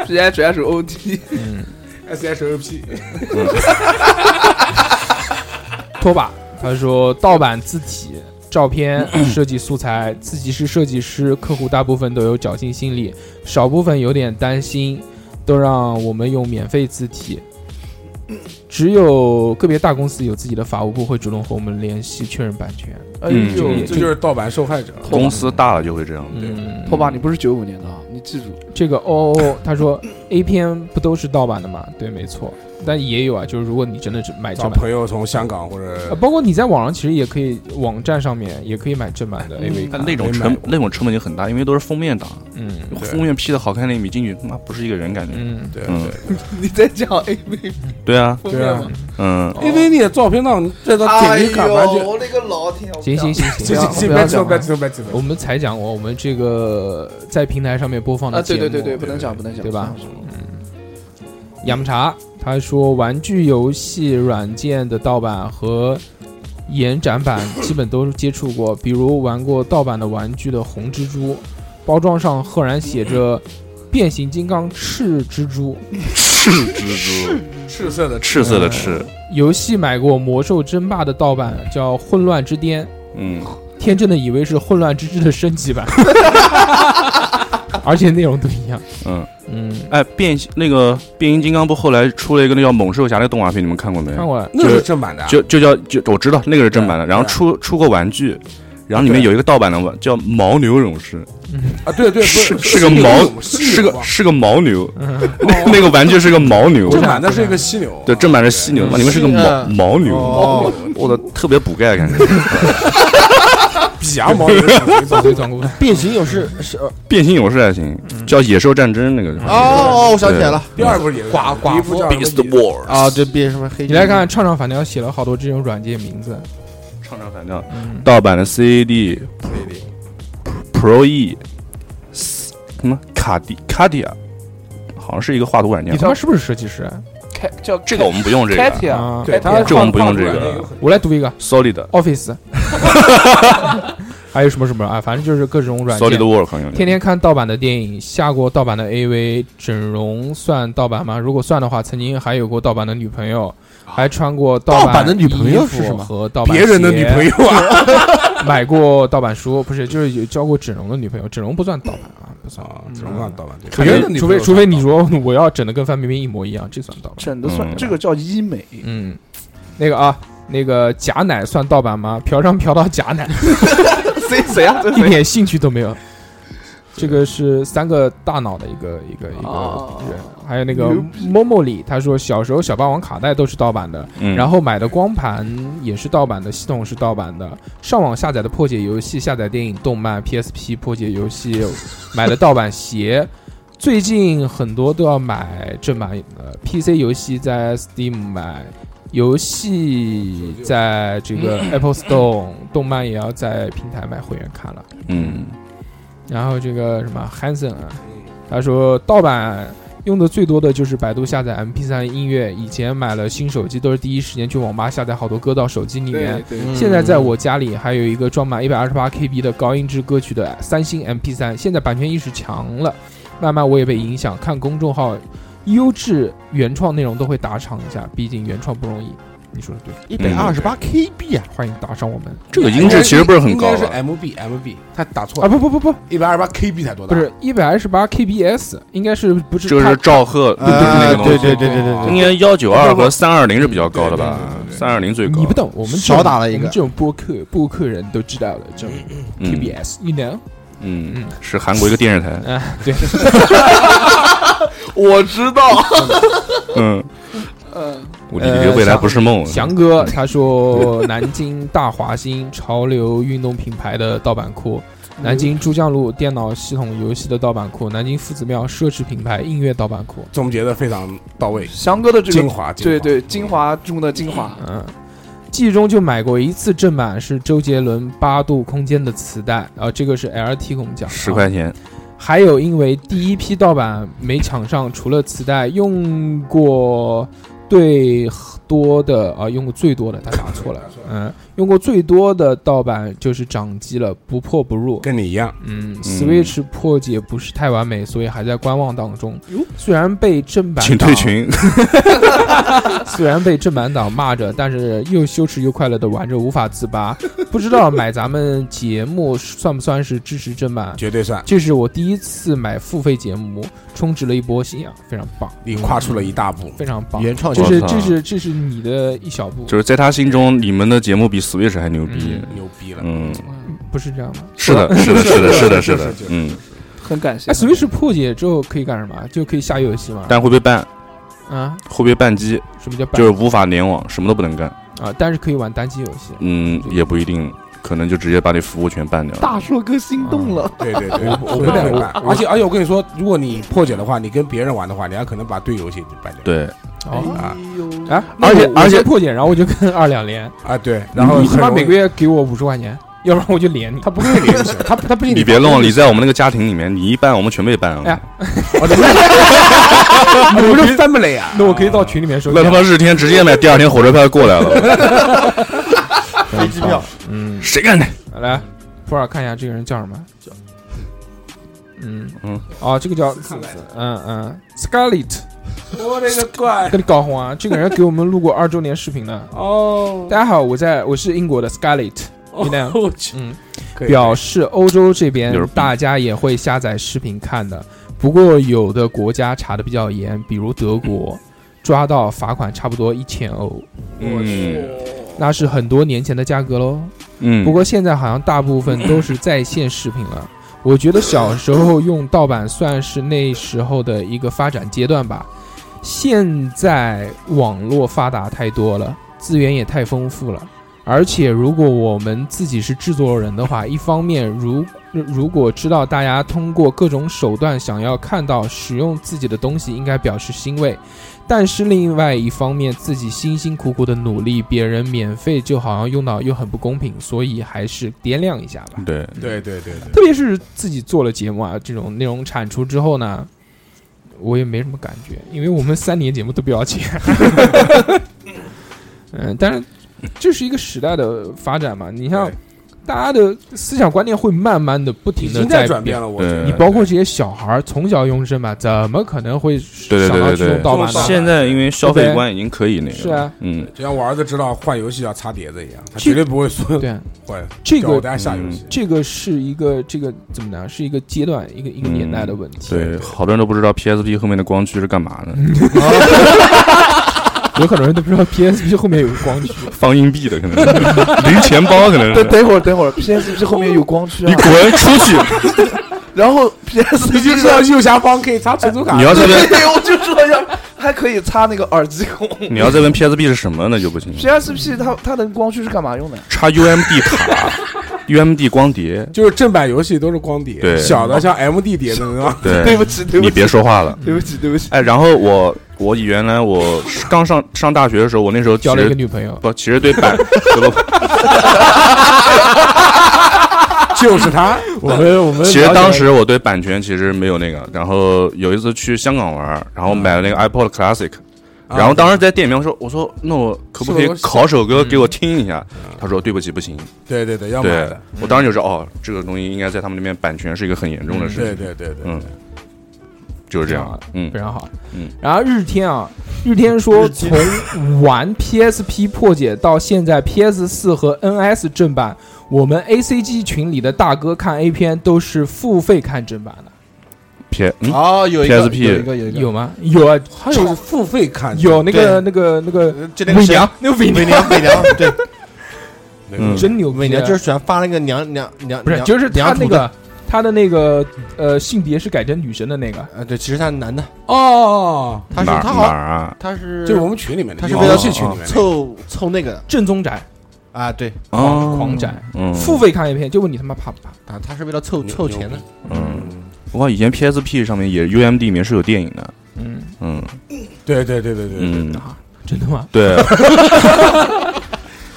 H: PHSOT
B: SHOP
G: 嗯
F: 拖把，他说盗版字体、照片设计素材，自己是设计师，客户大部分都有侥幸心理，少部分有点担心，都让我们用免费字体。只有个别大公司有自己的法务部会主动和我们联系确认版权。
H: 哎
G: 嗯
H: 呦，
B: 这就是盗版受害者，
G: 公司大了就会这样。
F: 嗯，
H: 拖把，你不是九五年的啊，你记住。
F: 这个哦哦哦，他说 A 片不都是盗版的吗？对，没错，但也有啊，就是如果你真的是买
B: 找
F: 正版
B: 朋友从香港或者
F: 呃，包括你在网上其实也可以，网站上面也可以买正版的 AV 卡
G: 但。那种
B: 没买
G: 成
B: 过
G: 那种成本就很大，因为都是封面档，
F: 嗯
B: 对
G: 封面 P 的好看的一米进去，他妈不是一个人感觉。
F: 嗯，
B: 对
G: 嗯
B: 对
H: 你在讲 AV
G: 对啊，
H: 封
B: 对
H: 面
B: 啊
H: 吗？
G: 嗯，
B: ，AV 你的照片上这个
H: 哎
B: 点击
H: 呦
B: 感完全，，
H: 我勒个老天！我不想
F: 行行行不
B: 行
F: 要
B: 行行，
F: 不
B: 别
F: 要
B: 激
F: 讲
B: 动，别
F: 了
B: 激动，别激动
F: 我。们才讲过我们这个在平台上面播放的
H: 啊，对
F: 节
H: 对
F: 目
H: 对对，不
B: 对
H: 能讲不能讲，
F: 对吧
H: 不能讲？
F: 雅木茶，他说玩具游戏软件的盗版和延展版基本都接触过，比如玩过盗版的玩具的红蜘蛛，包装上赫然写着“变形金刚赤蜘蛛
G: 赤蜘蛛，
B: 赤色的
G: 赤色的赤，”。
F: 游戏买过《魔兽争霸》的盗版，叫《混乱之巅》，
G: 嗯，
F: 天真的以为是《混乱之之》的升级版，而且内容都一样。
G: 嗯，
F: 嗯，
G: 哎，变形那个变形金刚不后来出了一个那叫《猛兽侠》的动画片，你们看过没？
F: 看过了，
B: 那是正版的啊，
G: 就就叫就我知道那个是正版的，然后出出过玩具，然后里面有一个盗版的玩叫牦牛勇士，
B: 啊，对对，不
G: 是
B: 是
G: 个牦，
B: 是
G: 是
B: 牛
G: 个
B: 吧
G: 是个牦牛，
F: 嗯，
G: 那个玩具是个牦牛，
B: 正版的是一个犀牛，
G: 对，正版是犀牛，嘛，里面是个牦牦牛，
A: 哦，
G: 我的特别补钙感觉。
B: 比羊毛牛是 最早
F: 对，转过来。
I: 变形勇士是哦
G: 变形勇士还行，叫野兽战争那个。
I: 哦，我想起来了
B: 第二部也是
F: 寡寡
B: 第一部叫什么
G: Beast War
I: 啊，对，变什么黑？
F: 你来看，唱唱反调写了好多这种软件名字，
G: 唱唱反调，
F: 嗯，
G: 盗版的 CAD
B: CAD
G: Pro E 什么卡迪卡迪亚，好像是一个画图软件
F: 你。他妈是不是设计师啊？
H: 开叫
G: 这个我们不用这
H: 开
G: 个
H: 帖
F: 啊
B: 对，它
G: 哎这我们不用这个
F: 我来读一个
G: Solid
F: Office，还有什么什么啊，反正就是各种软
G: Solid
F: 件。
G: Work 好像
F: 天天看盗版的电影，下过盗版的 AV，整容算盗版吗？如果算的话，曾经还有过盗版的女朋友，
G: 啊
F: 还穿过
I: 盗版的女朋友
F: 衣服
I: 是什么
F: 和
G: 嗯
F: 盗版
B: 别人的女
F: 鞋
B: 朋友啊，
F: 买过盗版书，不是就是有交过整容的女朋友，整容不算盗版啊，不算。
B: 啊只能看盗版，对
F: 除
B: 别人的
F: 非
B: 女
F: 除
B: 朋友
F: 非除非你说我要整的跟范冰冰一模一样，这算盗版。
H: 整的算
G: 嗯
H: 这个叫医美，
F: 嗯，那个啊，那个假奶算盗版吗？嫖娼嫖到假 奶，
H: 谁谁啊？这
F: 一
H: 谁？
F: 点兴趣都没有。这个是三个大脑的一个一个一
H: 哦
F: 个人，还有那个 Momo 里，他说小时候小霸王卡带都是盗版的，
G: 嗯，
F: 然
G: 后
F: 后买的光盘也是盗版的，系统是盗版的，上网下载的破解游戏、下载电影、动漫、PSP 破解游戏，买的盗版鞋。最近很多都要买正版的 PC 游戏，在 Steam 买游戏，在这个 Apple Store，动漫也要在平台买会员看了。
G: 嗯，
F: 然后这个什么 Hanson 啊，他说盗版用的最多的就是百度下载 MP3 音乐，以前买了新手机都是第一时间去网吧下载好多歌到手机里面。
H: 对
I: 嗯
F: 现在在我家里还有一个装满一百二十八 KB 的高音质歌曲的三星 MP3，现在版权意识强了，慢慢我也被影响，看公众号优质原创内容都会打赏一下，毕竟原创不容易。你说的对，
I: 一百二十八 KB 啊，
F: 欢迎打赏我们
G: 这个音质其实不是很高啊
B: 应该是
G: 了，
B: MB MB，他打错
F: 啊！
B: 了，
F: 不不不不，
B: 一百二十八 KB 才多大，
F: 不是一百二十八 KBS，应该是不是
G: 这个
F: 它
G: 是赵赫
I: 啊
G: 那个东
I: 对
G: 西，
I: 对对对
B: 哦
I: 对
G: 应
I: 对，
G: 该幺九二和三二零是比较高的吧？三二零最高。
F: 你不懂，我们这种
I: 少打了一个
F: 我们这种播客播客人都知道的，这种
G: 嗯
F: TBS，you know？
G: 嗯
F: 嗯，
G: 是韩国一个电视台。
F: 啊， 对，
H: 我知道，
G: 嗯，呃
H: 嗯，
G: 我离这个未来不是梦。
F: 翔哥他说南京大华星潮流运动品牌的盗版库，
G: 嗯
F: 南京珠江路电脑系统游戏的盗版库，南京夫子庙奢侈品牌音乐盗版库，
B: 总结的非常到位，
H: 翔哥的这
B: 精
H: 个
B: 华，
H: 对
B: 精华
H: 对精华中的精华，
F: 嗯。记忆中就买过一次正版，是周杰伦《八度空间》的磁带，啊、这个是 LT 给我们讲的啊，
G: 十块钱，
F: 还有因为第一批盗版没抢上，除了磁带用过最多的啊、用过最多的，他打错 了，嗯，用过最多的盗版就是掌机了，不破不入。
B: 跟你一样，
F: 嗯，Switch 破解不是太完美，所以还在观望当中。虽然被正版
G: 请
F: 党
G: 退，群。
F: 虽然被正版党骂着，但是又羞耻又快乐的玩着，无法自拔。不知道买咱们节目算不算是支持正版？
B: 绝对算，
F: 这是我第一次买付费节目，充值了一波信仰，非常棒，
B: 你跨出了一大步，
F: 非常棒。
I: 原创
F: 这
G: 我
F: 是
G: 操
F: 这是这是你的一小步，
G: 就是在他心中，你们的节目比 Switch 还牛逼。
B: 牛逼了，
G: 嗯，
F: 不是这样吗？
G: 是的，是的，是的，是的，是
B: 是
G: 的
B: 是是。
G: 嗯，
H: 很感谢
F: 哎。，Switch 破解之后可以干什么？就可以下游戏嘛？
G: 但会被办，
F: 啊，
G: 会被办机，
F: 什么叫
G: 就是无法联网，什么都不能干。
F: 啊？但是可以玩单机游戏。
G: 嗯，也不一定，可能就直接把你服务全办掉了。
H: 大硕哥心动了，
B: 对对对，我们两办，而且而且我跟你说，如果你破解的话，你跟别人玩的话，你还可能把队友一起办掉，
G: 对，
H: 嗯
F: 哦，
B: 啊
F: 啊，
G: 而且
F: 那我
G: 而且
F: 我先破解，然后我就跟二两连，
B: 啊对，然后
F: 你他妈
B: 很容易
F: 每个月给我五十块钱，要不然我就连你。
B: 他不会联系，他他不仅
G: 你别弄，你在我们那个家庭里面，你一办我们全被办
F: 哎
G: 了
F: 呀，
B: 我的妈呀我们是 family 啊呀，
F: 那我可以到群里面说。
G: 那他妈日天直接买第二天火车票过来 了，
A: 飞机票，
F: 嗯，
G: 谁干的？
F: 来，普洱看一下这个人叫什么？叫，嗯
G: 嗯，
F: 哦，这个叫，嗯嗯，Scarlett，
B: 我勒个乖！
F: 跟你搞混啊！这个人给我们录过二周年视频的。
B: 哦，
F: 大家好，我在我是英国的 Scarlett，你呢？
B: 我去，
F: 嗯，
B: 可以
F: 表示欧洲这边
G: 牛逼
F: 大家也会下载视频看的，不过有的国家查的比较严，比如德国，抓到罚款差不多一千欧，
G: 嗯
F: 那是很多年前的价格喽。
G: 嗯，
F: 不过现在好像大部分都是在线视频了。我觉得小时候用盗版算是那时候的一个发展阶段吧。现在网络发达太多了，资源也太丰富了。而且，如果我们自己是制作人的话，一方面如如果知道大家通过各种手段想要看到使用自己的东西，应该表示欣慰；但是另外一方面，自己辛辛苦苦的努力，别人免费就好像用到又很不公平，所以还是掂量一下吧。
G: 对，
B: 对对对对，
F: 特别是自己做了节目啊，这种内容产出之后呢，我也没什么感觉，因为我们三年节目都不要钱。 嗯，但是这是一个时代的发展嘛，你像
B: 对
F: 大家的思想观念会慢慢的、不
B: 已
F: 停的
B: 经在转变
F: 了。
B: 了，我觉得
G: 对
F: 你包括这些小孩儿从小用正版，怎么可能会
G: 对对
F: 想到
G: 对
F: 去
G: 对
F: 用
G: 对
F: 盗版呢？
B: 用盗版
G: 现在因为消费观已经可以那个，
F: 是啊，
G: 嗯，
B: 就像我儿子知道换游戏要擦碟子一样，他
F: 这嗯
B: 绝对不会说
F: 对，
B: 换
F: 这
B: 叫
F: 个
B: 大家下游戏。
F: 这个是一个这个怎么讲？是一个阶段，一个一个年代的问题。
G: 嗯对，好多人都不知道 PSP 后面的光驱是干嘛的，
F: 有很多人都不知道 PSP 后面有个光 驱。
G: 放硬币的可能是，零钱包可能
H: 等
G: 是。
H: 等会儿，等会儿，PSP 后面有光驱
G: 你
H: 啊，
G: 滚出去！
H: 然后
B: 你
H: PSP
B: 就知道右下方可以插存储卡，
G: 你要这边，
H: 对，我就说要还可以插那个耳机 孔。
G: 你要再问 PSP 是什么，那就不行。
H: 啊 PSP 它它的光驱是干嘛用的？
G: 插 UMD 卡，UMD 光碟，
B: 就是正版游戏都是光碟，
G: 对
B: 小的像 MD 碟那种。
H: 对
G: 对，
H: 不起，对不
G: 你
H: 起，
G: 别说话了。
H: 对不起，对不起。
G: 哎，然后我我原来我刚上上大学的时候，我那时候其
F: 交了一个
G: 实
F: 女朋友，
G: 不，其实对版对不
B: 就是他，
F: 我们我们
G: 其实当时我对版权其实没有那个，然后有一次去香港玩儿，然后买了那个 iPod Classic，然后当时在店里面我说，我说那我可不可以
B: 啊是我
G: 拷首歌给我听一下？他说对不起，不行。
B: 对对对，要买
G: 对
B: 的，
G: 我当时就知道哦，这个东西应该在他们那边版权是一个很严重的事
B: 对
G: 情，
B: 对对对，
G: 嗯就是这样
F: 这样啊。
G: 嗯
F: 非，常好。
G: 嗯，
F: 然后日天啊，日天说从玩 PSP 破解到现在 PS 四和 NS 正版，我们 ACG 群里的大哥看 A 片都是付费看正版的，
G: 偏嗯
I: 哦，有一个
G: PSP
I: 有一个有一个
F: 有吗？有啊，
B: 还有付费看，
F: 有那个那个那个
I: 呃就那个
F: 伪
I: 谁
F: 娘，那个伪
I: 伪
F: 娘啊
I: 娘伪 娘对
B: 嗯
G: 嗯，
F: 真牛逼啊，
I: 伪娘就是喜欢发那个娘娘娘
F: 不是
I: 娘
F: 就是他
I: 娘图
F: 那
I: 的
F: 个他的那个呃性别是改成女生的那个。
I: 呃对，其实他是男的，
B: 哦，
I: 他是
G: 哪儿
I: 他
G: 哪
I: 好
G: 儿啊？
I: 他是
B: 就是我们群里面的，
I: 他是
B: 有
I: 为了
B: 游戏群里面的
I: 凑凑那个的
F: 正宗宅
I: 啊对
G: 哦
F: 狂狂宅，
G: 嗯，
F: 付费看 A 片，就问你他妈怕不怕？
I: 啊，他是为了凑
B: 牛
I: 凑钱的
B: 牛，
G: 嗯，我靠，以前 PSP 上面也 UMD 里面是有电影的，
F: 嗯
G: 嗯
B: 对对对对对对，
G: 嗯，
F: 啊，真的吗
G: 对，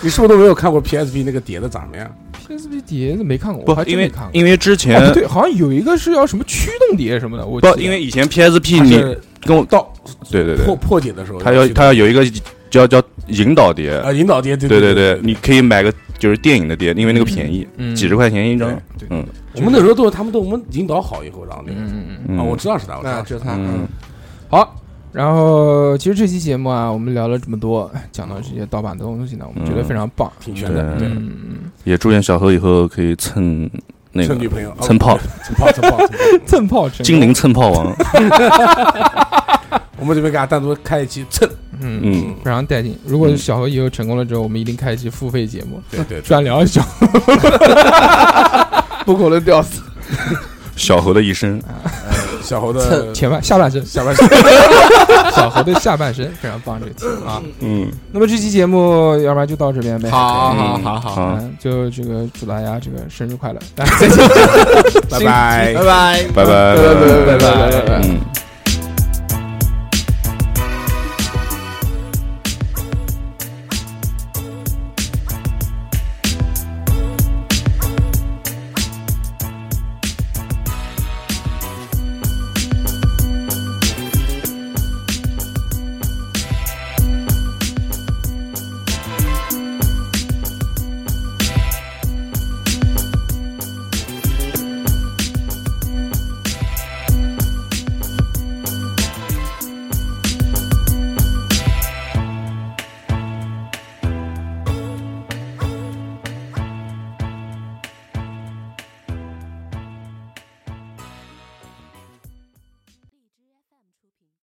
B: 你是不是都没有看过 PSP 那个碟子长什么样？
F: ？PSP 碟子没看过，我
G: 不
F: 还，真
G: 因
F: 没
G: 为
F: 看过。
G: 因为之
F: 哦，
G: 前
F: 不对，好像有一个是要什么驱动碟什么的，我记
G: 不
F: 得，
G: 因为以前 PSP
B: 它
G: 你
B: 是
G: 跟我
B: 到
G: 对对对，
B: 破破解的时候，
G: 它要
B: 去
G: 它要有一个叫叫引导碟，
B: 啊引导碟，对
G: 对对
B: 对
G: 对，你可以买个就是电影的碟，因为那个便宜，
F: 嗯
G: 几十块钱一张。嗯
B: 我们那时候都是他们都我们引导好以后，然后那个
F: 嗯嗯嗯。
G: 嗯
B: 啊，我知道是他，我知
I: 那
B: 道
I: 就是是他
G: 嗯
I: 嗯，
F: 好，然后其实这期节目啊，我们聊了这么多， 讲到这些盗版的东西呢，我们觉得非常棒。
B: 挺全的，
G: 对
B: 对，
F: 嗯，
G: 也祝愿小何以后可以蹭那
B: 趁
G: 个
B: 女朋友，啊
G: 蹭炮，
B: 蹭炮，蹭炮，蹭炮。
F: 蹭炮成功
G: 嗯精，灵蹭炮王。
B: 我们准备给他单独开一期蹭，
F: 嗯，
G: 嗯，
F: 非常带劲。如果小何以后成功了之后，我们一定开一期付费节
G: 嗯
F: 目，
B: 对对，对
F: 专聊小
H: 不可能屌丝，
G: 小何的一生，
B: 小猴的
F: 前半下半身，
B: 下 半身，
F: 小何的下半身非常棒，这个词啊。
G: 嗯，
F: 那么这期节目，要不然就到这边呗。
B: 啊
I: 好好
G: 嗯
I: 好好，好，
G: 好，
F: 嗯，就这个祝大家这个生日快乐，
B: 拜拜
I: 拜。拜。
G: 拜拜
H: 拜拜拜拜拜拜
F: 拜拜
G: 嗯。